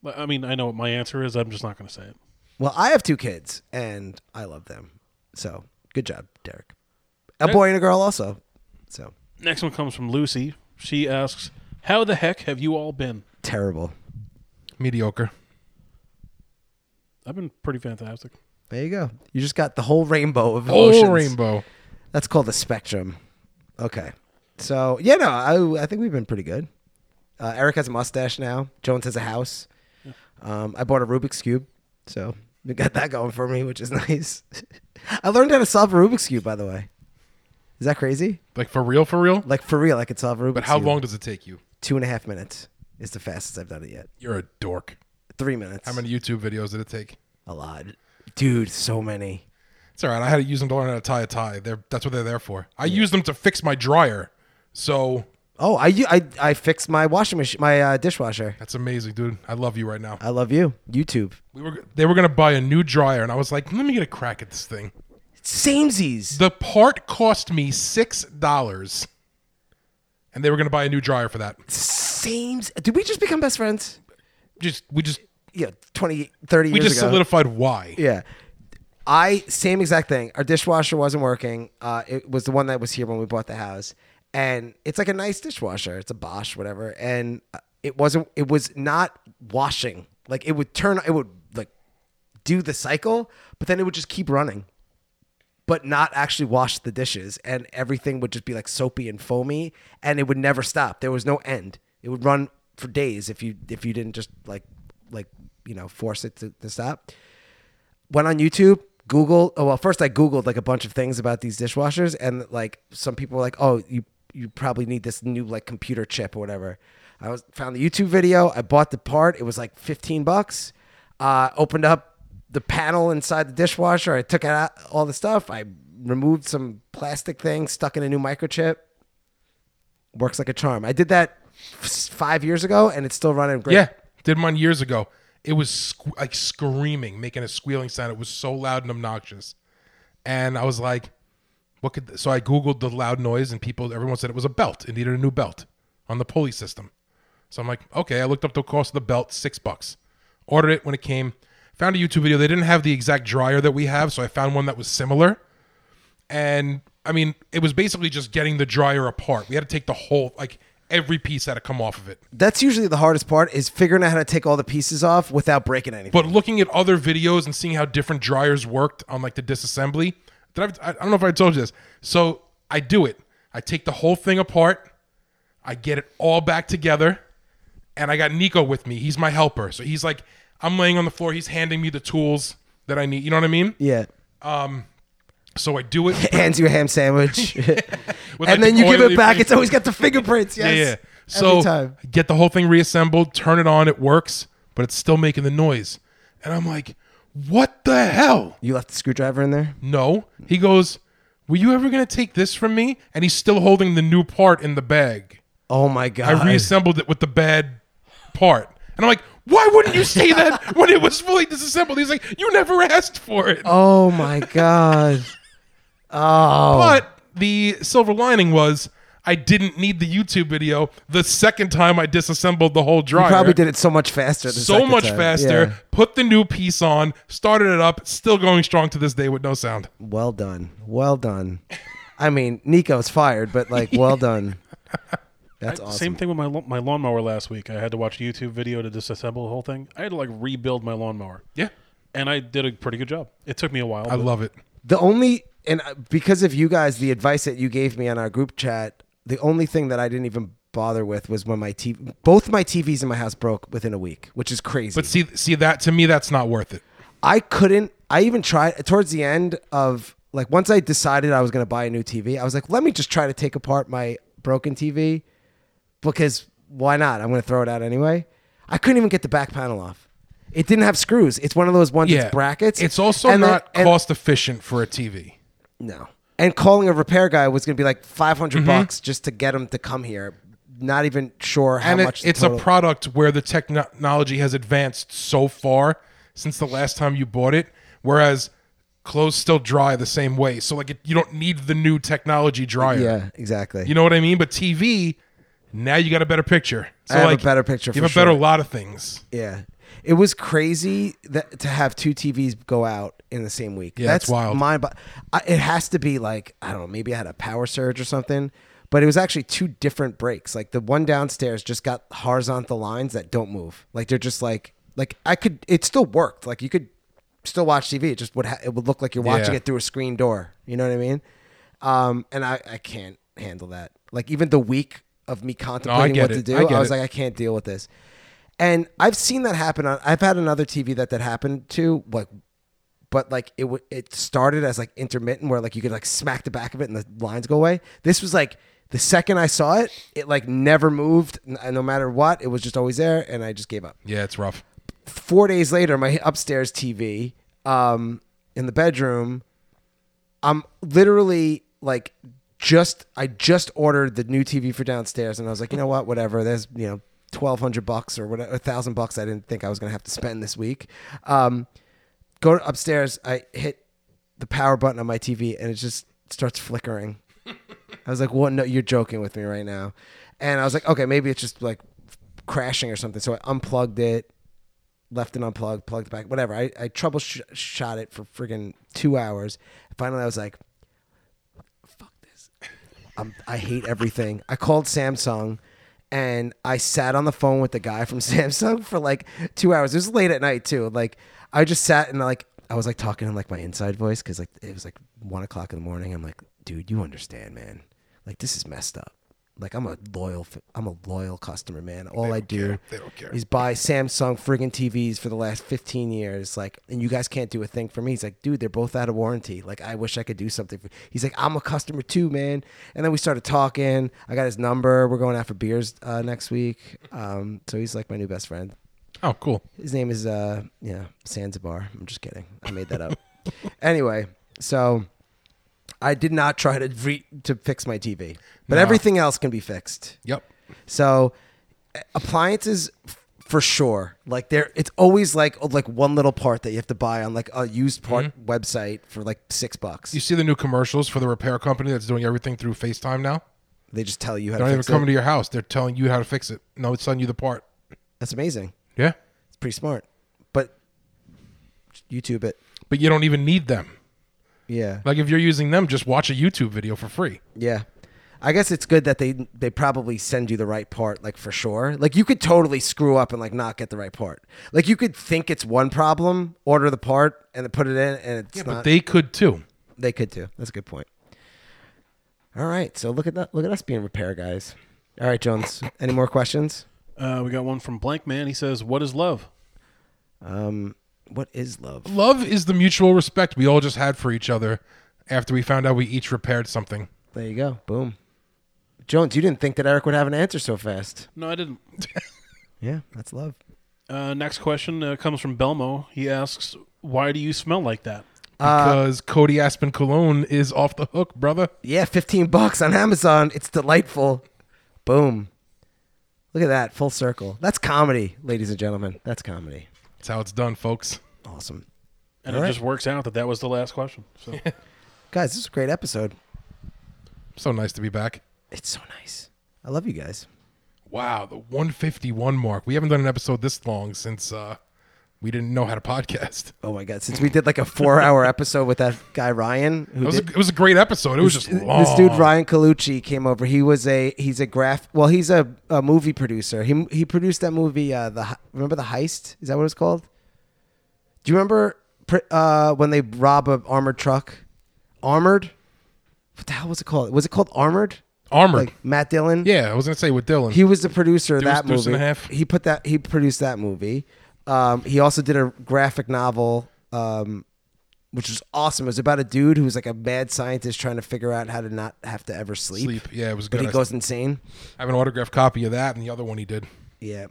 I mean, I know what my answer is. I'm just not going to say it. Well, I have two kids and I love them. So good job, Derek. A Derek- boy and a girl also. So Next one comes from Lucy. She asks, How the heck have you all been? terrible. Mediocre. I've been pretty fantastic. There you go. You just got the whole rainbow of Whole emotions. rainbow. That's called the spectrum. Okay. So yeah, no, I I think we've been pretty good. Uh, Eric has a mustache now. Jones has a house. Um, I bought a Rubik's cube, so we got that going for me, which is nice. I learned how to solve a Rubik's cube, by the way. Is that crazy? Like for real, for real. Like for real, I could solve a Rubik's. But how cube. long does it take you? Two and a half minutes is the fastest I've done it yet. You're a dork. Three minutes. How many YouTube videos did it take? A lot, dude. So many. It's all right. I had to use them to learn how to tie a tie. They're, that's what they're there for. I use them to fix my dryer. So Oh, I I I fixed my washing machine, my uh, dishwasher. that's amazing, dude. I love you right now. I love you, YouTube. We were they were gonna buy a new dryer, and I was like, let me get a crack at this thing. Samesies. The part cost me six dollars, and they were gonna buy a new dryer for that. Sames. Did we just become best friends? Just we just Yeah, 20, 30 we years just ago. solidified why. yeah. I, same exact thing. Our dishwasher wasn't working. Uh, it was the one that was here when we bought the house. And it's like a nice dishwasher. It's a Bosch, whatever. And uh, it wasn't, it was not washing. Like it would turn, it would like do the cycle, but then it would just keep running. but not actually wash the dishes. And everything would just be like soapy and foamy and it would never stop. There was no end. It would run for days if you if you didn't just like like you know force it to, to stop went on YouTube, Google. Oh, well, first I Googled like a bunch of things about these dishwashers, and like some people were like, "Oh, you you probably need this new like computer chip or whatever." I was found the YouTube video. I bought the part. It was like fifteen bucks. Uh, opened up the panel inside the dishwasher. I took out all the stuff. I removed some plastic thing, stuck in a new microchip. Works like a charm. I did that f- five years ago, and it's still running great. Yeah, did mine years ago. It was squ- like screaming, making a squealing sound. It was so loud and obnoxious, and I was like, "What could?" th- so I googled the loud noise, and people, everyone said it was a belt. It needed a new belt on the pulley system. So I'm like, "Okay." I looked up the cost of the belt, six bucks. Ordered it when it came. Found a YouTube video. They didn't have the exact dryer that we have, so I found one that was similar and I mean, it was basically just getting the dryer apart. We had to take the whole, like every piece had to come off of it. That's usually the hardest part is figuring out how to take all the pieces off without breaking anything. But looking at other videos and seeing how different dryers worked on like the disassembly, did I, I don't know if I told you this. So I do it. I take the whole thing apart. I get it all back together, and I got Nico with me. He's my helper, so he's like, I'm laying on the floor. He's handing me the tools that I need. You know what I mean? yeah. So I do it. hands you a ham sandwich, with, like, and then the you give oily it back. piece. It's always got the fingerprints. Yes. Yeah, yeah. So every time. get the whole thing reassembled, turn it on, it works, but it's still making the noise. And I'm like, what the hell? You left the screwdriver in there. No. He goes, Were you ever gonna take this from me? And he's still holding the new part in the bag. Oh my god! I reassembled it with the bad part. And I'm like, why wouldn't you say that when it was fully disassembled? He's like, you never asked for it. oh my god! Oh, But the silver lining was I didn't need the YouTube video the second time I disassembled the whole dryer. you probably did it so much faster. the so second much time. faster. Yeah. Put the new piece on, started it up, still going strong to this day with no sound. Well done. Well done. I mean, Nico's fired, but like, well done. That's awesome. Same thing with my lo- my lawnmower last week. I had to watch a YouTube video to disassemble the whole thing. I had to like rebuild my lawnmower. Yeah. and I did a pretty good job. It took me a while. I love it. the only and uh, because of you guys the advice that you gave me on our group chat the only thing that i didn't even bother with was when my tv both my tvs in my house broke within a week which is crazy But see, see that to me, that's not worth it. i couldn't i even tried towards the end of like once i decided i was going to buy a new tv i was like let me just try to take apart my broken tv because why not i'm going to throw it out anyway i couldn't even get the back panel off it didn't have screws it's one of those ones that's brackets It's also And then- not and- cost efficient for a TV. No. And calling a repair guy was going to be like 500 Mm-hmm. bucks just to get him to come here. Not even sure how and it, much. the it's total- a product where the technology has advanced so far since the last time you bought it whereas clothes still dry the same way so like it, you don't need the new technology dryer Yeah, exactly. you know what i mean but tv now you got a better picture so I have a like, better picture you for have a better sure. lot of things yeah. It was crazy that to have two TVs go out in the same week. Yeah, it's wild. Mind, but I, it has to be like I don't know. Maybe I had a power surge or something. But it was actually two different breaks. Like the one downstairs just got horizontal lines that don't move. Like they're just like like I could. It still worked. Like you could still watch TV. It just would ha- it would look like you're watching Yeah. it through a screen door. You know what I mean? Um, and I I can't handle that. Like even the week of me contemplating get what it. to do, I get I was it. like I can't deal with this. And I've seen that happen on. I've had another TV that that happened to, like, but like it w- it started as like intermittent, where like you could like smack the back of it and the lines go away. This was like the second I saw it, it like never moved, n- no matter what. It was just always there, and I just gave up yeah it's rough four days later, my upstairs TV um, in the bedroom, I'm literally like just I just ordered the new TV for downstairs, and I was like, you know what, whatever. There's you know twelve hundred bucks or whatever, thousand bucks. I didn't think I was gonna have to spend this week. Um, go upstairs. I hit the power button on my TV, and it just starts flickering. I was like, "What? No, you're joking with me right now." And I was like, "Okay, maybe it's just like crashing or something." So I unplugged it, left it unplugged, plugged it back, whatever. I, I troubleshot it for friggin' two hours. Finally, I was like, "Fuck this! I'm, I hate everything." I called Samsung. And I sat on the phone with the guy from Samsung for like two hours. It was late at night too. Like I just sat and like I was like talking in like my inside voice because like it was like one o'clock in the morning. I'm like, dude, you understand, man? Like this is messed up. Like I'm a loyal, f- I'm a loyal customer, man. All I do They don't care. is buy Samsung friggin' TVs for the last 15 years. Like, and you guys can't do a thing for me. He's like, dude, they're both out of warranty. Like, I wish I could do something. For-. He's like, I'm a customer too, man. And then we started talking. I got his number. We're going out for beers uh, next week. Um, so he's like my new best friend. Oh, cool. His name is uh yeah, Sanzibar. I'm just kidding. I made that up. anyway, so I did not try to re- to fix my TV, but No. everything else can be fixed. Yep. So a- appliances f- for sure. Like there it's always like oh, like one little part that you have to buy on like a used part website for like 6 bucks. Mm-hmm. You see the new commercials for the repair company that's doing everything through FaceTime now? they just tell you how They're not to even fix coming it. to your house. They're telling you how to fix it. No, it's on you the part. That's amazing. Yeah. It's pretty smart. But YouTube it. But you don't even need them. Yeah. Like if you're using them, just watch a YouTube video for free. Yeah. I guess it's good that they they probably send you the right part like for sure. Like you could totally screw up and like not get the right part. Like you could think it's one problem, order the part and then put it in and it's But not they could too. they could too. That's a good point. All right. So look at that look at us being repair guys. All right, Jones. Any more questions? Uh, we got one from Blank Man. He says, "What is love?" What is love? Love is the mutual respect we all just had for each other after we found out we each repaired something. There you go. Boom. Jones, you didn't think that Eric would have an answer so fast. No, I didn't. Yeah, that's love. Uh, next question uh, comes from Belmo. He asks, "Why do you smell like that?" Uh, Because Cody Aspen Cologne is off the hook, brother. Yeah, 15 bucks on Amazon. It's delightful. Boom. Look at that, full circle. That's comedy, ladies and gentlemen. That's comedy. That's how it's done, folks. Awesome. And All it right. just works out that that was the last question. So Guys, this is a great episode. So nice to be back. It's so nice. I love you guys. Wow, the 151 mark. We haven't done an episode this long since uh, we didn't know how to podcast. Oh my god, since we did like a 4-hour episode with that guy Ryan who It was, a, did- it was a great episode. It was just long. This dude Ryan Colucci came over. He was a he's a graph. Well, he's a, a movie producer. He he produced that movie. Uh, the He- remember the heist? Is that what it's called? Do you remember pr- uh, when they rob a armored truck? Armored. What the hell was it called? Was it called Armored? Armored. Like Matt Dillon. yeah, I was gonna say with Dylan. He was the producer of Deuce, that Deuce movie. and a half. He put that. He produced that movie. Um, he also did a graphic novel, um, which was awesome. It was about a dude who was like a mad scientist trying to figure out how to not have to ever sleep. Sleep. Yeah, it was But good. he goes insane. I have an autographed copy of that and the other one he did. Yeah.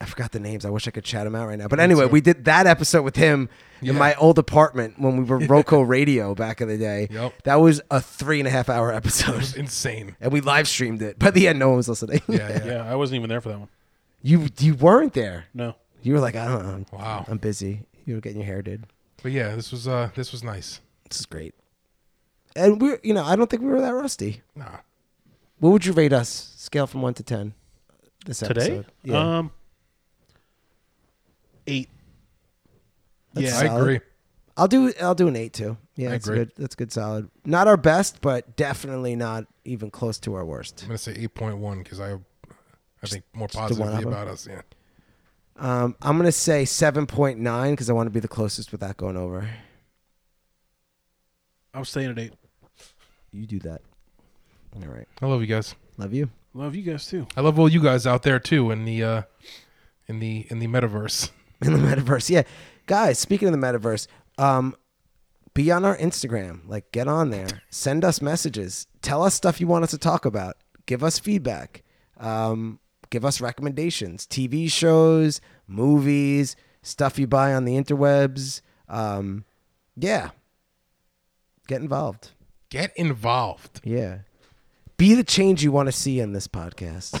I forgot the names. I wish I could chat him out right now. But anyway, we did that episode with him in Yeah. my old apartment when we were Roco Radio back in the day. Yep. That was a three and a half hour It episode. was insane. And we live streamed it. By the end, no one was listening. Yeah, yeah. yeah, I wasn't even there for that one. you you weren't there. No, You were like, I don't know. Wow. I'm busy. You were getting your hair did. But yeah, this was uh, this was nice. This is great. And we're, you know, I don't think we were that rusty. Nah, What would you rate us? Scale from one to 10 this today. episode. Yeah. Um, eight. That's yeah, I solid. agree. I'll do I'll do an eight too. Yeah, I that's agree. good. That's good solid. Not our best, but definitely not even close to our worst. I'm gonna say 8.1 because I, I think more the one positively of 'em? about us. Yeah. Um, I'm gonna say seven point nine because I want to be the closest without going over. I'm staying at eight. You do that. All right. I love you guys. Love you. Love you guys too. I love all you guys out there too in the uh, in the in the metaverse. in the metaverse. Yeah, guys. Speaking of the metaverse, um, be on our Instagram. Like, get on there. Send us messages. Tell us stuff you want us to talk about. Give us feedback. Um, give us recommendations. TV shows, movies, stuff you buy on the interwebs. Um, yeah, get involved. Get involved. Yeah. Be the change you want to see in this podcast.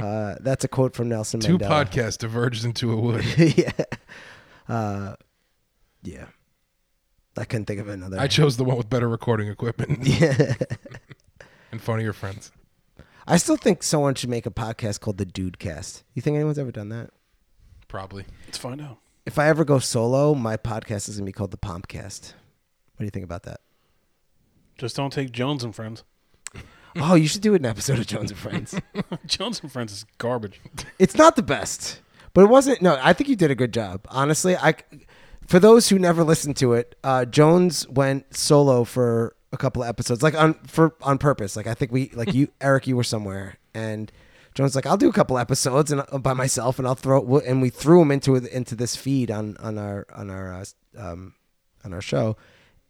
uh, that's a quote from Nelson Two Mandela. podcasts diverged into a wood. yeah. Uh, yeah. I couldn't think of another. I chose the one with better recording equipment. and funnier friends. I still think someone should make a podcast called the Dude Cast. You think anyone's ever done that? Probably. Let's find out. If I ever go solo, my podcast is gonna be called the Pompcast. What do you think about that? Just don't take Jones and Friends. Oh, you should do an episode of Jones and Friends. Jones and Friends is garbage. it's not the best, but it wasn't. No, I think you did a good job. Honestly, I for those who never listened to it, uh, Jones went solo for a couple of episodes, like on for on purpose. Like I think we, like you, Eric, you were somewhere, and Jones was like I'll do a couple episodes and uh, by myself, and I'll throw and we threw him into into this feed on on our on our uh, um, on our show,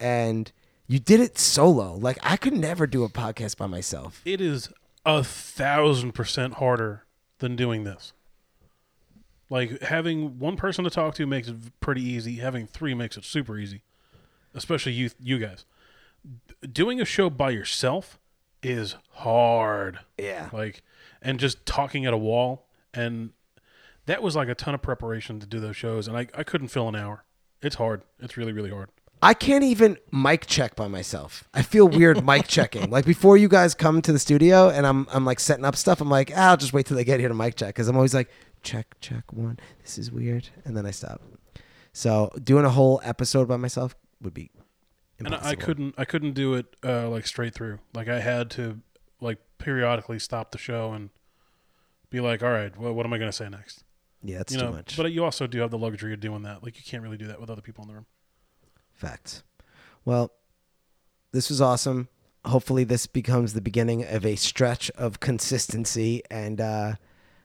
and you did it solo. Like I could never do a podcast by myself. It is a thousand percent harder than doing this. Like having one person to talk to makes it pretty easy. Having three makes it super easy, especially you you guys. D- Doing a show by yourself is hard. Yeah. Like, and just talking at a wall and that was like a ton of preparation to do those shows, and I, I couldn't fill an hour. It's hard. It's really really hard. I can't even mic check by myself. I feel weird mic checking. Like before you guys come to the studio and I'm I'm like setting up stuff, I'm like, ah, I'll just wait till they get here to mic check because I'm always like, check, check one. This is weird. And then I stop. So doing a whole episode by myself would be and impossible. I, I couldn't I couldn't do it uh, like straight through. Like I had to like periodically stop the show and be like, all right, well, what am I going to say next? Yeah, that's You too know, much. but you also do have the luxury of doing that. Like you can't really do that with other people in the room. Facts. Well, this was awesome. Hopefully, this becomes the beginning of a stretch of consistency and uh,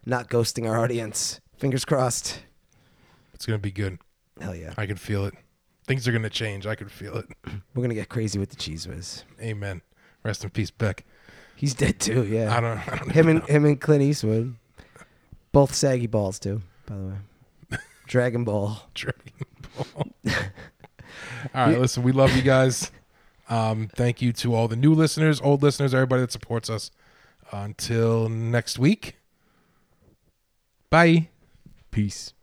not ghosting our audience. Fingers crossed. It's gonna be good. Hell yeah. I can feel it. Things are gonna change. I can feel it. We're going to get crazy with the cheese whiz. Amen. Rest in peace, Beck. He's dead too. Yeah. I don't. I don't him even and know. him and Clint Eastwood, both saggy balls too. By the way, Dragon Ball. Dragon Ball. all right, listen, we love you guys. Um, thank you to all the new listeners, old listeners, everybody that supports us. Until next week. Bye. Peace.